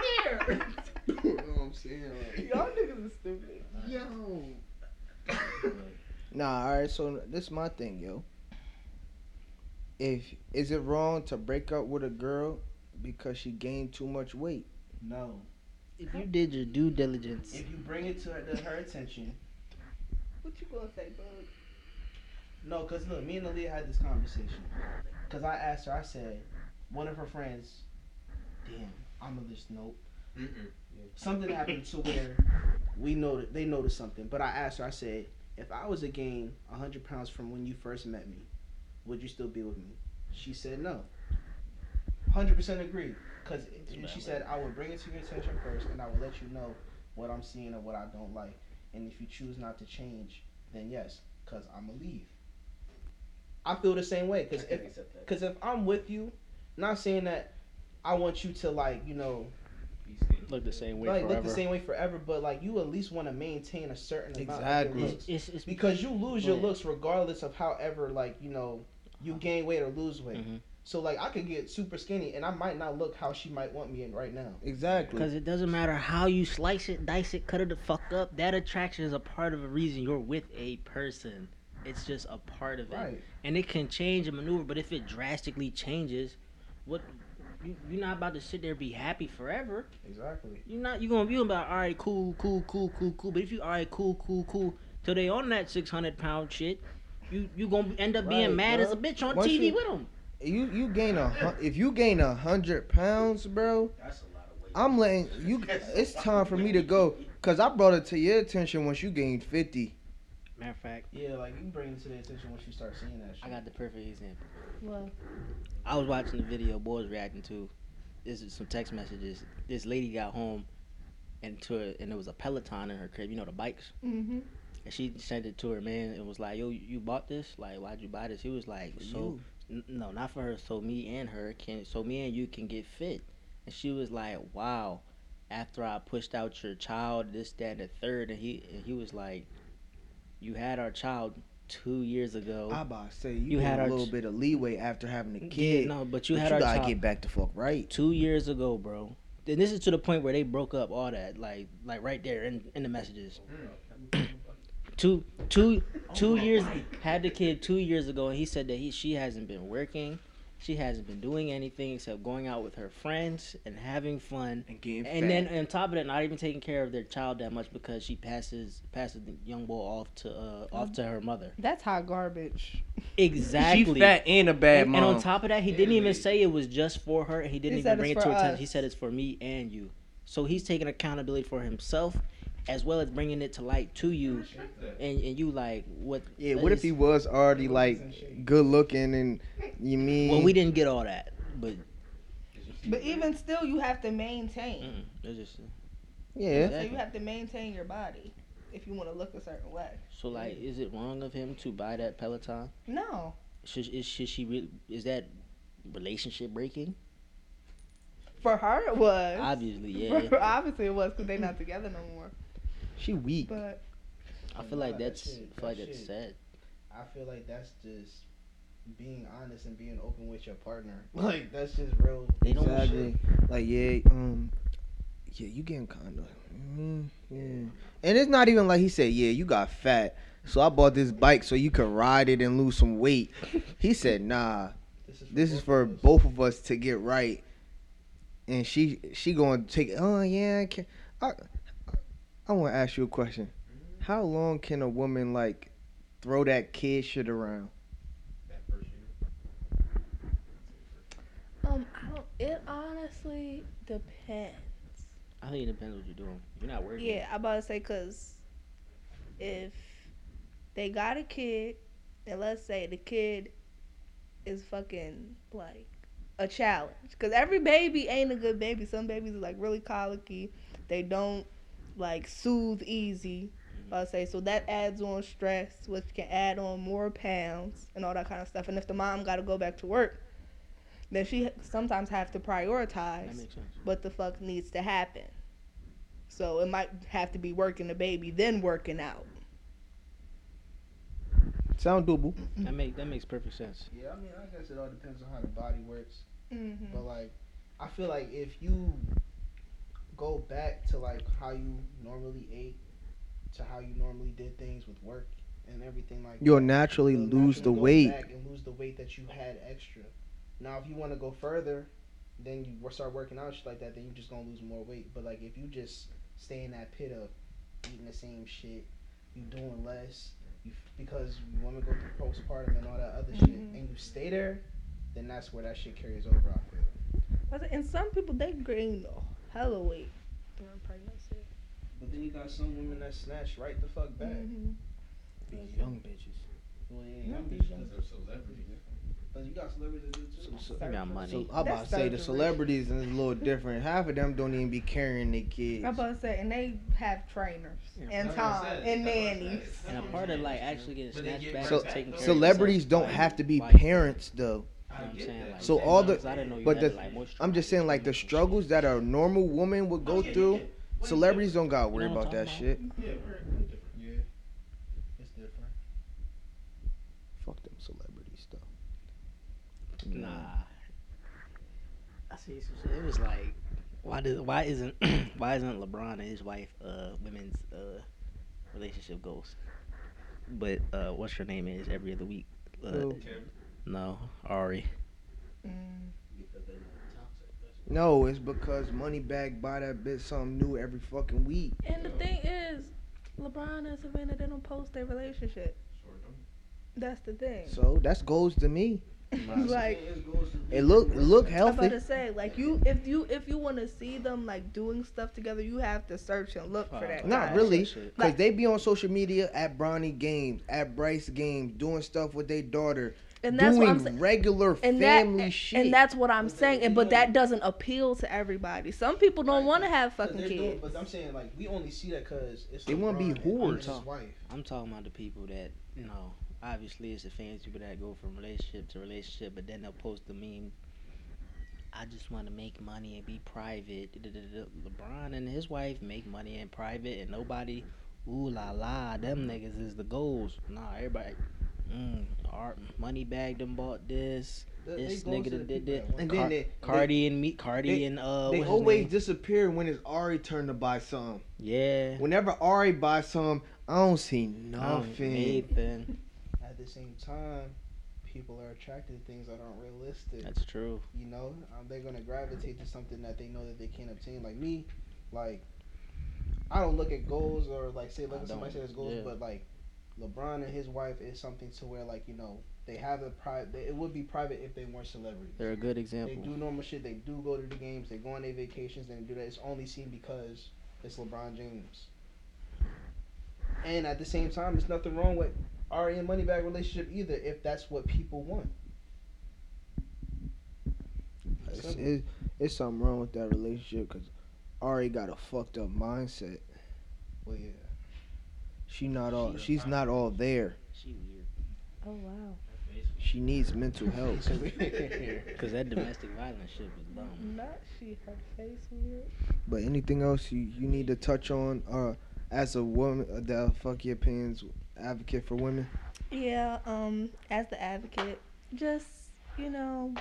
Speaker 14: You know what I'm saying? Like,
Speaker 4: Y'all niggas is stupid.
Speaker 14: yo.
Speaker 2: Nah, all right. So this is my thing, yo. If is it wrong to break up with a girl because she gained too much weight?
Speaker 4: No.
Speaker 1: If you did your due diligence,
Speaker 4: If you bring it to her, to her attention,
Speaker 3: what you gonna say, bud?
Speaker 4: No, cause look, me and Aaliyah had this conversation. Cause I asked her, I said, one of her friends, damn, I'm gonna just nope. Something happened to where we know they noticed something. But I asked her, I said, if I was to gain hundred pounds from when you first met me, would you still be with me? She said no. Hundred percent agree. Cause it- she said I would bring it to your attention first, and I will let you know what I'm seeing and what I don't like. And if you choose not to change, then yes, cause I'ma leave. I feel the same way. Cause if Because if I'm with you, not saying that I want you to like you know
Speaker 1: look the same way
Speaker 4: like
Speaker 1: forever.
Speaker 4: look the same way forever, but like you at least want to maintain a certain amount of
Speaker 2: Exactly.
Speaker 4: your
Speaker 1: it's,
Speaker 4: looks
Speaker 1: it's, it's
Speaker 4: because you lose your
Speaker 1: Yeah.
Speaker 4: looks regardless of however like you know you gain weight or lose weight.
Speaker 2: Mm-hmm.
Speaker 1: Mhm.
Speaker 4: So like I could get super skinny and I might not look how she might want me in right now.
Speaker 2: Exactly.
Speaker 1: Because it doesn't matter how you slice it, dice it, cut it the fuck up. That attraction is a part of a reason you're with a person. It's just a part of it,
Speaker 4: Right.
Speaker 1: and it can change and maneuver. But if it drastically changes, what you, you're not about to sit there and be happy forever.
Speaker 4: Exactly.
Speaker 1: You're not. You're gonna be about all right, cool, cool, cool, cool, cool. But if you all right, cool, cool, cool, till they on that 600 pound shit, you you gonna end up
Speaker 2: Right,
Speaker 1: being mad
Speaker 2: bro.
Speaker 1: as a bitch on
Speaker 2: Once
Speaker 1: TV
Speaker 2: you-
Speaker 1: with them.
Speaker 2: You you gain a hun- if you gain a hundred pounds, bro.
Speaker 12: That's a lot of weight.
Speaker 2: I'm letting you. It's time for me to go. Cause I brought it to your attention once you gained fifty.
Speaker 1: Matter of fact,
Speaker 4: Yeah, like you bring it to their attention once you start seeing that shit.
Speaker 1: I got the perfect example.
Speaker 3: Well,
Speaker 1: I was watching the video boys reacting to. This is some text messages. This lady got home, and to her, and there was a Peloton in her crib. You know the bikes.
Speaker 3: mm-hmm.
Speaker 1: And she sent it to her man and was like, "Yo, you bought this? Like, why'd you buy this?" He was like, "So, n- no, not for her. So me and her can. So me and you can get fit." And she was like, "Wow." After I pushed out your child, this, that, and the third, and he and he was like, "You had our child two years ago."
Speaker 2: I about to say
Speaker 1: You
Speaker 2: you, had
Speaker 1: had
Speaker 2: a
Speaker 1: our
Speaker 2: little
Speaker 1: ch-
Speaker 2: bit of leeway after having a
Speaker 1: Yeah,
Speaker 2: kid.
Speaker 1: no, but
Speaker 2: but
Speaker 1: you
Speaker 2: you
Speaker 1: had our
Speaker 2: gotta
Speaker 1: child.
Speaker 2: get back to fuck right.
Speaker 1: two years ago, bro. And this is to the point where they broke up all that, like, like right there in, in the messages. two, two, two years had the kid two years ago, and he said that he she hasn't been working, she hasn't been doing anything except going out with her friends and having fun,
Speaker 2: And getting
Speaker 1: and then on top of that, not even taking care of their child that much because she passes passes the young boy off to uh, off to her mother.
Speaker 3: That's hot garbage.
Speaker 1: Exactly.
Speaker 2: she fat and a bad
Speaker 1: And,
Speaker 2: mom.
Speaker 1: and on top of that, he didn't even say it was just for her. and He didn't
Speaker 3: He said
Speaker 1: even bring it
Speaker 3: it's
Speaker 1: to
Speaker 3: for
Speaker 1: attention.
Speaker 3: us.
Speaker 1: He said it's for me and you. So he's taking accountability for himself, as well as bringing it to light to you. And, and you like what?
Speaker 2: yeah,
Speaker 1: that
Speaker 2: what if
Speaker 1: is-
Speaker 2: he was already like good looking and you mean?
Speaker 1: Well, we didn't get all that, but
Speaker 3: But even still, you have to maintain.
Speaker 1: mm, it's just
Speaker 2: yeah.
Speaker 3: So you
Speaker 1: exactly.
Speaker 3: have to maintain your body if you want to look a certain way.
Speaker 1: So like, is it wrong of him to buy that Peloton?
Speaker 3: No,
Speaker 1: Should is should she re- is that relationship breaking?
Speaker 3: for her it was.
Speaker 1: Obviously,
Speaker 3: For her,
Speaker 1: yeah.
Speaker 3: obviously it was because they're not together no more.
Speaker 2: She weak.
Speaker 3: But
Speaker 1: I feel like that's
Speaker 4: That shit,
Speaker 1: I feel like
Speaker 4: that
Speaker 1: that's
Speaker 4: shit.
Speaker 1: sad.
Speaker 4: I feel like that's just being honest and being open with your partner. Like that's just real.
Speaker 1: They don't.
Speaker 2: Exactly. Like yeah, um, yeah, you getting condo. Mm, yeah. And it's not even like he said, yeah, you got fat. So I bought this bike so you could ride it and lose some weight. He said, nah, this is for both of us to get right. And she she going to take, oh, yeah, I can. I, I want to ask you a question. How long can a woman, like, throw that kid shit around?
Speaker 12: That first year.
Speaker 3: Um, I don't, it honestly depends.
Speaker 1: I think it depends what you're doing. You're not working.
Speaker 3: Yeah, I about to say because if they got a kid, and let's say the kid is fucking like a challenge, because every baby ain't a good baby. Some babies are like really colicky. They don't like soothe easy.
Speaker 1: Mm-hmm.
Speaker 3: I say so that adds on stress, which can add on more pounds and all that kind of stuff. And if the mom got to go back to work, then she sometimes have to
Speaker 1: That
Speaker 3: prioritize
Speaker 1: makes sense.
Speaker 3: what the fuck needs to happen. So it might have to be working the baby, then working out.
Speaker 2: Sound doable.
Speaker 1: That make that makes perfect sense.
Speaker 4: Yeah, I mean, I guess it all depends on how the body works.
Speaker 3: Mm-hmm.
Speaker 4: But like, I feel like if you go back to like how you normally ate, to how you normally did things with work and everything like
Speaker 2: You'll naturally
Speaker 4: you'll
Speaker 2: lose the
Speaker 4: naturally go
Speaker 2: weight.
Speaker 4: back and lose the weight that you had extra. Now, if you want to go further, then you wo- start working out and shit like that. Then you're just gonna lose more weight. But like if you just stay in that pit of eating the same shit, you doing less, you f- because you want to go through postpartum and all that other shit,
Speaker 3: Mhm.
Speaker 4: and you stay there, then that's where that shit carries over. I feel.
Speaker 3: And some people they gain a hella weight during pregnancy.
Speaker 4: But then you got some women that snatch right the fuck back.
Speaker 3: Mm-hmm.
Speaker 1: These young bitches.
Speaker 4: Well, yeah, I'm
Speaker 3: Not
Speaker 4: just,
Speaker 12: Because they're celebrities.
Speaker 4: cause you got celebrities that do too.
Speaker 2: So-
Speaker 1: They got
Speaker 2: So
Speaker 1: money.
Speaker 2: I'm about to
Speaker 3: That's
Speaker 2: say
Speaker 3: third
Speaker 2: the
Speaker 3: generation.
Speaker 2: celebrities is a little different. Half of them don't even be carrying their
Speaker 3: I'm
Speaker 2: kids.
Speaker 3: about to say, and they have trainers
Speaker 1: Yeah,
Speaker 3: and
Speaker 12: That's what I
Speaker 3: time
Speaker 12: said.
Speaker 3: and
Speaker 12: That's what I said.
Speaker 3: nannies.
Speaker 12: That's
Speaker 1: And a
Speaker 12: what
Speaker 1: part
Speaker 12: I'm
Speaker 1: of like
Speaker 12: saying.
Speaker 1: actually getting
Speaker 12: But they
Speaker 1: snatched
Speaker 12: get
Speaker 1: back,
Speaker 12: right
Speaker 1: so,
Speaker 12: back
Speaker 1: taking
Speaker 12: though.
Speaker 1: care
Speaker 2: Celebrities
Speaker 1: of
Speaker 2: don't
Speaker 1: themselves,
Speaker 2: have to be
Speaker 1: like,
Speaker 2: parents though.
Speaker 1: You know what I'm
Speaker 12: get
Speaker 1: saying?
Speaker 12: that.
Speaker 1: Like,
Speaker 2: So all the-
Speaker 1: because I didn't know you
Speaker 2: but
Speaker 1: had to,
Speaker 2: the-
Speaker 1: like, moisturize
Speaker 2: I'm just saying like the
Speaker 1: and shit.
Speaker 2: struggles that a normal woman would go
Speaker 12: Oh, yeah, yeah,
Speaker 2: through.
Speaker 12: yeah. What is
Speaker 2: Celebrities don't gotta worry
Speaker 1: You know what
Speaker 2: about
Speaker 1: I'm
Speaker 2: that
Speaker 1: talking
Speaker 2: shit.
Speaker 12: different? Yeah, we're, we're different.
Speaker 4: Yeah, it's different.
Speaker 2: Fuck them celebrities though.
Speaker 1: Nah. I see some shit. It was like, why does why isn't why isn't LeBron and his wife uh women's uh relationship goals? But uh what's her name is every other week? Uh,
Speaker 2: Who?
Speaker 1: No, Ari.
Speaker 3: Mm-hmm.
Speaker 2: No, it's because Moneybag buy that bitch something new every fucking week.
Speaker 3: And the thing is, LeBron and Savannah they don't post their relationship.
Speaker 12: Sure, don't-
Speaker 3: That's the thing.
Speaker 2: So that's goals to me.
Speaker 3: like
Speaker 2: It look it look
Speaker 3: I'm about
Speaker 2: healthy.
Speaker 3: to say, like you, if you if you want to see them like doing stuff together, you have to search and look for that.
Speaker 2: Not
Speaker 3: guy.
Speaker 2: really,
Speaker 1: Shit.
Speaker 2: cause they be on social media at Bronny games, at Bryce games, doing stuff with their daughter,
Speaker 3: and that's what I'm
Speaker 2: doing
Speaker 3: saying.
Speaker 2: regular
Speaker 3: And
Speaker 2: family
Speaker 3: that,
Speaker 2: shit.
Speaker 3: and that's what I'm saying. And, but that doesn't appeal to everybody. Some people don't
Speaker 4: Right.
Speaker 3: want to have
Speaker 4: 'Cause
Speaker 3: fucking
Speaker 4: they're doing-
Speaker 3: kids.
Speaker 4: But I'm saying like we only see that because it's
Speaker 2: They wanna be
Speaker 4: LeBron and
Speaker 2: whores,
Speaker 4: his
Speaker 2: huh?
Speaker 4: wife.
Speaker 1: I'm talking about the people that you know. Obviously, it's the fans people that go from relationship to relationship, but then they'll post the meme. I just want to make money and be private. Da-da-da-da. LeBron and his wife make money and private, and nobody, ooh la la, them niggas is the goals. Nah, everybody, mm, our money bag them bought this.
Speaker 4: They- they
Speaker 1: This
Speaker 4: goes
Speaker 1: nigga
Speaker 4: to the
Speaker 1: done
Speaker 4: people
Speaker 1: did
Speaker 4: that
Speaker 1: that.
Speaker 4: want
Speaker 2: And
Speaker 1: And
Speaker 2: then
Speaker 1: Car-
Speaker 2: they-
Speaker 1: Cardi and me, Cardi
Speaker 2: they-
Speaker 1: and uh,
Speaker 2: They
Speaker 1: what's his
Speaker 2: always
Speaker 1: name?
Speaker 2: disappear when it's Ari turn to buy something.
Speaker 1: yeah,
Speaker 2: Whenever Ari buys something, I don't see
Speaker 1: Um,
Speaker 2: nothing.
Speaker 1: Nathan.
Speaker 4: At the same time, people are attracted to things that aren't realistic.
Speaker 1: That's true.
Speaker 4: you know, um, they're gonna gravitate to something that they know that they can't obtain. Like me, like I don't look at goals or like say look
Speaker 1: I
Speaker 4: at somebody say
Speaker 1: don't,
Speaker 4: there's goals,
Speaker 1: yeah.
Speaker 4: but like LeBron and his wife is something to where like you know they have a private. It would be private if they weren't celebrities.
Speaker 1: They're a good
Speaker 4: they
Speaker 1: example.
Speaker 4: do normal shit. They do go to the games. They go on their vacations. They do that. It's only seen because it's LeBron James. And at the same time, there's nothing wrong with Ari and Moneybag relationship either if that's what people want.
Speaker 2: It's, it's, it's something wrong with that relationship because Ari got a fucked up mindset.
Speaker 4: Well, yeah.
Speaker 2: She not all. She's not all there.
Speaker 1: She weird.
Speaker 3: oh wow.
Speaker 2: She needs mental health.
Speaker 1: Cause that domestic violence shit was dumb.
Speaker 3: Not she. Her face weird.
Speaker 2: But anything else you, you need to touch on, uh, as a woman, uh, the fuck your opinions advocate for women.
Speaker 3: Yeah. Um. As the advocate, just you know,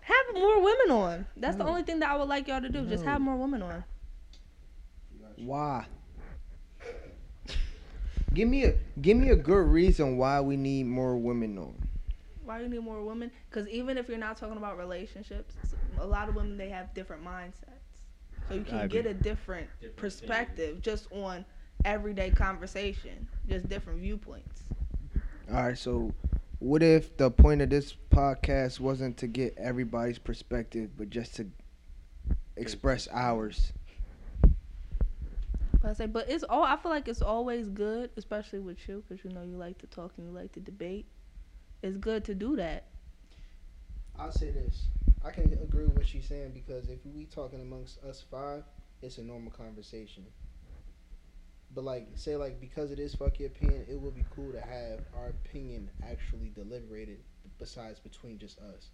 Speaker 3: Have more women on. That's the only thing that I would like y'all to do. Just have more women on.
Speaker 2: Why? Give me a give me a good reason why we need more women on.
Speaker 3: Why you need more women? Because even if you're not talking about relationships, a lot of women they have different mindsets, so you
Speaker 1: I
Speaker 3: can
Speaker 1: agree.
Speaker 3: get a different
Speaker 12: Different
Speaker 3: perspective just on everyday conversation, just different viewpoints.
Speaker 2: All right, so what if the point of this podcast wasn't to get everybody's perspective, but just to express ours?
Speaker 3: But I say, but it's all. I feel like it's always good, especially with you, because you know you like to talk and you like to debate. It's good to do that.
Speaker 5: I'll say this. I can agree with what she's saying because if we talking amongst us five, it's a normal conversation. But like, say like because it is fuck your opinion, it would be cool to have our opinion actually deliberated besides between just us.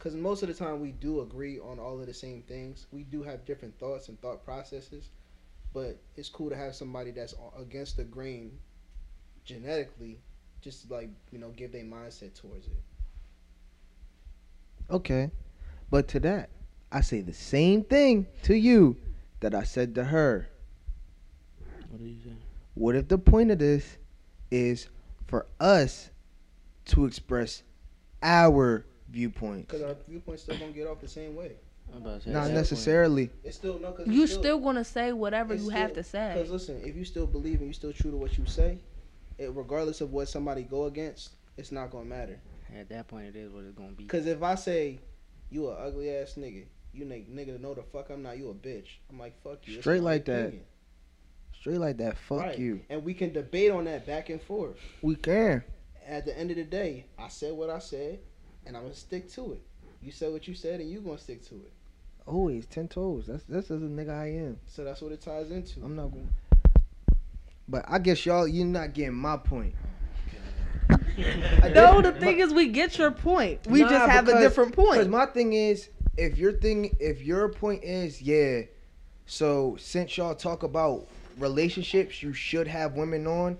Speaker 5: Cause most of the time we do agree on all of the same things. We do have different thoughts and thought processes, but it's cool to have somebody that's a- against the grain, genetically, just like you know give their mindset towards it.
Speaker 2: Okay. But to that, I say the same thing to you that I said to her.
Speaker 1: What did you say?
Speaker 2: What if the point of this is for us to express our viewpoint?
Speaker 5: Cause our viewpoint's still gonna get off the same way.
Speaker 1: I'm about to say
Speaker 2: Not
Speaker 1: that
Speaker 2: necessarily.
Speaker 5: It's still no. Cause
Speaker 3: You
Speaker 5: it's
Speaker 3: still gonna say whatever
Speaker 5: it's
Speaker 3: you have
Speaker 5: still-
Speaker 3: to say.
Speaker 5: Because listen, if you still believe and you still true to what you say, it, regardless of what somebody go against, it's not gonna matter.
Speaker 1: point- At that point, it is what it's gonna be.
Speaker 5: Cause if I say you a ugly ass nigga, you nigga, nigga know the fuck I'm not. You a bitch. I'm like fuck you. It's
Speaker 2: Straight
Speaker 5: my
Speaker 2: like that.
Speaker 5: opinion.
Speaker 2: Straight like that. Fuck
Speaker 5: Right.
Speaker 2: you.
Speaker 5: And we can debate on that back and forth.
Speaker 2: We can.
Speaker 5: At the end of the day, I said what I said, and I'm gonna stick to it. You said what you said, and you gonna stick to it.
Speaker 2: Always Oh, ten toes. That's that's the nigga I am.
Speaker 5: So that's what it ties into.
Speaker 2: I'm not going. But I guess y'all, you're not getting my point.
Speaker 3: No, the thing is, we get your point. We
Speaker 2: Nah,
Speaker 3: just have a
Speaker 2: because-
Speaker 3: different
Speaker 2: Because
Speaker 3: point.
Speaker 2: my thing is, if your thing, if your point is, yeah. So since y'all talk about relationships, you should have women on.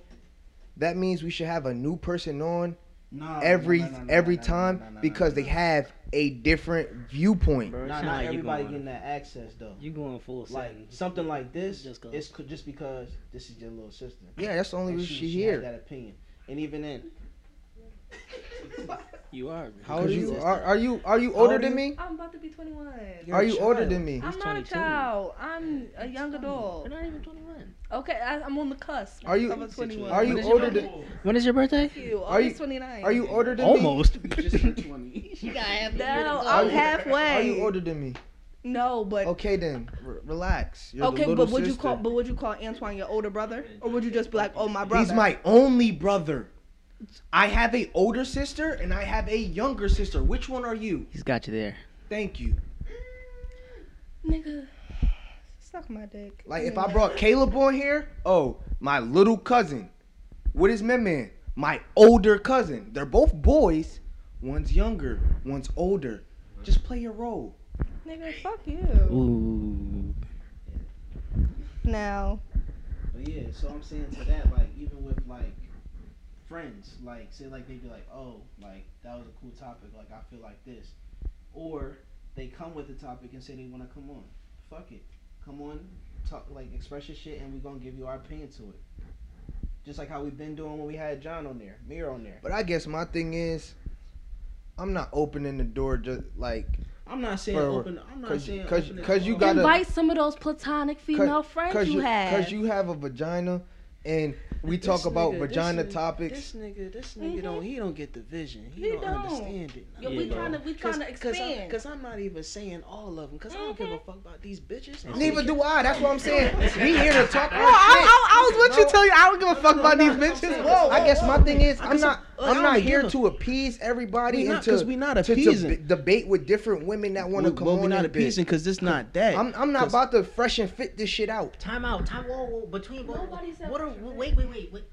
Speaker 2: That means we should have a new person on
Speaker 4: Nah,
Speaker 2: every
Speaker 4: nah, nah, nah,
Speaker 2: every
Speaker 4: nah, nah,
Speaker 2: time
Speaker 4: nah, nah, nah,
Speaker 2: because
Speaker 4: nah,
Speaker 2: they
Speaker 4: nah.
Speaker 2: have a different viewpoint.
Speaker 1: Bro, it
Speaker 4: Not,
Speaker 1: sound
Speaker 4: not
Speaker 1: like you
Speaker 4: everybody
Speaker 1: going-
Speaker 4: getting that access though.
Speaker 1: You going full
Speaker 4: Like
Speaker 1: send.
Speaker 4: something like this,
Speaker 1: Just go.
Speaker 4: it's c- just because this is your little sister.
Speaker 2: Yeah, that's the only
Speaker 4: And
Speaker 2: reason
Speaker 4: she,
Speaker 2: she,
Speaker 4: she had
Speaker 2: here.
Speaker 4: that opinion, and even then,
Speaker 1: You are.
Speaker 2: How
Speaker 1: because
Speaker 2: old are
Speaker 1: it's
Speaker 2: you?
Speaker 1: just
Speaker 2: Are,
Speaker 1: that.
Speaker 2: are you are you
Speaker 4: How
Speaker 2: older
Speaker 4: old
Speaker 2: than
Speaker 4: are
Speaker 2: me?
Speaker 3: I'm about to be 21.
Speaker 4: You're
Speaker 2: Are
Speaker 4: a
Speaker 2: you older
Speaker 4: child.
Speaker 2: than me?
Speaker 3: I'm not a
Speaker 1: 22.
Speaker 3: child. I'm a young
Speaker 1: You're
Speaker 3: adult.
Speaker 1: not even 21.
Speaker 3: Okay, I, I'm on the cusp.
Speaker 2: Are you-
Speaker 3: I'm a 21.
Speaker 2: Are you older than?
Speaker 1: When is your birthday?
Speaker 3: Thank you.
Speaker 2: are you-
Speaker 3: Almost 29.
Speaker 2: Are you older than me?
Speaker 1: Almost.
Speaker 3: No,
Speaker 2: Are
Speaker 3: I'm
Speaker 2: you-
Speaker 3: halfway.
Speaker 2: Are you older than me?
Speaker 3: No, but
Speaker 2: Okay then, R- relax. You're the
Speaker 3: okay,
Speaker 2: little
Speaker 3: but would you call
Speaker 2: sister.
Speaker 3: but would you call Antoine your older brother, or would you just be like, oh my brother?
Speaker 2: He's my only brother. I have a older sister and I have a younger sister. Which one are you?
Speaker 1: He's got you there.
Speaker 2: Thank you.
Speaker 3: nigga. Suck my dick.
Speaker 2: Like if I brought Caleb on here, oh, my little cousin. What is my man? My older cousin. They're both boys. One's younger, one's older. Just play your role.
Speaker 3: nigga, fuck you.
Speaker 1: Ooh.
Speaker 3: Now,
Speaker 4: But yeah, so I'm saying to that, like, even with like friends, like, say, like, they be like, oh, like, that was a cool topic, like, I feel like this. Or they come with the topic and say they want to come on. Fuck it. Come on, talk, like, express your shit, and we're going to give you our opinion to it. Just like how we've been doing when we had John on there, Mir on there.
Speaker 2: But I guess my thing is I'm not opening the door just like
Speaker 4: I'm not saying
Speaker 2: Bro,
Speaker 4: open. I'm not
Speaker 2: cause-
Speaker 4: saying
Speaker 2: cause-
Speaker 4: open it
Speaker 2: cause you
Speaker 4: all.
Speaker 2: gotta-
Speaker 3: invite some of those platonic female friends you, have.
Speaker 2: Because you have a vagina and we
Speaker 4: This
Speaker 2: talk about
Speaker 4: nigga, this
Speaker 2: vagina
Speaker 4: nigga,
Speaker 2: topics.
Speaker 4: This nigga, this nigga
Speaker 11: Mm-hmm.
Speaker 3: Mhm.
Speaker 4: don't. He don't get the vision. He,
Speaker 3: He
Speaker 4: don't,
Speaker 3: don't.
Speaker 4: understand it.
Speaker 3: Yo, we
Speaker 1: Yeah.
Speaker 3: trying to we trying to expand.
Speaker 4: Because I'm not even saying all of them. Because I don't give a
Speaker 11: Mm-hmm.
Speaker 3: Mhm.
Speaker 4: fuck about these bitches. I don't
Speaker 2: Neither
Speaker 4: care.
Speaker 2: do I. That's what I'm saying. We here to talk.
Speaker 4: No,
Speaker 2: our shit.
Speaker 3: I was
Speaker 4: with you till
Speaker 3: you. I don't give a
Speaker 4: fuck about these bitches. Whoa,
Speaker 2: I guess my thing is I'm
Speaker 4: guess
Speaker 2: not
Speaker 4: I'm- I
Speaker 2: I'm
Speaker 4: don't
Speaker 2: not
Speaker 4: give
Speaker 2: here
Speaker 4: a-
Speaker 2: to appease everybody
Speaker 4: We
Speaker 2: and
Speaker 4: not because
Speaker 2: to
Speaker 4: we not
Speaker 2: to deb-
Speaker 4: appeasing.
Speaker 2: debate with different women that want to
Speaker 4: We-
Speaker 2: come
Speaker 4: well,
Speaker 2: on.
Speaker 4: we not
Speaker 2: and bitch.
Speaker 4: appeasing because this not that.
Speaker 2: I'm I'm not
Speaker 4: 'Cause-
Speaker 2: about to fresh and fit this shit out.
Speaker 1: Time out. Time. Whoa, whoa. Between. Whoa,
Speaker 3: Nobody said
Speaker 1: what are?
Speaker 3: what you
Speaker 1: Wait, wait, wait, wait.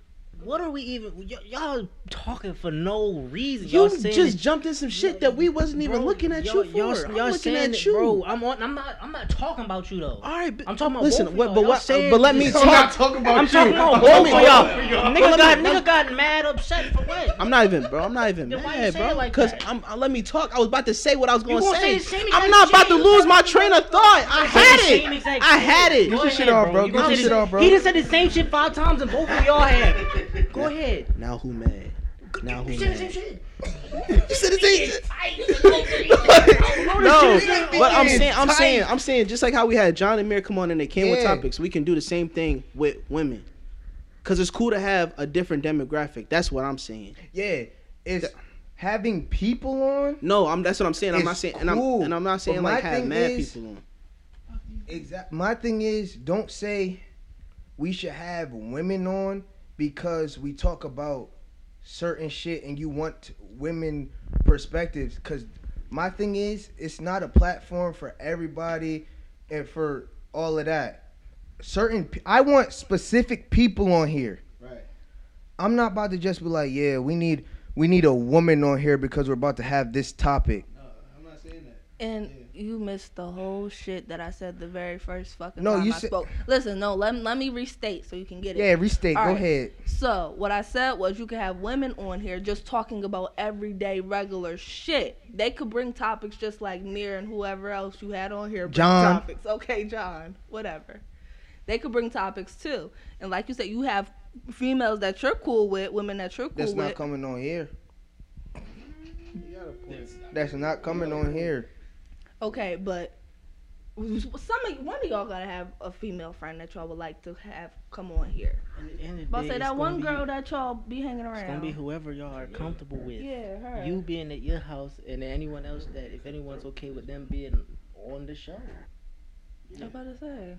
Speaker 11: What are we even? Y- y'all talking for no reason.
Speaker 4: You
Speaker 11: y'all saying
Speaker 4: just
Speaker 11: that-
Speaker 4: jumped in some shit that we wasn't even
Speaker 11: Bro,
Speaker 4: looking at
Speaker 11: y'all-
Speaker 4: you for.
Speaker 11: Y'all,
Speaker 4: I'm
Speaker 11: y'all
Speaker 4: looking
Speaker 11: saying
Speaker 4: at
Speaker 11: that-
Speaker 4: you.
Speaker 11: bro. I'm on. I'm not. I'm not talking about you though.
Speaker 4: All right, but
Speaker 11: I'm talking about
Speaker 4: listen,
Speaker 11: both of
Speaker 4: what-
Speaker 11: y'all.
Speaker 4: but
Speaker 11: Y'all
Speaker 4: what-
Speaker 11: saying
Speaker 4: but let me
Speaker 11: this-
Speaker 4: talk-
Speaker 2: talking
Speaker 11: I'm talking about
Speaker 4: Let
Speaker 11: both of
Speaker 4: me-
Speaker 11: y'all.
Speaker 4: Let me-
Speaker 11: Nigga got
Speaker 4: let me-
Speaker 11: nigga got mad upset for what?
Speaker 4: I'm not even, bro. I'm not even
Speaker 11: Then why you
Speaker 4: mad,
Speaker 11: say it
Speaker 4: bro.
Speaker 11: like
Speaker 4: Cause
Speaker 11: that?
Speaker 4: I'm. I, let me talk. I was about to say what I was gonna
Speaker 11: gonna say
Speaker 4: say.
Speaker 11: the same
Speaker 4: I'm
Speaker 11: exact
Speaker 4: not about to
Speaker 11: shit.
Speaker 4: lose my train of thought. I had
Speaker 11: Same
Speaker 4: it.
Speaker 11: exact
Speaker 4: I
Speaker 11: shit.
Speaker 4: had it.
Speaker 11: Go
Speaker 4: Get your shit
Speaker 11: ahead,
Speaker 4: off, bro.
Speaker 11: You
Speaker 4: Get
Speaker 11: gonna
Speaker 4: your
Speaker 11: say
Speaker 4: shit
Speaker 11: the-
Speaker 4: off, bro.
Speaker 11: He done said the same shit five times, and both of y'all have. Go ahead.
Speaker 4: Now who mad? Now who
Speaker 11: You said the same
Speaker 4: mad?
Speaker 11: shit.
Speaker 4: You said it ain't.
Speaker 11: No,
Speaker 4: No, but I'm
Speaker 2: It's
Speaker 4: saying, I'm
Speaker 2: tight.
Speaker 4: saying, I'm saying, just like how we had John and Mir come on and they came with
Speaker 2: Yeah.
Speaker 4: topics, we can do the same thing with women. Cause it's cool to have a different demographic. That's what I'm saying.
Speaker 2: Yeah, it's having people on.
Speaker 4: No, I'm. That's what I'm saying. I'm
Speaker 2: It's
Speaker 4: not saying, and I'm,
Speaker 2: cool,
Speaker 4: and I'm not saying
Speaker 2: but my
Speaker 4: like have
Speaker 2: thing
Speaker 4: mad
Speaker 2: is-
Speaker 4: people on.
Speaker 2: Exact. My thing is, don't say we should have women on because we talk about certain shit and you want women perspectives. Because my thing is, it's not a platform for everybody and for all of that. Certain, pe- I want specific people on here.
Speaker 5: Right.
Speaker 2: I'm not about to just be like, yeah, we need we need a woman on here because we're about to have this topic.
Speaker 5: No, I'm not saying that.
Speaker 3: And you missed the whole shit that I said the very first fucking
Speaker 2: No,
Speaker 3: time
Speaker 2: you
Speaker 3: I
Speaker 2: said-
Speaker 3: spoke. Listen, no, let, let me restate so you can get it.
Speaker 2: Yeah, restate.
Speaker 3: All
Speaker 2: Go
Speaker 3: right.
Speaker 2: ahead.
Speaker 3: So what I said was you could have women on here just talking about everyday regular shit. They could bring topics just like Mir and whoever else you had on here. Bring
Speaker 2: John.
Speaker 3: Topics. Okay, John. Whatever. They could bring topics too. And like you said, you have females that you're cool with, women that you're cool
Speaker 2: That's
Speaker 3: with.
Speaker 2: not coming on here. That's not coming on here.
Speaker 3: Okay, but some of, one of y'all gotta have a female friend that y'all would like to have come on here. But say that one girl that y'all be hanging around.
Speaker 11: It's gonna be whoever y'all are comfortable with.
Speaker 3: yeah, her.
Speaker 11: You being at your house, and anyone else that if anyone's okay with them being on the show.
Speaker 3: I'm about to say.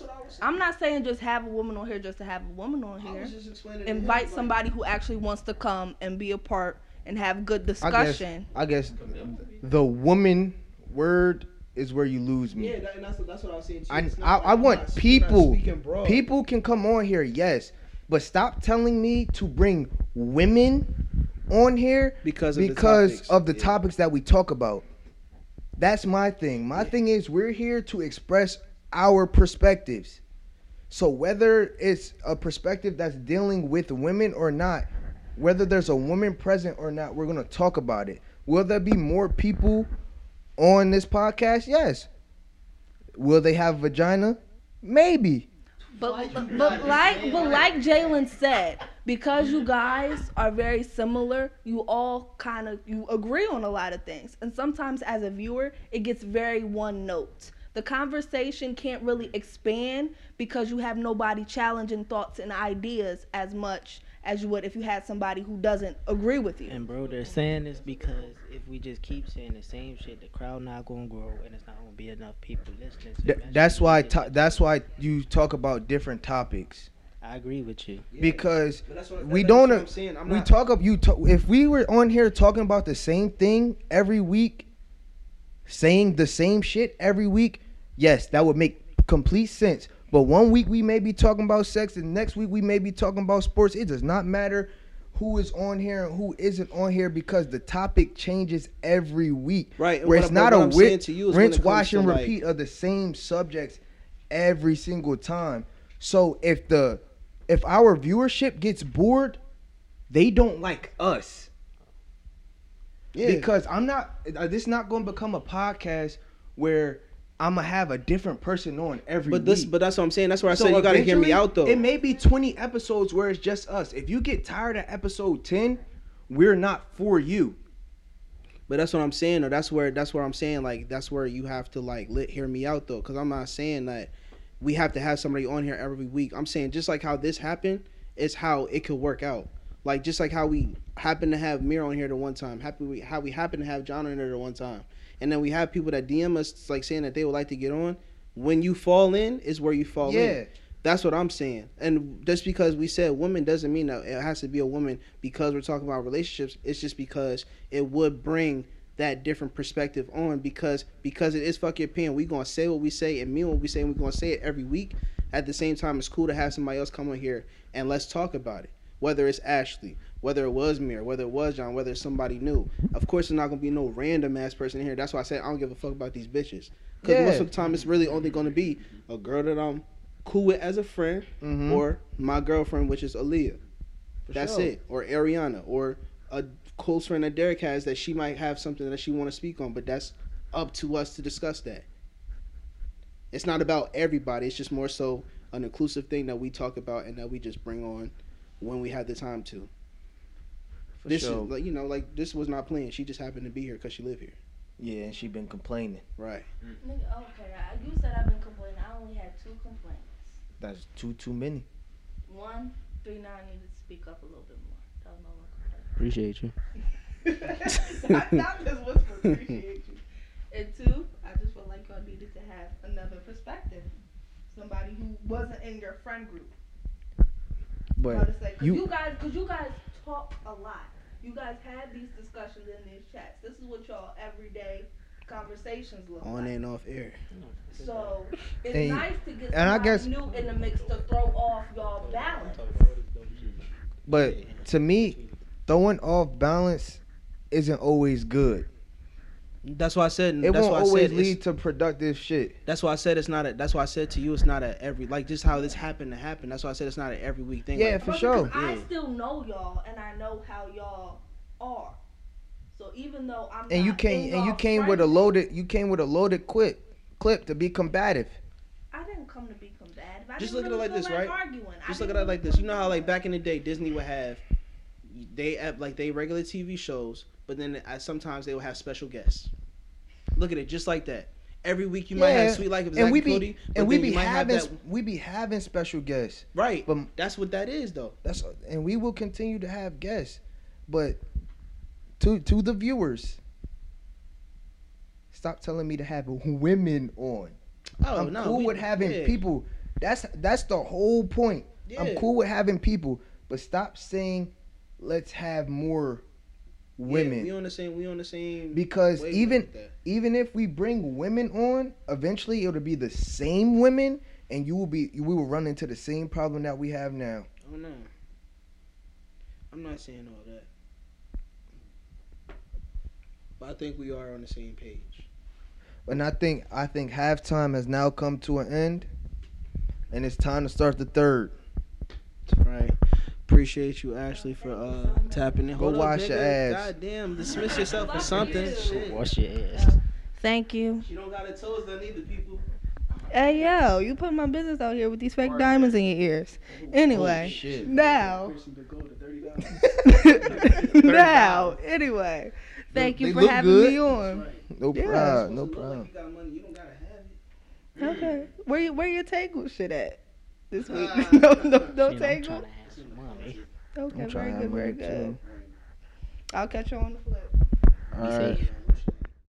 Speaker 5: That's what I was saying.
Speaker 3: I'm not saying just have a woman on here just to have a woman on
Speaker 5: I
Speaker 3: here.
Speaker 5: was just explaining. to him,
Speaker 3: Invite
Speaker 5: like,
Speaker 3: somebody who actually wants to come and be a part and have good discussion.
Speaker 2: I guess the woman word is where you lose me.
Speaker 5: Yeah, that, and that's, that's what I was saying. Too.
Speaker 2: I,
Speaker 5: It's not
Speaker 2: I,
Speaker 5: like
Speaker 2: I
Speaker 5: we're
Speaker 2: want
Speaker 5: not- we're not
Speaker 2: people.
Speaker 5: speaking broad.
Speaker 2: People can come on here, yes, but stop telling me to bring women on here
Speaker 4: Because of
Speaker 2: because
Speaker 4: the topics.
Speaker 2: of the
Speaker 4: Yeah.
Speaker 2: topics that we talk about. That's my thing. My thing is we're here to express our perspectives. So whether it's a perspective that's dealing with women or not, whether there's a woman present or not, we're gonna talk about it. Will there be more people on this podcast? Yes. Will they have vagina? Maybe.
Speaker 3: But but like but like Jalen said, because you guys are very similar, you all kind of you agree on a lot of things, and sometimes as a viewer, it gets very one note. The conversation can't really expand because you have nobody challenging thoughts and ideas as much as you would if you had somebody who doesn't agree with you.
Speaker 11: and bro, they're saying this because if we just keep saying the same shit, the crowd not gonna grow, and it's not gonna be enough people listening. So
Speaker 2: Th-
Speaker 11: imagine
Speaker 2: that's
Speaker 11: if
Speaker 2: why.
Speaker 11: we
Speaker 2: To-
Speaker 11: just-
Speaker 2: that's why you talk about different topics
Speaker 11: I agree with you.
Speaker 5: Yeah.
Speaker 2: because
Speaker 5: But that's what,
Speaker 2: we
Speaker 5: that's
Speaker 2: don't.
Speaker 5: What I'm saying. I'm
Speaker 2: we
Speaker 5: not,
Speaker 2: talk up. You talk, if we were on here talking about the same thing every week, saying the same shit every week, yes, that would make complete sense. But one week we may be talking about sex, and next week we may be talking about sports. It does not matter who is on here and who isn't on here because the topic changes every week.
Speaker 4: Right, and
Speaker 2: where
Speaker 4: what
Speaker 2: it's
Speaker 4: I-
Speaker 2: not
Speaker 4: but
Speaker 2: a
Speaker 4: what I'm saying
Speaker 2: rinse,
Speaker 4: to you is when
Speaker 2: rinse
Speaker 4: it comes
Speaker 2: wash,
Speaker 4: to,
Speaker 2: and
Speaker 4: like-
Speaker 2: repeat of the same subjects every single time. So if the if our viewership gets bored, they don't like us
Speaker 4: Yeah.
Speaker 2: because I'm not. uh, This not going to become a podcast where I'm gonna have a different person on every.
Speaker 4: but this,
Speaker 2: week.
Speaker 4: but that's what I'm saying. That's where I said you gotta hear
Speaker 2: eventually,
Speaker 4: me out though.
Speaker 2: It may be 20 episodes where it's just us. If you get tired of episode 10, we're not for you.
Speaker 4: But that's what I'm saying, or that's where that's where I'm saying like that's where you have to like let hear me out though, because I'm not saying that we have to have somebody on here every week. I'm saying just like how this happened is how it could work out. Like just like how we happen to have Mir on here the one time, happy we how we happen to have John on here the one time, and then we have people that DM us like saying that they would like to get on. When you fall in is where you fall in.
Speaker 2: yeah,
Speaker 4: That's what I'm saying. And just because we said woman doesn't mean that it has to be a woman because we're talking about relationships. It's just because it would bring that different perspective on because because it is fuck your opinion. We gonna say what we say and mean what we say and we're gonna say it every week. At the same time, it's cool to have somebody else come on here and let's talk about it. Whether it's Ashley, whether it was Mir, whether it was John, whether it's somebody new. Of course, it's not gonna be no random ass person in here. That's why I said I don't give a fuck about these bitches. Because
Speaker 2: Yeah.
Speaker 4: most of the time, it's really only gonna be a girl that I'm cool with as a friend,
Speaker 2: Mhm.
Speaker 4: or my girlfriend, which is Aaliyah.
Speaker 2: For
Speaker 4: That's
Speaker 2: sure.
Speaker 4: it. Or Ariana, or a close friend that Derek has that she might have something that she want to speak on, but that's up to us to discuss that. It's not about everybody. It's just more so an inclusive thing that we talk about and that we just bring on when we have the time to.
Speaker 2: For
Speaker 4: this
Speaker 2: sure.
Speaker 4: is like you know like this was not planned. She just happened to be here because she live here.
Speaker 2: yeah, and she been complaining.
Speaker 4: Right.
Speaker 15: Nigga, okay, I- you said I've been complaining. I only had two complaints.
Speaker 2: That's too too many.
Speaker 15: One, three nine needed to speak up a little bit more. That was my one complaint.
Speaker 1: Appreciate you.
Speaker 3: Not just what's for appreciate you. And two, I just felt like y'all needed to have another perspective. Somebody who wasn't in your friend group. Y'all
Speaker 2: But
Speaker 3: just like, 'cause
Speaker 2: you-
Speaker 3: you guys, cause you guys talk a lot. You guys had these discussions in these chats. This is what y'all everyday conversations look
Speaker 4: On
Speaker 3: like.
Speaker 4: and off air.
Speaker 3: So it's
Speaker 2: And-
Speaker 3: nice to get
Speaker 2: and I
Speaker 3: somebody
Speaker 2: guess-
Speaker 3: new in the mix to throw off y'all balance.
Speaker 2: but to me, throwing off balance isn't always good.
Speaker 4: That's why I said.
Speaker 2: It
Speaker 4: that's
Speaker 2: won't
Speaker 4: why I
Speaker 2: always
Speaker 4: said it's-
Speaker 2: lead to productive shit.
Speaker 4: That's why I said it's not a. That's why I said to you it's not a every like just how this happened to happen. That's why I said it's not an every week thing.
Speaker 2: Yeah,
Speaker 4: Like,
Speaker 2: for
Speaker 3: Mostly
Speaker 2: sure.
Speaker 3: 'cause I still know y'all, and I know how y'all are. So even though I'm
Speaker 2: And you
Speaker 3: not in
Speaker 2: came and you
Speaker 3: y'all
Speaker 2: came with a
Speaker 3: friend-
Speaker 2: loaded you came with a loaded clip clip to be combative.
Speaker 3: I didn't come to be combative. I didn't
Speaker 4: Just look at it
Speaker 3: really
Speaker 4: like
Speaker 3: feel
Speaker 4: this, right?
Speaker 3: Arguing. I
Speaker 4: just look at
Speaker 3: didn't
Speaker 4: it like
Speaker 3: really
Speaker 4: this.
Speaker 3: feel
Speaker 4: You know how like back in the day Disney would have they have like they regular TV shows, but then uh, sometimes they would have special guests. Look at it just like that. Every week you might have
Speaker 2: Yeah,
Speaker 4: Sweet Life of Zack
Speaker 2: And we
Speaker 4: and
Speaker 2: be
Speaker 4: Cody, but
Speaker 2: and we
Speaker 4: then
Speaker 2: be
Speaker 4: you might have
Speaker 2: having
Speaker 4: that,
Speaker 2: we be having special guests.
Speaker 4: right.
Speaker 2: But
Speaker 4: That's what that is though.
Speaker 2: That's and we will continue to have guests, but to to the viewers, stop telling me to have women on.
Speaker 4: Oh
Speaker 2: I'm
Speaker 4: no,
Speaker 2: cool
Speaker 4: we-
Speaker 2: with having
Speaker 4: yeah,
Speaker 2: people. That's that's the whole point. I'm
Speaker 4: yeah.
Speaker 2: cool with having people, but stop saying let's have more
Speaker 4: Yeah,
Speaker 2: women
Speaker 4: we on the same. We on the same.
Speaker 2: because
Speaker 4: wavelength
Speaker 2: even
Speaker 4: with that.
Speaker 2: even if we bring women on, eventually it'll be the same women, and you will be we will run into the same problem that we have now.
Speaker 4: Oh no. I'm not saying all that. But I think we are on the same page.
Speaker 2: And I think I think halftime has now come to an end, and it's time to start the third.
Speaker 4: Right. Appreciate you, Ashley, for uh tapping in.
Speaker 2: Go
Speaker 4: Hold up,
Speaker 2: wash
Speaker 4: nigga.
Speaker 2: your ass.
Speaker 4: Goddamn, dismiss yourself for something. Shit.
Speaker 1: Wash your ass.
Speaker 3: Thank you.
Speaker 12: She don't got her toes done either, people.
Speaker 3: Hey yo, you put my business out here with these fake diamonds in your ears. Anyway, now, now, anyway, thank you
Speaker 2: They
Speaker 3: for
Speaker 2: look
Speaker 3: having
Speaker 2: good.
Speaker 3: me on.
Speaker 2: No
Speaker 3: Yeah.
Speaker 2: problem. No
Speaker 4: Supposed to look
Speaker 2: problem.
Speaker 4: Like you got money, you don't gotta have it.
Speaker 3: Okay, where you, where your tangle shit at this week? no, no, no
Speaker 1: Shit, I'm trying
Speaker 3: tangle.
Speaker 1: to have some money.
Speaker 3: Okay,
Speaker 2: I'm trying
Speaker 3: very
Speaker 2: to
Speaker 3: good,
Speaker 2: have
Speaker 3: very
Speaker 2: mine,
Speaker 3: good.
Speaker 2: too.
Speaker 3: I'll catch you on the flip.
Speaker 2: All right.
Speaker 1: safe.